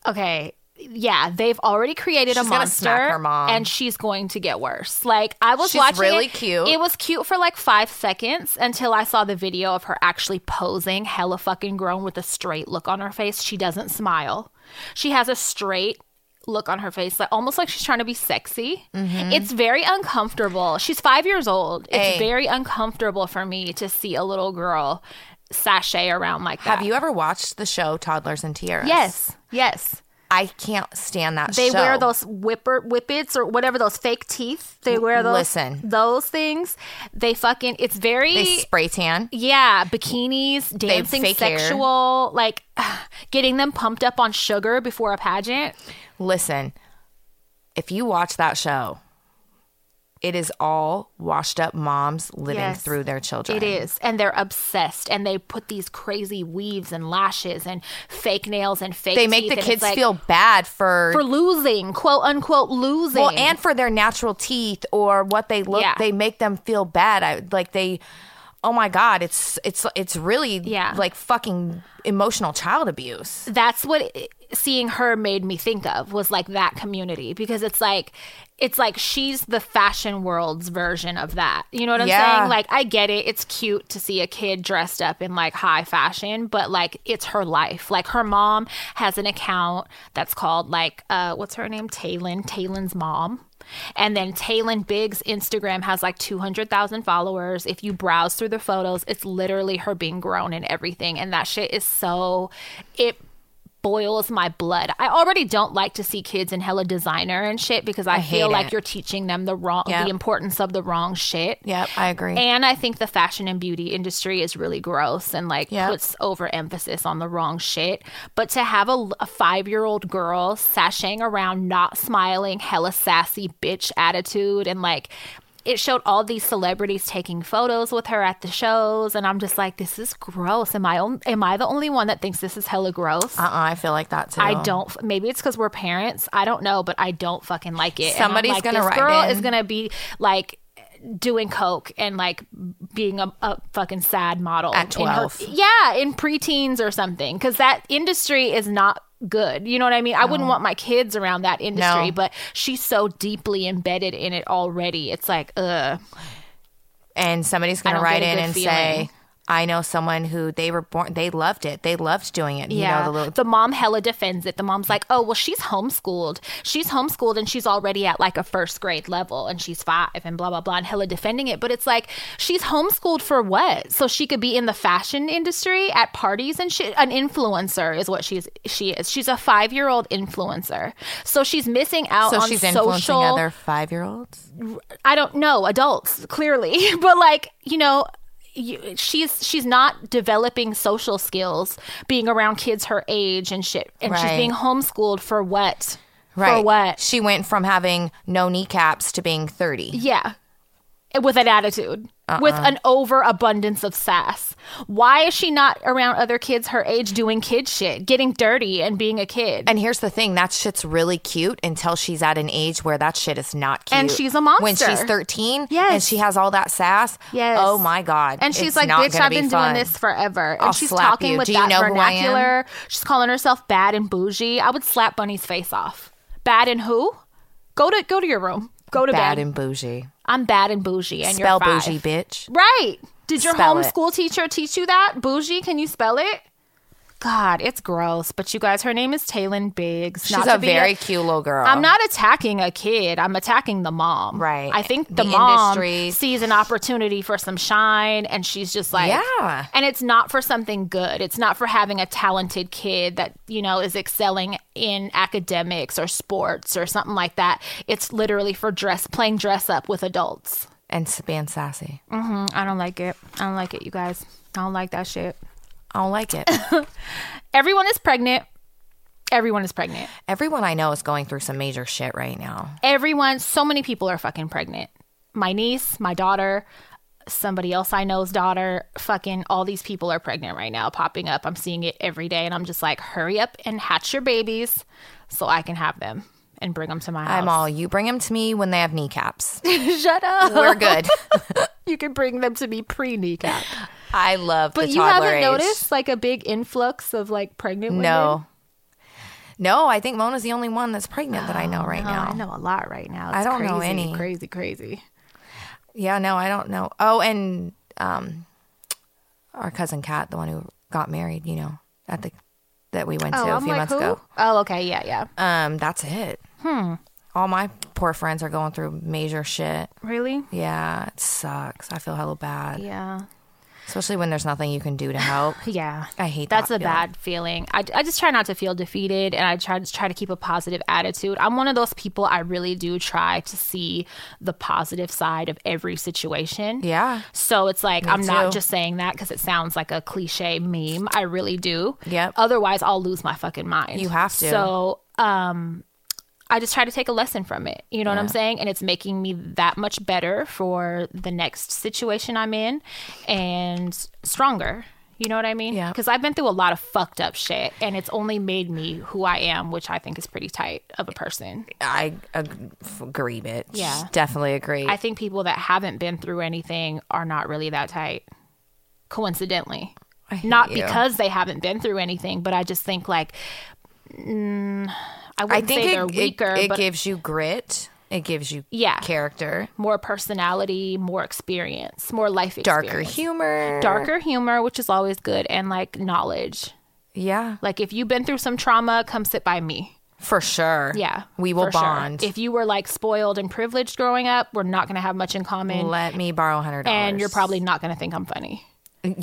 [SPEAKER 1] okay. Yeah, they've already created a
[SPEAKER 2] She's gonna
[SPEAKER 1] monster,
[SPEAKER 2] smack her mom.
[SPEAKER 1] and she's going to get worse. Like I was
[SPEAKER 2] She's
[SPEAKER 1] watching,
[SPEAKER 2] really
[SPEAKER 1] it.
[SPEAKER 2] cute.
[SPEAKER 1] It was cute for like five seconds until I saw the video of her actually posing, hella fucking grown, with a straight look on her face. She doesn't smile. She has a straight look on her face, like almost like she's trying to be sexy. It's very uncomfortable. She's five years old. It's
[SPEAKER 2] Mm-hmm. Hey.
[SPEAKER 1] very uncomfortable for me to see a little girl sashay around like that.
[SPEAKER 2] Have you ever watched the show Toddlers and Tiaras?
[SPEAKER 1] Yes. Yes.
[SPEAKER 2] I can't stand that
[SPEAKER 1] They
[SPEAKER 2] show.
[SPEAKER 1] wear those whipper whippets or whatever those fake teeth. They wear those
[SPEAKER 2] listen.
[SPEAKER 1] those things. They fucking it's very
[SPEAKER 2] They spray tan.
[SPEAKER 1] yeah, bikinis, dancing
[SPEAKER 2] fake hair.
[SPEAKER 1] sexual, like <sighs> getting them pumped up on sugar before a pageant.
[SPEAKER 2] Listen, if you watch that show, it is all washed up moms living
[SPEAKER 1] Yes.
[SPEAKER 2] through their children.
[SPEAKER 1] It is. And they're obsessed and they put these crazy weaves and lashes and fake nails and fake
[SPEAKER 2] They make
[SPEAKER 1] teeth,
[SPEAKER 2] the
[SPEAKER 1] and it's
[SPEAKER 2] kids
[SPEAKER 1] like,
[SPEAKER 2] feel bad for,
[SPEAKER 1] for losing, quote unquote losing.
[SPEAKER 2] well, and for their natural teeth or what they look.
[SPEAKER 1] Yeah.
[SPEAKER 2] They make them feel bad. I like they. Oh my God! It's it's it's really
[SPEAKER 1] Yeah.
[SPEAKER 2] like fucking emotional child abuse.
[SPEAKER 1] that's what it- seeing her made me think of was like that community because it's like it's like she's the fashion world's version of that. You know what I'm
[SPEAKER 2] Yeah.
[SPEAKER 1] saying? Like I get it. It's cute to see a kid dressed up in like high fashion, but like it's her life. Like her mom has an account that's called like uh what's her name? Taylin, Taylin's mom. And then Taylin Biggs Instagram has like 200,000 followers. If you browse through the photos, it's literally her being grown and everything. And that shit is so, it boils my blood. I already don't like to see kids in hella designer and shit because I, feel
[SPEAKER 2] hate
[SPEAKER 1] like
[SPEAKER 2] it.
[SPEAKER 1] you're teaching them the wrong,
[SPEAKER 2] Yep.
[SPEAKER 1] the importance of the wrong shit.
[SPEAKER 2] Yep, I agree.
[SPEAKER 1] And I think the fashion and beauty industry is really gross and like
[SPEAKER 2] Yep.
[SPEAKER 1] puts overemphasis on the wrong shit. But to have a, five year old girl sashaying around, not smiling, hella sassy bitch attitude, and like it showed all these celebrities taking photos with her at the shows, and I'm just like, this is gross. Am I on, am I the only one that thinks this is hella gross?
[SPEAKER 2] uh-uh, I feel like that too.
[SPEAKER 1] I don't. f- Maybe it's because we're parents. I don't know, but I don't fucking like it. And I'm
[SPEAKER 2] Somebody's
[SPEAKER 1] like,
[SPEAKER 2] gonna
[SPEAKER 1] this
[SPEAKER 2] write
[SPEAKER 1] girl
[SPEAKER 2] in.
[SPEAKER 1] is gonna be like doing coke and like being a, a fucking sad model
[SPEAKER 2] At
[SPEAKER 1] in her-
[SPEAKER 2] 12.
[SPEAKER 1] yeah, in preteens or something, because that industry is not good. You know what I mean? I wouldn't want my kids around that industry,
[SPEAKER 2] No.
[SPEAKER 1] but she's so deeply embedded in it already. It's like, ugh.
[SPEAKER 2] and somebody's going
[SPEAKER 1] I
[SPEAKER 2] to
[SPEAKER 1] don't get
[SPEAKER 2] write
[SPEAKER 1] a
[SPEAKER 2] in
[SPEAKER 1] good
[SPEAKER 2] and
[SPEAKER 1] feeling.
[SPEAKER 2] say, I know someone who they were born, they loved it. They loved doing it.
[SPEAKER 1] Yeah.
[SPEAKER 2] You know, the little,
[SPEAKER 1] the mom hella defends it. The mom's like, oh, well, she's homeschooled. She's homeschooled and she's already at like a first grade level and she's five and blah, blah, blah, and hella defending it. But it's like, she's homeschooled for what? So she could be in the fashion industry at parties and shit. An influencer is what she's, she is. She's a five year old influencer. So she's missing out
[SPEAKER 2] so
[SPEAKER 1] on
[SPEAKER 2] she's influencing
[SPEAKER 1] social.
[SPEAKER 2] other five year olds.
[SPEAKER 1] I don't know adults clearly, <laughs> but like you know, you, she's she's not developing social skills being around kids her age and shit, and she's
[SPEAKER 2] Right.
[SPEAKER 1] being homeschooled for what?
[SPEAKER 2] Right.
[SPEAKER 1] For what?
[SPEAKER 2] She went from having no kneecaps to being 30.
[SPEAKER 1] Yeah, with an attitude, with
[SPEAKER 2] Uh-uh.
[SPEAKER 1] an overabundance of sass. Why is she not around other kids her age doing kid shit, getting dirty and being a kid?
[SPEAKER 2] And here's the thing that shit's really cute until she's at an age where that shit is not cute.
[SPEAKER 1] And she's a
[SPEAKER 2] When she's
[SPEAKER 1] monster.
[SPEAKER 2] 13 and
[SPEAKER 1] Yes.
[SPEAKER 2] she has not all that sass.
[SPEAKER 1] Yes.
[SPEAKER 2] Oh my God.
[SPEAKER 1] And she's
[SPEAKER 2] it's
[SPEAKER 1] like,
[SPEAKER 2] not
[SPEAKER 1] bitch,
[SPEAKER 2] gonna
[SPEAKER 1] I've
[SPEAKER 2] be
[SPEAKER 1] been
[SPEAKER 2] fun."
[SPEAKER 1] doing this forever.
[SPEAKER 2] I'll
[SPEAKER 1] and she's
[SPEAKER 2] slap
[SPEAKER 1] talking
[SPEAKER 2] you.
[SPEAKER 1] with
[SPEAKER 2] Do you
[SPEAKER 1] that
[SPEAKER 2] know who I am?
[SPEAKER 1] vernacular. She's calling herself bad and bougie. I would slap Bunny's face off. Bad and who? Go to go to your room. Go to
[SPEAKER 2] Bad
[SPEAKER 1] bed.
[SPEAKER 2] and bougie.
[SPEAKER 1] I'm bad and bougie. And
[SPEAKER 2] Spell
[SPEAKER 1] you're five.
[SPEAKER 2] bougie, bitch.
[SPEAKER 1] Right. Did your
[SPEAKER 2] Spell it.
[SPEAKER 1] homeschool teacher teach you that? Bougie, can you spell it? God, it's gross. But you guys, her name is Taylin Biggs.
[SPEAKER 2] She's a very cute little girl.
[SPEAKER 1] I'm not attacking a kid. I'm attacking the mom.
[SPEAKER 2] Right.
[SPEAKER 1] I think the,
[SPEAKER 2] The
[SPEAKER 1] mom
[SPEAKER 2] industry.
[SPEAKER 1] sees an opportunity for some shine and she's just like
[SPEAKER 2] Yeah.
[SPEAKER 1] And it's not for something good. It's not for having a talented kid that, you know, is excelling in academics or sports or something like that. It's literally for dress playing dress up with adults.
[SPEAKER 2] And s- being sassy.
[SPEAKER 1] Mm, I don't like it. I don't like it, you guys. I don't like that shit.
[SPEAKER 2] I don't like it.
[SPEAKER 1] Everyone is pregnant. Everyone is pregnant.
[SPEAKER 2] Everyone I know is going through some major shit right now.
[SPEAKER 1] everyone so many people are fucking pregnant my niece my daughter somebody else i know's daughter fucking all these people are pregnant right now popping up i'm seeing it every day and i'm just like hurry up and hatch your babies so i can have them and bring them to my house
[SPEAKER 2] I'm all, you bring them to me when they have
[SPEAKER 1] <laughs>
[SPEAKER 2] kneecaps.
[SPEAKER 1] shut up <laughs>
[SPEAKER 2] We're good.
[SPEAKER 1] you can bring them to me pre-kneecap
[SPEAKER 2] I love
[SPEAKER 1] but
[SPEAKER 2] the
[SPEAKER 1] you
[SPEAKER 2] toddler
[SPEAKER 1] haven't
[SPEAKER 2] age.
[SPEAKER 1] noticed like a big influx of like pregnant women
[SPEAKER 2] No. No, I think Mona's the only one that's pregnant that I know right
[SPEAKER 1] Oh,
[SPEAKER 2] now.
[SPEAKER 1] i know a lot right now
[SPEAKER 2] I
[SPEAKER 1] It's
[SPEAKER 2] don't know
[SPEAKER 1] crazy,
[SPEAKER 2] any.
[SPEAKER 1] crazy crazy
[SPEAKER 2] Yeah, no, I don't know. Oh, and um, our cousin Kat, the one who got married, you know, at the that we went
[SPEAKER 1] oh
[SPEAKER 2] to a
[SPEAKER 1] i'm
[SPEAKER 2] few
[SPEAKER 1] like
[SPEAKER 2] months
[SPEAKER 1] who
[SPEAKER 2] ago.
[SPEAKER 1] oh okay yeah yeah
[SPEAKER 2] Um, that's it. Hmm. All my poor friends are going through major shit.
[SPEAKER 1] really
[SPEAKER 2] Yeah, it sucks. I feel hella bad,
[SPEAKER 1] yeah
[SPEAKER 2] especially when there's nothing you can do to help.
[SPEAKER 1] yeah
[SPEAKER 2] I hate
[SPEAKER 1] That's
[SPEAKER 2] that
[SPEAKER 1] a bad feeling. I, I just try not to feel defeated and I try to try to keep a positive attitude. I'm one of those people I really do try to see the positive side of every situation.
[SPEAKER 2] Yeah.
[SPEAKER 1] So it's like I'm
[SPEAKER 2] too.
[SPEAKER 1] not just saying that because it sounds like a cliche meme. I really do.
[SPEAKER 2] Yep.
[SPEAKER 1] Otherwise, I'll lose my fucking mind.
[SPEAKER 2] You have to.
[SPEAKER 1] So, um, I just try to take a lesson from it. You know what I'm saying? And it's making me that much better for the next situation I'm in and stronger. You know what I mean?
[SPEAKER 2] Yeah.
[SPEAKER 1] Because I've been through a lot of fucked up shit and it's only made me who I am, which I think is pretty tight of a person.
[SPEAKER 2] I ag- f- agree, bitch.
[SPEAKER 1] Yeah.
[SPEAKER 2] definitely agree.
[SPEAKER 1] I think people that haven't been through anything are not really that tight, coincidentally.
[SPEAKER 2] I hate
[SPEAKER 1] Not
[SPEAKER 2] you.
[SPEAKER 1] because they haven't been through anything, but I just think like, mm, I
[SPEAKER 2] I
[SPEAKER 1] wouldn't
[SPEAKER 2] think
[SPEAKER 1] say
[SPEAKER 2] it,
[SPEAKER 1] they're
[SPEAKER 2] it-
[SPEAKER 1] weaker,
[SPEAKER 2] it
[SPEAKER 1] but
[SPEAKER 2] gives you grit. It gives you
[SPEAKER 1] Yeah.
[SPEAKER 2] character,
[SPEAKER 1] more personality, more experience, more life experience.
[SPEAKER 2] darker humor,
[SPEAKER 1] Darker humor, which is always good, and like knowledge.
[SPEAKER 2] Yeah,
[SPEAKER 1] Like if you've been through some trauma, come sit by me.
[SPEAKER 2] for sure.
[SPEAKER 1] Yeah.
[SPEAKER 2] we will
[SPEAKER 1] for sure.
[SPEAKER 2] bond.
[SPEAKER 1] If you were like spoiled and privileged growing up, we're not going to have much in common.
[SPEAKER 2] Let me borrow a hundred dollars,
[SPEAKER 1] and you're probably not going to think I'm funny.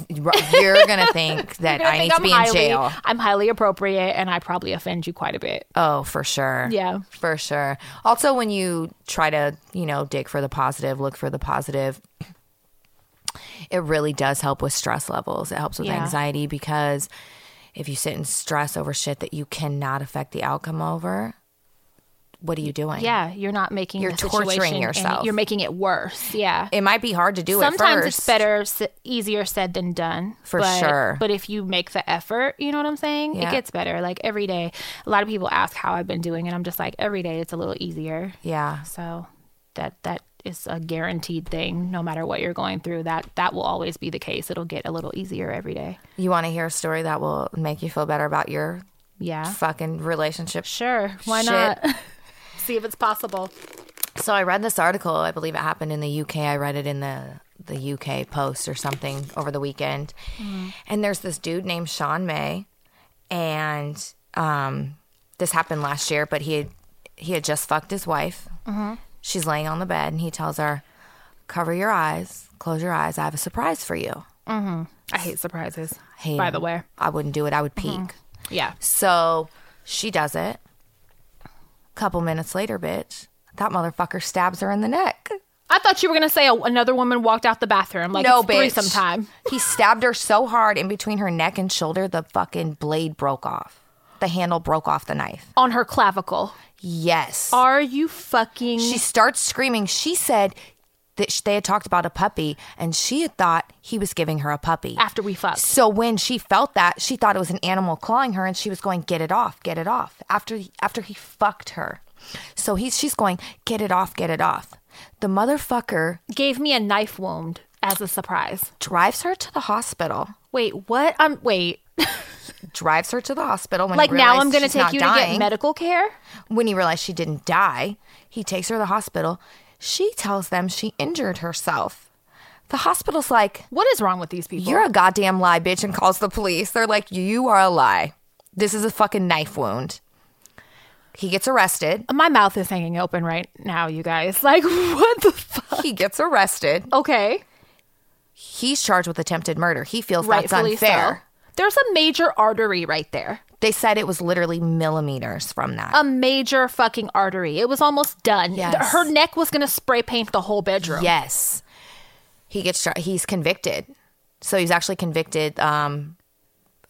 [SPEAKER 2] you're gonna think that
[SPEAKER 1] <laughs> You're gonna
[SPEAKER 2] I
[SPEAKER 1] think
[SPEAKER 2] need to be
[SPEAKER 1] highly,
[SPEAKER 2] in jail.
[SPEAKER 1] I'm highly appropriate and I probably offend you quite a bit.
[SPEAKER 2] Oh, for sure.
[SPEAKER 1] Yeah.
[SPEAKER 2] for sure. Also, when you try to, you know, dig for the positive, look for the positive, it really does help with stress levels. It helps with
[SPEAKER 1] Yeah.
[SPEAKER 2] anxiety because if you sit in stress over shit that you cannot affect the outcome over, what are you doing?
[SPEAKER 1] Yeah, you're not making
[SPEAKER 2] You're
[SPEAKER 1] the
[SPEAKER 2] torturing
[SPEAKER 1] situation any-
[SPEAKER 2] yourself.
[SPEAKER 1] you're making it worse. Yeah.
[SPEAKER 2] It might be hard to do it
[SPEAKER 1] Sometimes
[SPEAKER 2] first.
[SPEAKER 1] it's better, s- easier said than done.
[SPEAKER 2] For
[SPEAKER 1] but,
[SPEAKER 2] sure.
[SPEAKER 1] But if you make the effort, you know what I'm saying?
[SPEAKER 2] Yeah.
[SPEAKER 1] It gets better. Like every day, a lot of people ask how I've been doing, and I'm just like, every day it's a little easier.
[SPEAKER 2] Yeah.
[SPEAKER 1] So that that is a guaranteed thing. No matter what you're going through, that that will always be the case. It'll get a little easier every day.
[SPEAKER 2] You want to hear a story that will make you feel better about your
[SPEAKER 1] Yeah.
[SPEAKER 2] fucking relationship?
[SPEAKER 1] Sure. Why
[SPEAKER 2] Shit.
[SPEAKER 1] not? <laughs> See if it's possible.
[SPEAKER 2] So I read this article. I believe it happened in the UK. I read it in the the UK Post or something over the weekend.
[SPEAKER 1] Mm-hmm.
[SPEAKER 2] And there's this dude named Sean May, and um, this happened last year, but he had he had just fucked his wife.
[SPEAKER 1] Mm-hmm.
[SPEAKER 2] She's laying on the bed, and he tells her, "Cover your eyes, close your eyes. I have a surprise for you."
[SPEAKER 1] I hate surprises.
[SPEAKER 2] Hate
[SPEAKER 1] by
[SPEAKER 2] him.
[SPEAKER 1] the way, Mm-hmm.
[SPEAKER 2] I wouldn't do it. I would peek.
[SPEAKER 1] yeah.
[SPEAKER 2] So she does it. Couple minutes later, bitch, that motherfucker stabs her in the neck.
[SPEAKER 1] I thought you were gonna say a, another woman walked out the bathroom like
[SPEAKER 2] no,
[SPEAKER 1] it's three
[SPEAKER 2] bitch.
[SPEAKER 1] sometime.
[SPEAKER 2] He stabbed her so hard in between her neck and shoulder, the fucking blade broke off. The handle broke off the knife.
[SPEAKER 1] on her clavicle.
[SPEAKER 2] Yes.
[SPEAKER 1] Are you fucking?
[SPEAKER 2] She starts screaming. She said that sh- they had talked about a puppy, and she had thought he was giving her a puppy.
[SPEAKER 1] after we fucked.
[SPEAKER 2] So when she felt that, she thought it was an animal clawing her, and she was going, "Get it off, get it off." After after he fucked her, so he's she's going, "Get it off, get it off." The motherfucker
[SPEAKER 1] gave me a knife wound as a surprise.
[SPEAKER 2] drives her to the hospital.
[SPEAKER 1] Wait, what? I'm <laughs> wait.
[SPEAKER 2] Drives her to the hospital. When he
[SPEAKER 1] Like now,
[SPEAKER 2] realized
[SPEAKER 1] I'm gonna
[SPEAKER 2] she's
[SPEAKER 1] take
[SPEAKER 2] not
[SPEAKER 1] you to
[SPEAKER 2] dying.
[SPEAKER 1] get medical care.
[SPEAKER 2] When he realized she didn't die, he takes her to the hospital. She tells them she injured herself. The hospital's like,
[SPEAKER 1] What is wrong with these people?
[SPEAKER 2] You're a goddamn lie, bitch, and calls the police. They're like, You are a lie. This is a fucking knife wound. He gets arrested.
[SPEAKER 1] My mouth is hanging open right now, you guys. Like, <laughs> what the fuck?
[SPEAKER 2] He gets arrested.
[SPEAKER 1] Okay,
[SPEAKER 2] He's charged with attempted murder. He feels
[SPEAKER 1] rightfully
[SPEAKER 2] that's unfair.
[SPEAKER 1] so. There's a major artery right there.
[SPEAKER 2] They said it was literally millimeters from that.
[SPEAKER 1] A major fucking artery. It was almost done.
[SPEAKER 2] Yes.
[SPEAKER 1] Her neck was gonna spray paint the whole bedroom.
[SPEAKER 2] Yes. He gets char- he's convicted. So he was actually convicted um,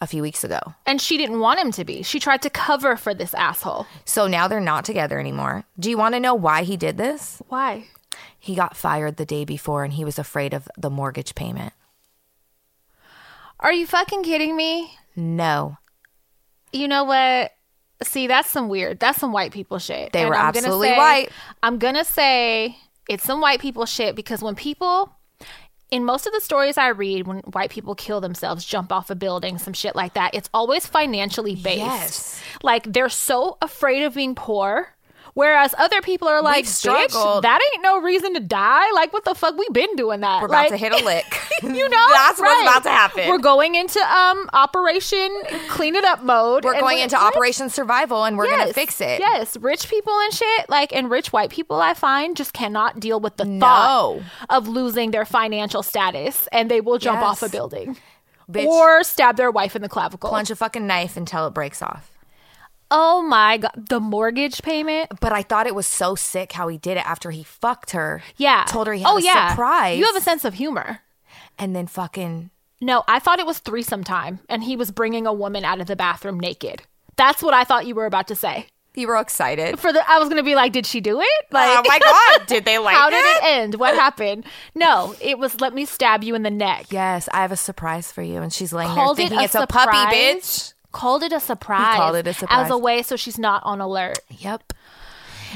[SPEAKER 2] a few weeks ago.
[SPEAKER 1] And she didn't want him to be. She tried to cover for this asshole.
[SPEAKER 2] So now they're not together anymore. Do you want to know why he did this?
[SPEAKER 1] Why?
[SPEAKER 2] He got fired the day before and he was afraid of the mortgage payment.
[SPEAKER 1] Are you fucking kidding me?
[SPEAKER 2] No,
[SPEAKER 1] You know what? See, that's some weird. That's some white people shit.
[SPEAKER 2] They were
[SPEAKER 1] I'm gonna
[SPEAKER 2] absolutely
[SPEAKER 1] say-
[SPEAKER 2] white.
[SPEAKER 1] I'm gonna say it's some white people shit because when people in most of the stories I read, when white people kill themselves, jump off a building, some shit like that, it's always financially based.
[SPEAKER 2] Yes.
[SPEAKER 1] Like they're so afraid of being poor. Whereas other people are like, bitch,
[SPEAKER 2] struggled.
[SPEAKER 1] that ain't no reason to die. Like, what the fuck? we been doing that.
[SPEAKER 2] we're
[SPEAKER 1] like,
[SPEAKER 2] about to hit a lick.
[SPEAKER 1] <laughs> you know
[SPEAKER 2] that's
[SPEAKER 1] Right.
[SPEAKER 2] what's about to happen.
[SPEAKER 1] we're
[SPEAKER 2] We're,
[SPEAKER 1] going into um operation clean it up mode and
[SPEAKER 2] going into
[SPEAKER 1] yes,
[SPEAKER 2] Operation Survival and we're gonna
[SPEAKER 1] yes,
[SPEAKER 2] fix it.
[SPEAKER 1] yes rich people and shit like and rich white people i find just cannot deal with the thought
[SPEAKER 2] No.
[SPEAKER 1] of losing their financial status and they will jump
[SPEAKER 2] Yes.
[SPEAKER 1] off a building
[SPEAKER 2] Bitch,
[SPEAKER 1] or stab their wife in the clavicle
[SPEAKER 2] plunge a fucking knife until it breaks off.
[SPEAKER 1] oh my god the mortgage payment
[SPEAKER 2] But I thought it was so sick how he did it after he fucked her.
[SPEAKER 1] yeah
[SPEAKER 2] told her he had
[SPEAKER 1] oh
[SPEAKER 2] a
[SPEAKER 1] yeah
[SPEAKER 2] surprise.
[SPEAKER 1] you have a sense of humor
[SPEAKER 2] and then fucking
[SPEAKER 1] No, I thought it was threesome time, and he was bringing a woman out of the bathroom naked. That's what I thought you were about to say.
[SPEAKER 2] you were
[SPEAKER 1] <laughs>
[SPEAKER 2] excited.
[SPEAKER 1] For the, I was gonna be like, did she do it? Like,
[SPEAKER 2] oh my god, did
[SPEAKER 1] <laughs>
[SPEAKER 2] they like
[SPEAKER 1] how
[SPEAKER 2] it?
[SPEAKER 1] did it end? What happened? No, it was let me stab you in the neck.
[SPEAKER 2] Yes, I have a surprise for you. And she's laying
[SPEAKER 1] Called
[SPEAKER 2] there
[SPEAKER 1] it
[SPEAKER 2] thinking
[SPEAKER 1] a
[SPEAKER 2] it's a puppy,
[SPEAKER 1] surprise.
[SPEAKER 2] bitch.
[SPEAKER 1] Called it a surprise.
[SPEAKER 2] He called it a surprise.
[SPEAKER 1] as a way so she's not on alert.
[SPEAKER 2] Yep.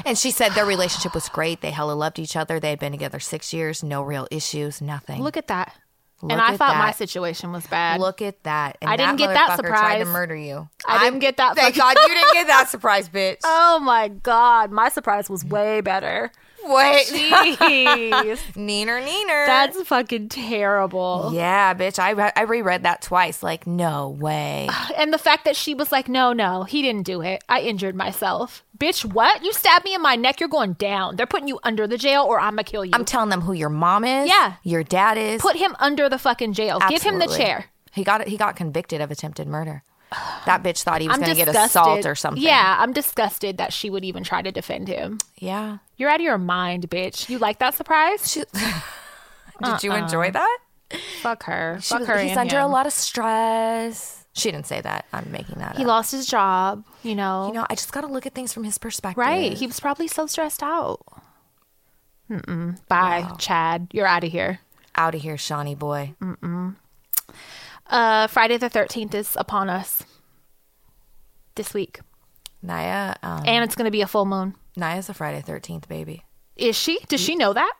[SPEAKER 2] And she said their relationship was great. They hella loved each other. They had been together six years, no real issues, nothing.
[SPEAKER 1] Look at that.
[SPEAKER 2] Look
[SPEAKER 1] and I
[SPEAKER 2] at
[SPEAKER 1] thought my
[SPEAKER 2] that.
[SPEAKER 1] situation was bad.
[SPEAKER 2] Look at that. And
[SPEAKER 1] I didn't get that
[SPEAKER 2] that motherfucker Tried to
[SPEAKER 1] surprise.
[SPEAKER 2] murder you.
[SPEAKER 1] I didn't
[SPEAKER 2] I'm-
[SPEAKER 1] get that
[SPEAKER 2] Thank
[SPEAKER 1] fucking-
[SPEAKER 2] God you didn't get that surprise, bitch.
[SPEAKER 1] <laughs> Oh my god, my surprise was way better.
[SPEAKER 2] Wait,
[SPEAKER 1] Jeez,
[SPEAKER 2] <laughs> neener, neener.
[SPEAKER 1] <laughs> that's fucking terrible.
[SPEAKER 2] yeah, bitch. I re- I reread that twice. Like, no
[SPEAKER 1] <sighs>
[SPEAKER 2] way.
[SPEAKER 1] And the fact that she was like, no, no, he didn't do it. I injured myself. Bitch, what? You stabbed me in my neck. You're going down. They're putting you under the jail or I'm going to kill you.
[SPEAKER 2] I'm telling them who your mom is.
[SPEAKER 1] Yeah.
[SPEAKER 2] your dad is.
[SPEAKER 1] Put him under the fucking jail. Give him the
[SPEAKER 2] Absolutely.
[SPEAKER 1] chair.
[SPEAKER 2] He got he got convicted of attempted
[SPEAKER 1] <sighs>
[SPEAKER 2] murder. That bitch thought he was
[SPEAKER 1] I'm
[SPEAKER 2] going to get
[SPEAKER 1] disgusted.
[SPEAKER 2] assault or something.
[SPEAKER 1] Yeah, I'm disgusted that she would even try to defend him.
[SPEAKER 2] yeah.
[SPEAKER 1] You're out of your mind, bitch. You like that surprise?
[SPEAKER 2] She- Did you enjoy that?
[SPEAKER 1] Fuck her.
[SPEAKER 2] She
[SPEAKER 1] Uh-uh. Fuck
[SPEAKER 2] was-
[SPEAKER 1] her.
[SPEAKER 2] he's
[SPEAKER 1] and
[SPEAKER 2] under a
[SPEAKER 1] him.
[SPEAKER 2] lot of stress. She didn't say that. I'm making that
[SPEAKER 1] He
[SPEAKER 2] up.
[SPEAKER 1] lost his job, you know.
[SPEAKER 2] you know, I just got to look at things from his perspective.
[SPEAKER 1] right. He was probably so stressed out. Mm-mm. Bye, Chad. You're out of here.
[SPEAKER 2] Out of here, Shawnee boy.
[SPEAKER 1] Mm. Uh, Friday the 13th is upon us this week,
[SPEAKER 2] Naya, um,
[SPEAKER 1] and it's going to be a full moon.
[SPEAKER 2] Naya's a Friday 13th baby.
[SPEAKER 1] Is she? Does she know that?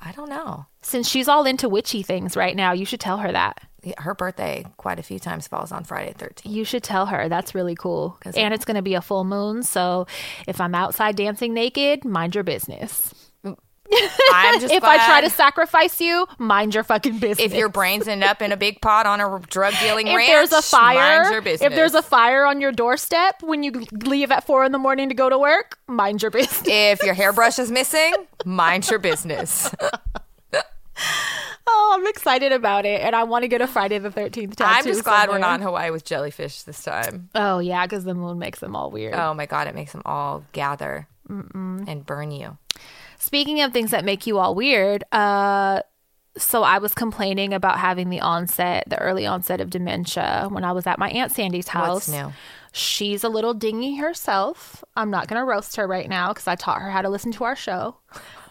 [SPEAKER 2] I don't know.
[SPEAKER 1] Since she's all into witchy things right now, you should tell her that.
[SPEAKER 2] Her birthday quite a few times falls on Friday 13th.
[SPEAKER 1] You should tell her. That's really cool. And it's going to be a full moon. So if I'm outside dancing naked, mind your business.
[SPEAKER 2] <laughs> I'm just
[SPEAKER 1] if I try
[SPEAKER 2] glad
[SPEAKER 1] to sacrifice you, mind your fucking business.
[SPEAKER 2] if your brains end up in a big pot on a drug dealing
[SPEAKER 1] if
[SPEAKER 2] ranch,
[SPEAKER 1] there's a fire,
[SPEAKER 2] mind your business.
[SPEAKER 1] if there's a fire on your doorstep when you leave at four in the morning to go to work, mind your business.
[SPEAKER 2] if your hairbrush is missing, mind your <laughs> business.
[SPEAKER 1] <laughs> Oh, I'm excited about it, and I want to get a Friday the Thirteenth tattoo.
[SPEAKER 2] I'm just glad we're
[SPEAKER 1] somewhere.
[SPEAKER 2] not in Hawaii with jellyfish this time.
[SPEAKER 1] Oh yeah, because the moon makes them all weird.
[SPEAKER 2] Oh my god, it makes them all gather and burn you.
[SPEAKER 1] Speaking of things that make you all weird, uh, so I was complaining about having the onset, the early onset of dementia when I was at my aunt Sandy's
[SPEAKER 2] What's
[SPEAKER 1] house.
[SPEAKER 2] new?
[SPEAKER 1] She's a little dingy herself. I'm not going to roast her right now because I taught her how to listen to our show.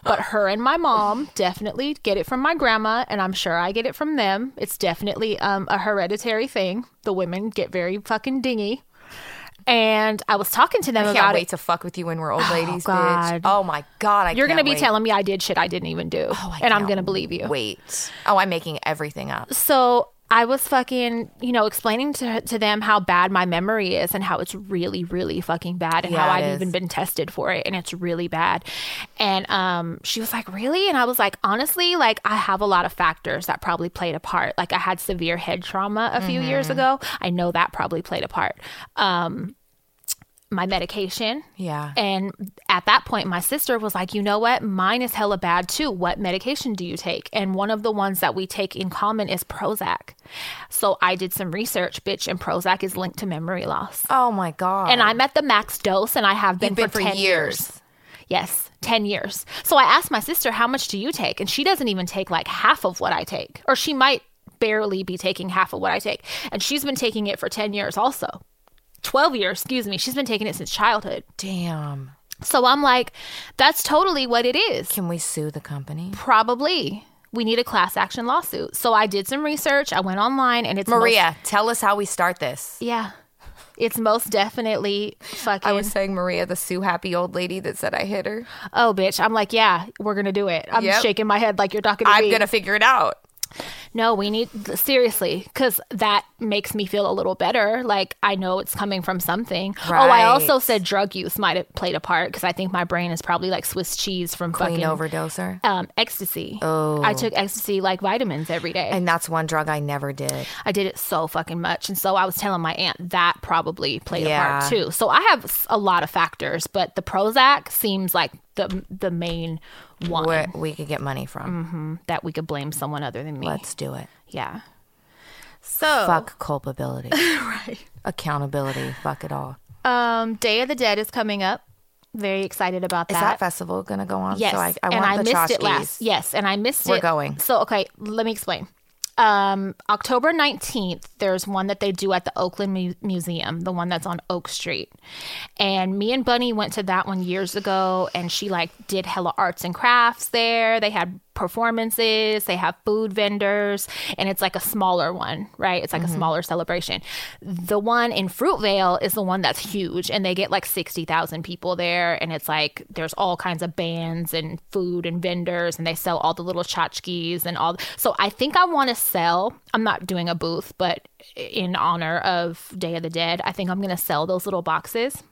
[SPEAKER 1] But her and
[SPEAKER 2] <laughs>
[SPEAKER 1] my mom definitely get it from my grandma, and I'm sure I get it from them. It's definitely um, a hereditary thing. The women get very fucking dingy. And I was talking to them
[SPEAKER 2] I
[SPEAKER 1] about
[SPEAKER 2] can't
[SPEAKER 1] it.
[SPEAKER 2] wait to fuck with you when we're old ladies, bitch.
[SPEAKER 1] God.
[SPEAKER 2] Oh my god, I
[SPEAKER 1] You're going
[SPEAKER 2] can't
[SPEAKER 1] to be
[SPEAKER 2] wait.
[SPEAKER 1] telling me I did shit Oh, I didn't even do.
[SPEAKER 2] I
[SPEAKER 1] and I'm
[SPEAKER 2] can't
[SPEAKER 1] going to believe you.
[SPEAKER 2] Wait. Oh, I'm making everything up.
[SPEAKER 1] So I was fucking, you know, explaining to, to them how bad my memory is and how it's really, really fucking bad and
[SPEAKER 2] Yeah,
[SPEAKER 1] how
[SPEAKER 2] it
[SPEAKER 1] I've
[SPEAKER 2] is.
[SPEAKER 1] even been tested for it and it's really bad. And um, she was like, Really? And I was like, Honestly, like I have a lot of factors that probably played a part. Like I had severe head trauma a few years ago. I know that probably played a part. Um, my medication.
[SPEAKER 2] Yeah.
[SPEAKER 1] And at that point, my sister was like, you know what? Mine is hella bad too. What medication do you take? And one of the ones that we take in common is Prozac. So I did some research, bitch, and Prozac is linked to memory loss.
[SPEAKER 2] oh my god.
[SPEAKER 1] And I'm at the max dose, and I have been,
[SPEAKER 2] You've been
[SPEAKER 1] for,
[SPEAKER 2] for
[SPEAKER 1] 10
[SPEAKER 2] years.
[SPEAKER 1] years. Yes, 10 years. So I asked my sister, how much do you take? And she doesn't even take like half of what I take, or she might barely be taking half of what I take. And she's been taking it for 10 years also. 12 years, excuse me. She's been taking it since childhood.
[SPEAKER 2] Damn.
[SPEAKER 1] So I'm like, that's totally what it is.
[SPEAKER 2] Can we sue the company?
[SPEAKER 1] Probably. We need a class action lawsuit. So I did some research. I went online and it's most-
[SPEAKER 2] Maria, tell us how we start this.
[SPEAKER 1] yeah. It's most definitely fucking.
[SPEAKER 2] I was saying Maria, the sue happy old lady that said I hit her.
[SPEAKER 1] oh, bitch. I'm like, yeah, we're going to do it. I'm
[SPEAKER 2] Yep.
[SPEAKER 1] shaking my head like you're talking to
[SPEAKER 2] I'm
[SPEAKER 1] me.
[SPEAKER 2] gonna figure it out.
[SPEAKER 1] No, we need seriously because that makes me feel a little better. Like I know it's coming from something. Oh,
[SPEAKER 2] Right.
[SPEAKER 1] I also said drug use might have played a part because I think my brain is probably like Swiss cheese from
[SPEAKER 2] Queen
[SPEAKER 1] fucking
[SPEAKER 2] overdoser.
[SPEAKER 1] um, ecstasy. Oh, I took ecstasy like vitamins every day.
[SPEAKER 2] And that's one drug I never did.
[SPEAKER 1] I did it so fucking much. And so I was telling my aunt that probably played a
[SPEAKER 2] Yeah.
[SPEAKER 1] part too. So I have s- a lot of factors, but the Prozac seems like the the main one
[SPEAKER 2] Where we could get money from.
[SPEAKER 1] that we could blame someone other than me.
[SPEAKER 2] Let's do it.
[SPEAKER 1] Yeah. So
[SPEAKER 2] Fuck <laughs> culpability. Accountability. Fuck it all.
[SPEAKER 1] um Day of the Dead is coming up. Very excited about
[SPEAKER 2] Is that festival gonna go on?
[SPEAKER 1] Yes,
[SPEAKER 2] So I, I
[SPEAKER 1] and
[SPEAKER 2] want
[SPEAKER 1] I
[SPEAKER 2] the
[SPEAKER 1] missed it
[SPEAKER 2] tchotchkes.
[SPEAKER 1] last. Yes, and I missed
[SPEAKER 2] We're
[SPEAKER 1] it.
[SPEAKER 2] going.
[SPEAKER 1] So okay, let me explain. Um, October nineteenth, there's one that they do at the Oakland Mu- Museum, the one that's on Oak Street, and me and Bunny went to that one years ago, and she like did hella arts and crafts there. They had performances, they have food vendors, and it's like a smaller one, right? It's like
[SPEAKER 2] Mm-hmm.
[SPEAKER 1] a smaller celebration. The one in Fruitvale is the one that's huge, and they get like 60,000 people there. And it's like there's all kinds of bands and food and vendors, and they sell all the little tchotchkes and all. So I think I want to sell, I'm not doing a booth, but in honor of Day of the Dead, I think I'm going to sell those little boxes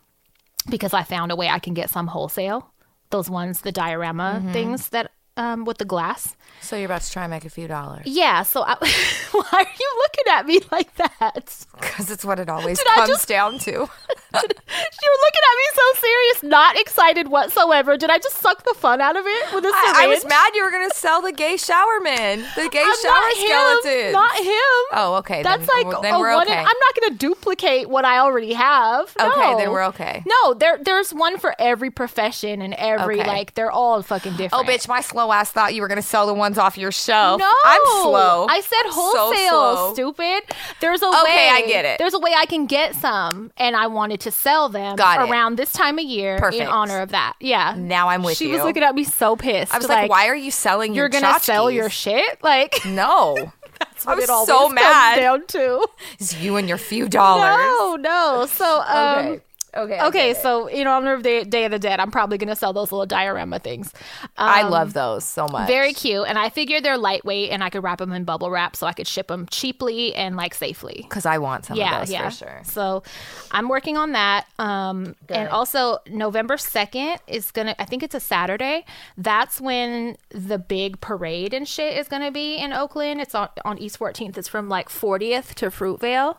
[SPEAKER 1] because I found a way I can get some wholesale. Those ones, the diorama things that um, with the glass.
[SPEAKER 2] So you're about to try and make a few dollars. <laughs>
[SPEAKER 1] Yeah. So I, <laughs> why are you looking at me like that?
[SPEAKER 2] Because it's what it always
[SPEAKER 1] I
[SPEAKER 2] comes
[SPEAKER 1] just-
[SPEAKER 2] down <laughs> to.
[SPEAKER 1] You're looking at me so serious, not excited whatsoever. Did I just suck the fun out of it with a syringe?
[SPEAKER 2] I, I was mad you were gonna sell the gay shower man, the gay
[SPEAKER 1] I'm
[SPEAKER 2] shower
[SPEAKER 1] not
[SPEAKER 2] skeleton.
[SPEAKER 1] him. Not him.
[SPEAKER 2] Oh, okay,
[SPEAKER 1] That's
[SPEAKER 2] then-
[SPEAKER 1] like
[SPEAKER 2] then
[SPEAKER 1] a
[SPEAKER 2] we're
[SPEAKER 1] one in-
[SPEAKER 2] okay.
[SPEAKER 1] I'm not going to duplicate what I already have.
[SPEAKER 2] Okay,
[SPEAKER 1] No.
[SPEAKER 2] then we're okay.
[SPEAKER 1] No, there there's one for every profession and every
[SPEAKER 2] Okay.
[SPEAKER 1] like they're all fucking different.
[SPEAKER 2] oh, bitch, my slow ass thought you were gonna sell the ones off your shelf.
[SPEAKER 1] No,
[SPEAKER 2] I'm slow.
[SPEAKER 1] I
[SPEAKER 2] So
[SPEAKER 1] said wholesale,
[SPEAKER 2] slow.
[SPEAKER 1] stupid. There's a
[SPEAKER 2] Okay,
[SPEAKER 1] way.
[SPEAKER 2] I get it.
[SPEAKER 1] There's a way I can get some, and I wanted to sell them
[SPEAKER 2] Got it.
[SPEAKER 1] around this time of year in
[SPEAKER 2] Perfect.
[SPEAKER 1] honor of that. Yeah.
[SPEAKER 2] Now I'm with
[SPEAKER 1] she
[SPEAKER 2] you.
[SPEAKER 1] was looking at me so pissed.
[SPEAKER 2] I was like, why are you selling
[SPEAKER 1] You're
[SPEAKER 2] your
[SPEAKER 1] gonna sell your
[SPEAKER 2] tchotchkes?"
[SPEAKER 1] shit?
[SPEAKER 2] <laughs>
[SPEAKER 1] Like,
[SPEAKER 2] No. That's
[SPEAKER 1] <laughs> what
[SPEAKER 2] I'm
[SPEAKER 1] it always
[SPEAKER 2] so
[SPEAKER 1] comes
[SPEAKER 2] mad.
[SPEAKER 1] down to.
[SPEAKER 2] It's you and your few <laughs> dollars.
[SPEAKER 1] No, no. So, um,
[SPEAKER 2] Okay. Okay.
[SPEAKER 1] Okay, so you know, on the Day, Day of the Dead, I'm probably gonna sell those little diorama things. Uh,
[SPEAKER 2] I love those so much.
[SPEAKER 1] um, Very cute, and I figured they're lightweight, and I could wrap them in bubble wrap, so I could ship them cheaply and like safely.
[SPEAKER 2] because I want some
[SPEAKER 1] Yeah,
[SPEAKER 2] of those
[SPEAKER 1] yeah.
[SPEAKER 2] for sure.
[SPEAKER 1] So, I'm working on that. Um, and
[SPEAKER 2] Good.
[SPEAKER 1] also November second is gonna. I think it's a Saturday. That's when the big parade and shit is gonna be in Oakland. It's on on East 14th. It's from like 40th to Fruitvale,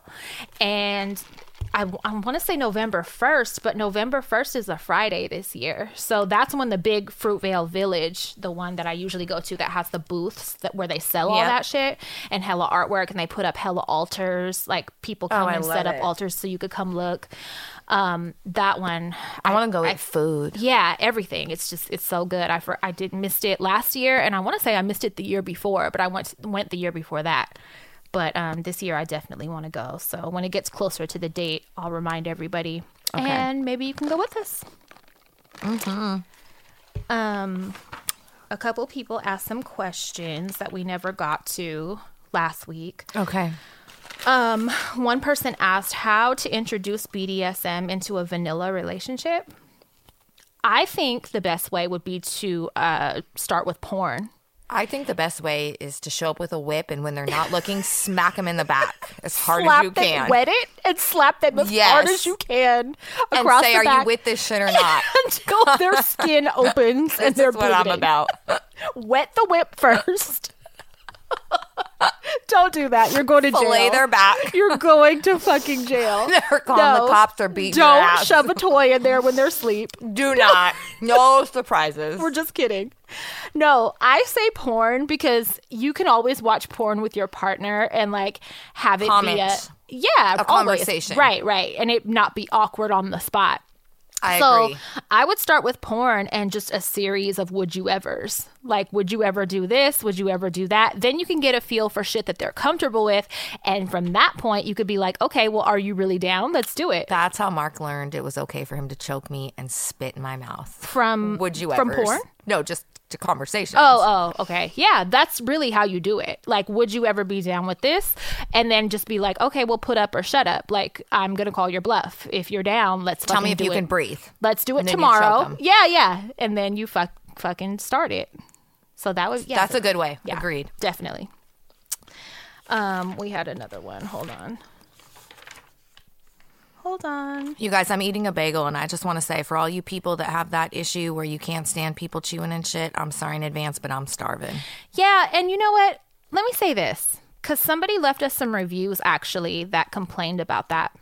[SPEAKER 1] and. I, want to say November 1st, but November 1st is a Friday this year. So that's when the big Fruitvale Village, the one that I usually go to that has the booths that where they sell all
[SPEAKER 2] Yeah.
[SPEAKER 1] that shit and hella artwork and they put up hella altars, like people come
[SPEAKER 2] Oh, I
[SPEAKER 1] and
[SPEAKER 2] love
[SPEAKER 1] set up
[SPEAKER 2] it.
[SPEAKER 1] altars so you could come look. Um, that one,
[SPEAKER 2] I want to go eat food.
[SPEAKER 1] yeah, everything. It's just it's so good. I for, I did missed it last year, and I want to say I missed it the year before, but I went went the year before that. But um, this year I definitely want to go. So when it gets closer to the date, I'll remind everybody, and maybe you can go with us.
[SPEAKER 2] Mm-hmm.
[SPEAKER 1] Um, a couple people asked some questions that we never got to last week.
[SPEAKER 2] Okay.
[SPEAKER 1] Um, one person asked how to introduce BDSM into a vanilla relationship. I think the best way would be to uh, start with porn.
[SPEAKER 2] I think the best way is to show up with a whip, and when they're not
[SPEAKER 1] <laughs>
[SPEAKER 2] looking, smack them in the back as hard as you
[SPEAKER 1] them,
[SPEAKER 2] can,
[SPEAKER 1] wet it, and slap them as hard
[SPEAKER 2] Yes.
[SPEAKER 1] as you can
[SPEAKER 2] and
[SPEAKER 1] across
[SPEAKER 2] say,
[SPEAKER 1] the
[SPEAKER 2] "Are
[SPEAKER 1] back
[SPEAKER 2] you with this shit or
[SPEAKER 1] <laughs>
[SPEAKER 2] not?"
[SPEAKER 1] until their
[SPEAKER 2] <laughs>
[SPEAKER 1] skin opens and they're
[SPEAKER 2] That's what I'm
[SPEAKER 1] bleeding. <laughs>
[SPEAKER 2] about.
[SPEAKER 1] Wet the whip first. Don't do that. You're going to
[SPEAKER 2] Fillet
[SPEAKER 1] jail.
[SPEAKER 2] their back.
[SPEAKER 1] You're going to fucking jail.
[SPEAKER 2] <laughs> They're calling the cops. They're beating your
[SPEAKER 1] Don't
[SPEAKER 2] ass.
[SPEAKER 1] shove a toy in there when they're asleep.
[SPEAKER 2] Do not.
[SPEAKER 1] <laughs>
[SPEAKER 2] No surprises.
[SPEAKER 1] We're just kidding. No, I say porn because you can always watch porn with your partner and like have it be a
[SPEAKER 2] Comment.
[SPEAKER 1] yeah a
[SPEAKER 2] conversation.
[SPEAKER 1] right, right, and it not be awkward on the spot.
[SPEAKER 2] I
[SPEAKER 1] so
[SPEAKER 2] agree.
[SPEAKER 1] I would start with porn and just a series of would you ever's. Like, would you ever do this? Would you ever do that? Then you can get a feel for shit that they're comfortable with, and from that point, you could be like, okay, well, are you really down? Let's do it.
[SPEAKER 2] That's how Mark learned it was okay for him to choke me and spit in my mouth. <laughs>
[SPEAKER 1] From
[SPEAKER 2] Would you
[SPEAKER 1] from
[SPEAKER 2] ever?
[SPEAKER 1] porn?
[SPEAKER 2] No, just to conversation.
[SPEAKER 1] Oh, oh, okay. Yeah, that's really how you do it. Like, would you ever be down with this? And then just be like, okay, well, put up or shut up. Like, I'm gonna call your bluff. If you're down, let's
[SPEAKER 2] Tell me
[SPEAKER 1] fucking
[SPEAKER 2] if
[SPEAKER 1] do
[SPEAKER 2] you
[SPEAKER 1] it.
[SPEAKER 2] can breathe.
[SPEAKER 1] Let's do it
[SPEAKER 2] And then you choke
[SPEAKER 1] tomorrow.
[SPEAKER 2] them.
[SPEAKER 1] Yeah, yeah. And then you fuck fucking start it. So that was yeah.
[SPEAKER 2] That's a good way.
[SPEAKER 1] yeah,
[SPEAKER 2] Agreed.
[SPEAKER 1] Definitely. Um, we had another one. Hold on. Hold on.
[SPEAKER 2] You guys, I'm eating a bagel, and I just want to say for all you people that have that issue where you can't stand people chewing and shit, I'm sorry in advance, but I'm starving.
[SPEAKER 1] Yeah, and you know what? Let me say this because somebody left us some reviews actually that complained about that.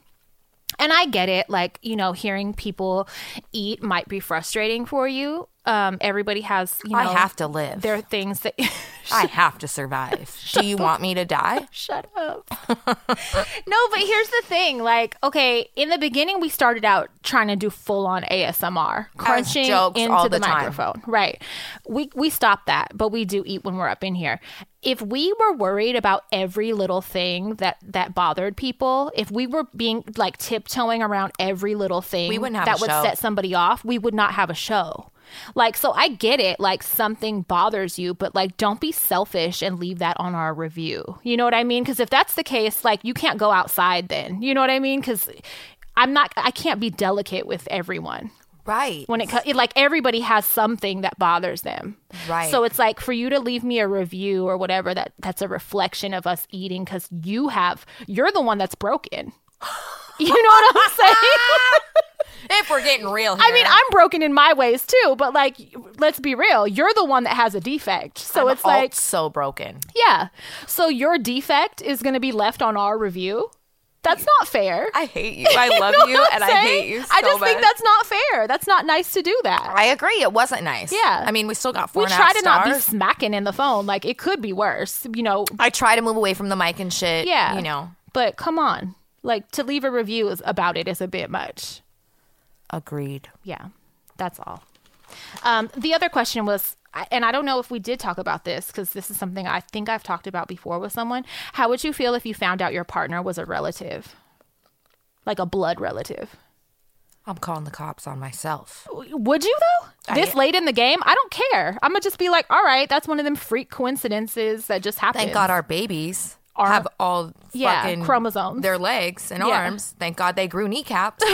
[SPEAKER 1] And I get it. Like, you know, hearing people eat might be frustrating for you. Um, everybody has, you know,
[SPEAKER 2] I have to live.
[SPEAKER 1] There are things that. <laughs>
[SPEAKER 2] I have to survive. Do you want me to die?
[SPEAKER 1] Shut up. <laughs> no, but here's the thing. Like, okay, in the beginning, we started out trying to do full on ASMR, crunching
[SPEAKER 2] jokes
[SPEAKER 1] into
[SPEAKER 2] all
[SPEAKER 1] the,
[SPEAKER 2] the time.
[SPEAKER 1] microphone. Right. We we stopped that, but we do eat when we're up in here. If we were worried about every little thing that that bothered people, if we were being like tiptoeing around every little thing
[SPEAKER 2] We wouldn't have
[SPEAKER 1] that
[SPEAKER 2] a
[SPEAKER 1] would
[SPEAKER 2] show.
[SPEAKER 1] set somebody off, we would not have a show. Like, so I get it. Like, something bothers you, but like, don't be selfish and leave that on our review. You know what I mean? Because if that's the case, like, you can't go outside then. You know what I mean? Because I'm not, I can't be delicate with everyone
[SPEAKER 2] Right.
[SPEAKER 1] when it co- it like everybody has something that bothers them
[SPEAKER 2] Right.
[SPEAKER 1] so it's like for you to leave me a review or whatever that that's a reflection of us eating because you have you're the one that's broken <laughs> you know what
[SPEAKER 2] <laughs>
[SPEAKER 1] i'm saying
[SPEAKER 2] if we're getting real here.
[SPEAKER 1] i mean i'm broken in my ways too but like let's be real you're the one that has a defect so it's
[SPEAKER 2] alt
[SPEAKER 1] like
[SPEAKER 2] so broken.
[SPEAKER 1] yeah so your defect is going to be left on our review that's not fair
[SPEAKER 2] I hate you.
[SPEAKER 1] <laughs>
[SPEAKER 2] I love
[SPEAKER 1] know
[SPEAKER 2] you,
[SPEAKER 1] what
[SPEAKER 2] and
[SPEAKER 1] I'm
[SPEAKER 2] I
[SPEAKER 1] saying?
[SPEAKER 2] hate you so
[SPEAKER 1] i just
[SPEAKER 2] much.
[SPEAKER 1] think that's not fair that's not nice to do that
[SPEAKER 2] I agree. It wasn't nice.
[SPEAKER 1] Yeah.
[SPEAKER 2] I mean, we still got four
[SPEAKER 1] we
[SPEAKER 2] and a
[SPEAKER 1] try
[SPEAKER 2] half
[SPEAKER 1] to not be
[SPEAKER 2] stars.
[SPEAKER 1] smacking in the phone. Like it could be worse, you know.
[SPEAKER 2] I try to move away from the mic and shit.
[SPEAKER 1] Yeah,
[SPEAKER 2] You know.
[SPEAKER 1] But come on, like to leave a review is, about it is a bit much.
[SPEAKER 2] Agreed.
[SPEAKER 1] Yeah, that's all. Um, the other question was, I- and I don't know if we did talk about this because this is something I think I've talked about before with someone. How would you feel if you found out your partner was a relative, like a blood relative?
[SPEAKER 2] I'm calling the cops on myself.
[SPEAKER 1] Would you though? This late in the game, I don't care. I'm gonna just be like, all right, that's one of them freak coincidences that just happened.
[SPEAKER 2] Thank God our babies
[SPEAKER 1] are
[SPEAKER 2] have all
[SPEAKER 1] Yeah,
[SPEAKER 2] fucking
[SPEAKER 1] chromosomes.
[SPEAKER 2] their legs and
[SPEAKER 1] Yeah.
[SPEAKER 2] arms. Thank God they grew kneecaps.
[SPEAKER 1] <laughs>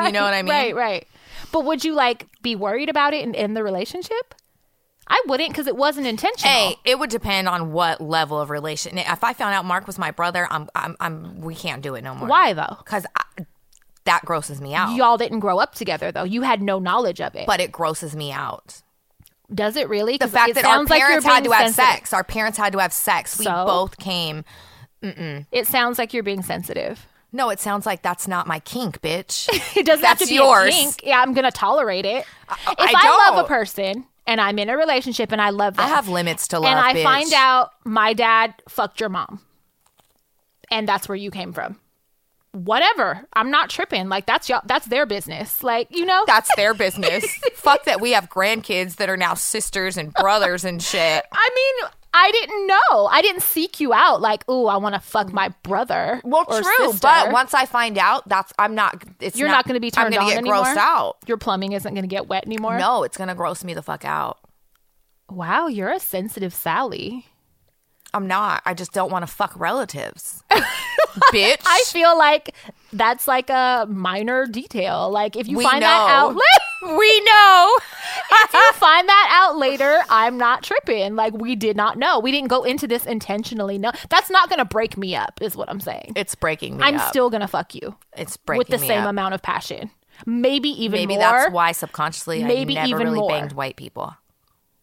[SPEAKER 2] You know what I mean?
[SPEAKER 1] Right, right. But would you like be worried about it and end the relationship? I wouldn't because it wasn't
[SPEAKER 2] <laughs>
[SPEAKER 1] intentional.
[SPEAKER 2] Hey, it would depend on what level of relation. If I found out Mark was my brother, I'm, I'm, I'm we can't do it no more.
[SPEAKER 1] Why though?
[SPEAKER 2] Because that grosses me out.
[SPEAKER 1] Y'all didn't grow up together though. You had no knowledge of it.
[SPEAKER 2] But it grosses me out.
[SPEAKER 1] Does it really?
[SPEAKER 2] The fact
[SPEAKER 1] it
[SPEAKER 2] that our
[SPEAKER 1] sounds like you're
[SPEAKER 2] parents had to
[SPEAKER 1] being
[SPEAKER 2] have
[SPEAKER 1] sensitive.
[SPEAKER 2] sex. Our parents had to have sex. We
[SPEAKER 1] So?
[SPEAKER 2] both came.
[SPEAKER 1] It sounds like you're being sensitive.
[SPEAKER 2] <laughs> No, it sounds like that's not my kink, bitch.
[SPEAKER 1] <laughs> It doesn't
[SPEAKER 2] that's
[SPEAKER 1] have to be
[SPEAKER 2] yours.
[SPEAKER 1] a kink. Yeah, I'm gonna tolerate it. if
[SPEAKER 2] I
[SPEAKER 1] I, love
[SPEAKER 2] don't.
[SPEAKER 1] a person and I'm in a relationship and I love them,
[SPEAKER 2] I have limits to love.
[SPEAKER 1] and I
[SPEAKER 2] bitch.
[SPEAKER 1] find out my dad fucked your mom, and that's where you came from. Whatever, I'm not tripping. Like that's y'all, that's their business. Like you know,
[SPEAKER 2] that's their <laughs> business. Fuck that we have grandkids that are now sisters and brothers and shit.
[SPEAKER 1] I mean, I didn't know. I didn't seek you out. Like, ooh, I want to fuck my brother.
[SPEAKER 2] Well,
[SPEAKER 1] or
[SPEAKER 2] true,
[SPEAKER 1] sister.
[SPEAKER 2] but once I find out, that's I'm not. It's
[SPEAKER 1] you're not, going to be turned
[SPEAKER 2] I'm
[SPEAKER 1] on
[SPEAKER 2] gonna get
[SPEAKER 1] anymore.
[SPEAKER 2] grossed out.
[SPEAKER 1] Your plumbing isn't going to get wet anymore.
[SPEAKER 2] No, it's gonna gross me the fuck out.
[SPEAKER 1] Wow, you're a sensitive Sally.
[SPEAKER 2] I'm not. I just don't want to fuck
[SPEAKER 1] <laughs>
[SPEAKER 2] relatives, bitch.
[SPEAKER 1] I feel like that's like a minor detail. Like if you
[SPEAKER 2] We
[SPEAKER 1] find that
[SPEAKER 2] know.
[SPEAKER 1] out,
[SPEAKER 2] <laughs>
[SPEAKER 1] if
[SPEAKER 2] we
[SPEAKER 1] <laughs>
[SPEAKER 2] know.
[SPEAKER 1] you find that out later, I'm not tripping. Like we did not know. We didn't go into this intentionally. No, that's not gonna break me up. Is what I'm saying.
[SPEAKER 2] It's breaking me.
[SPEAKER 1] I'm
[SPEAKER 2] up.
[SPEAKER 1] still gonna fuck you
[SPEAKER 2] It's breaking
[SPEAKER 1] with the
[SPEAKER 2] me
[SPEAKER 1] same
[SPEAKER 2] up.
[SPEAKER 1] amount of passion. Maybe even
[SPEAKER 2] Maybe
[SPEAKER 1] more.
[SPEAKER 2] that's why subconsciously
[SPEAKER 1] Maybe
[SPEAKER 2] I never
[SPEAKER 1] even
[SPEAKER 2] really
[SPEAKER 1] more.
[SPEAKER 2] banged white people.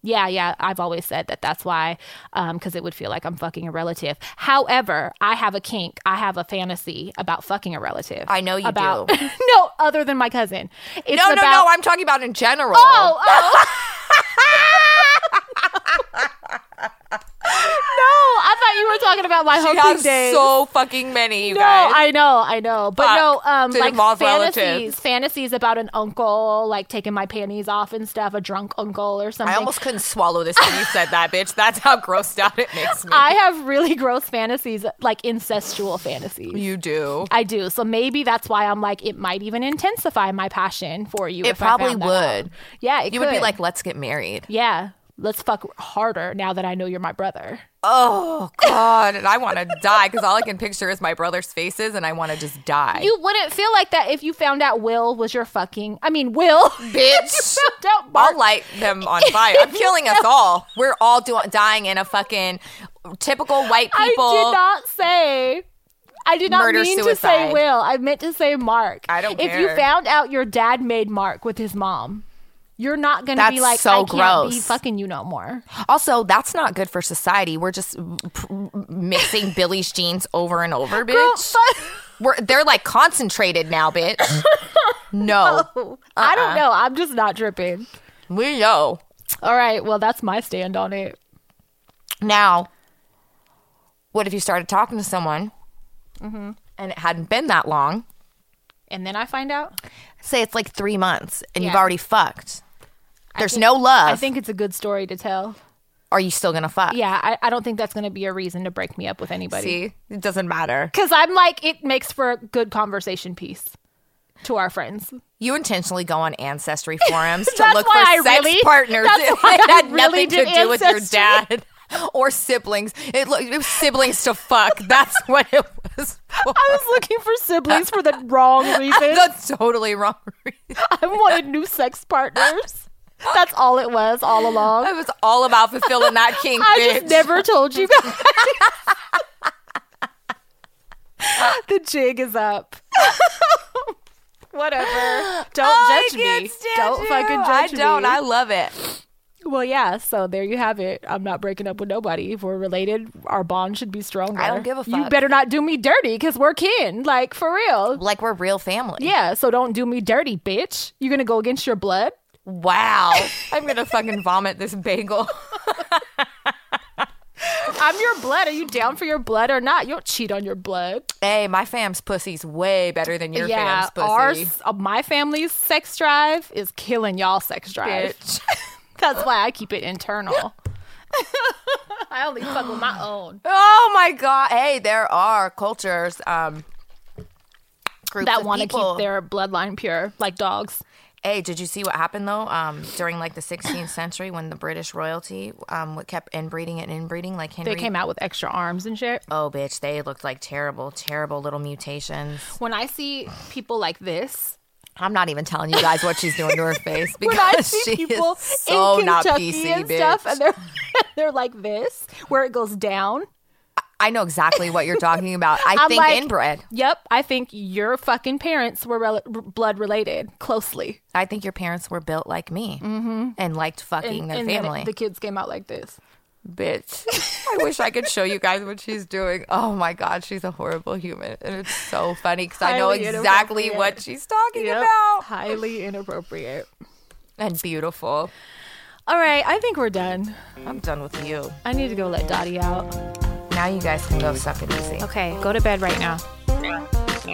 [SPEAKER 1] Yeah, yeah. I've always said that that's why, because it would feel like I'm fucking a relative. However, I have a kink. I have a fantasy about fucking a relative.
[SPEAKER 2] I know you
[SPEAKER 1] about, <laughs>
[SPEAKER 2] do.
[SPEAKER 1] no, other than my cousin. It's
[SPEAKER 2] No,
[SPEAKER 1] about,
[SPEAKER 2] no, no. I'm talking about in general.
[SPEAKER 1] <laughs> Oh, oh. no, I thought you were talking about my
[SPEAKER 2] she
[SPEAKER 1] hunting
[SPEAKER 2] has
[SPEAKER 1] days.
[SPEAKER 2] so fucking many. You
[SPEAKER 1] no,
[SPEAKER 2] guys.
[SPEAKER 1] I know, I know, but
[SPEAKER 2] Fuck.
[SPEAKER 1] no, um,
[SPEAKER 2] Did
[SPEAKER 1] like
[SPEAKER 2] involve
[SPEAKER 1] fantasies,
[SPEAKER 2] relatives.
[SPEAKER 1] fantasies about an uncle, like taking my panties off and stuff, a drunk uncle or something.
[SPEAKER 2] I almost couldn't swallow this when you said that, bitch. That's how grossed out it makes
[SPEAKER 1] <laughs>
[SPEAKER 2] me.
[SPEAKER 1] I have really gross fantasies, like incestual fantasies.
[SPEAKER 2] you do.
[SPEAKER 1] I do. So maybe that's why I'm like, it might even intensify my passion for you.
[SPEAKER 2] It
[SPEAKER 1] if I found
[SPEAKER 2] probably
[SPEAKER 1] that out.
[SPEAKER 2] would.
[SPEAKER 1] Yeah, it
[SPEAKER 2] You would be
[SPEAKER 1] could.
[SPEAKER 2] like, let's get married.
[SPEAKER 1] yeah, let's fuck harder now that I know you're my brother.
[SPEAKER 2] Oh God, and I want
[SPEAKER 1] <laughs>
[SPEAKER 2] to die because all I can picture is my brother's faces, and I want to just die.
[SPEAKER 1] You wouldn't feel like that if you found out Will was your fucking. I mean, <laughs>
[SPEAKER 2] <laughs>
[SPEAKER 1] Will.
[SPEAKER 2] bitch!
[SPEAKER 1] found out Mark.
[SPEAKER 2] I'll light them
[SPEAKER 1] <laughs>
[SPEAKER 2] on fire. I'm killing us all. We're all do- dying in a fucking typical white
[SPEAKER 1] I
[SPEAKER 2] people.
[SPEAKER 1] did not say. I did not
[SPEAKER 2] Murder,
[SPEAKER 1] mean to
[SPEAKER 2] suicide.
[SPEAKER 1] say Will. I meant to say Mark.
[SPEAKER 2] I don't
[SPEAKER 1] If you
[SPEAKER 2] care.
[SPEAKER 1] found out your dad made Mark with his mom, you're not going to
[SPEAKER 2] That's
[SPEAKER 1] be like,
[SPEAKER 2] so
[SPEAKER 1] I can't be
[SPEAKER 2] gross.
[SPEAKER 1] fucking you no more.
[SPEAKER 2] Also, that's not good for society. We're just pr- mixing Billy's jeans over and over, <laughs> bitch. We're, they're like concentrated now, bitch. No,
[SPEAKER 1] <laughs> I
[SPEAKER 2] Uh-uh.
[SPEAKER 1] don't know. I'm just not dripping.
[SPEAKER 2] we know
[SPEAKER 1] All right. Well, that's my stand on it.
[SPEAKER 2] now. What if you started talking to someone
[SPEAKER 1] Mm-hmm.
[SPEAKER 2] and it hadn't been that long?
[SPEAKER 1] And then I find out.
[SPEAKER 2] Say it's like three months and you've
[SPEAKER 1] Yeah.
[SPEAKER 2] already fucked. There's no love.
[SPEAKER 1] I think it's a good story to tell.
[SPEAKER 2] Are you still gonna fuck?
[SPEAKER 1] Yeah, I, I don't think that's going to be a reason to break me up with anybody.
[SPEAKER 2] See, it doesn't matter.
[SPEAKER 1] Because I'm like, it makes for a good conversation piece to our friends.
[SPEAKER 2] You intentionally go on
[SPEAKER 1] <laughs>
[SPEAKER 2] ancestry forums to
[SPEAKER 1] That's
[SPEAKER 2] look for
[SPEAKER 1] why I
[SPEAKER 2] sex
[SPEAKER 1] really-
[SPEAKER 2] partners <laughs>
[SPEAKER 1] that's
[SPEAKER 2] that
[SPEAKER 1] why I
[SPEAKER 2] had
[SPEAKER 1] really
[SPEAKER 2] nothing
[SPEAKER 1] did
[SPEAKER 2] to do with your
[SPEAKER 1] Ancestry.
[SPEAKER 2] dad <laughs> or siblings. It, look, it was siblings to fuck. That's what it was. for.
[SPEAKER 1] I was looking for siblings for the <laughs> wrong reason.
[SPEAKER 2] That's totally wrong. reason.
[SPEAKER 1] I wanted new sex partners. That's all it was all along.
[SPEAKER 2] I was all about fulfilling that kink,
[SPEAKER 1] <laughs> I
[SPEAKER 2] bitch.
[SPEAKER 1] just never told you guys. <laughs> the jig is up. <laughs> Whatever. Don't
[SPEAKER 2] Oh, I
[SPEAKER 1] judge
[SPEAKER 2] can't
[SPEAKER 1] me.
[SPEAKER 2] stand
[SPEAKER 1] Don't
[SPEAKER 2] you.
[SPEAKER 1] fucking judge
[SPEAKER 2] I don't.
[SPEAKER 1] me.
[SPEAKER 2] I love it.
[SPEAKER 1] Well, yeah. So there you have it. I'm not breaking up with nobody. If we're related, our bond should be stronger.
[SPEAKER 2] I don't give a
[SPEAKER 1] You
[SPEAKER 2] fuck.
[SPEAKER 1] better not do me dirty because we're kin. Like for real.
[SPEAKER 2] Like we're real family.
[SPEAKER 1] Yeah. So don't do me dirty, bitch. You gonna go against your blood? <laughs>
[SPEAKER 2] Wow. I'm gonna fucking vomit this bagel.
[SPEAKER 1] I'm your blood. Are you down for your blood or not? You'll cheat on your blood.
[SPEAKER 2] Hey, my fam's pussy's way better than your
[SPEAKER 1] yeah.
[SPEAKER 2] fam's pussy.
[SPEAKER 1] Ours, uh, my family's sex drive is killing y'all sex drive.
[SPEAKER 2] <laughs> bitch.
[SPEAKER 1] That's why I keep it internal. I only fuck with my own.
[SPEAKER 2] <laughs> Oh my god! Hey, there are cultures um, groups
[SPEAKER 1] That
[SPEAKER 2] of
[SPEAKER 1] want to
[SPEAKER 2] people,
[SPEAKER 1] keep their bloodline pure, like dogs.
[SPEAKER 2] Hey, did you see what happened though? Um, during like the 16th century, when the British royalty um what kept inbreeding and inbreeding, like Henry.
[SPEAKER 1] They came out with extra arms and shit.
[SPEAKER 2] oh, bitch, they looked like terrible, terrible little mutations.
[SPEAKER 1] When I see people like this,
[SPEAKER 2] I'm not even telling you guys what she's doing to her
[SPEAKER 1] <laughs>
[SPEAKER 2] face because
[SPEAKER 1] when I see
[SPEAKER 2] she
[SPEAKER 1] people
[SPEAKER 2] is so
[SPEAKER 1] in
[SPEAKER 2] not
[SPEAKER 1] Kentucky
[SPEAKER 2] PC,
[SPEAKER 1] and
[SPEAKER 2] bitch.
[SPEAKER 1] stuff, and they're <laughs> they're like this, where it goes down.
[SPEAKER 2] I know exactly what you're talking about. I
[SPEAKER 1] <laughs> I'm
[SPEAKER 2] think
[SPEAKER 1] like-
[SPEAKER 2] inbred.
[SPEAKER 1] Yep, I think your fucking parents were rel- r- blood related closely,
[SPEAKER 2] I think your parents were built like me and liked fucking their
[SPEAKER 1] Mm-hmm. and then
[SPEAKER 2] family.
[SPEAKER 1] the kids came out like this. <laughs>
[SPEAKER 2] bitch. <laughs> I wish I could show you guys what she's doing. Oh my god, she's a horrible human, and it's so funny because I know
[SPEAKER 1] Highly
[SPEAKER 2] exactly
[SPEAKER 1] inappropriate.
[SPEAKER 2] what she's talking
[SPEAKER 1] Yep,
[SPEAKER 2] about.
[SPEAKER 1] highly inappropriate.
[SPEAKER 2] And beautiful.
[SPEAKER 1] All right, I think we're done.
[SPEAKER 2] I'm done with you.
[SPEAKER 1] I need to go let Dottie out.
[SPEAKER 2] Now you guys can go suck it easy.
[SPEAKER 1] Okay, go to bed right now.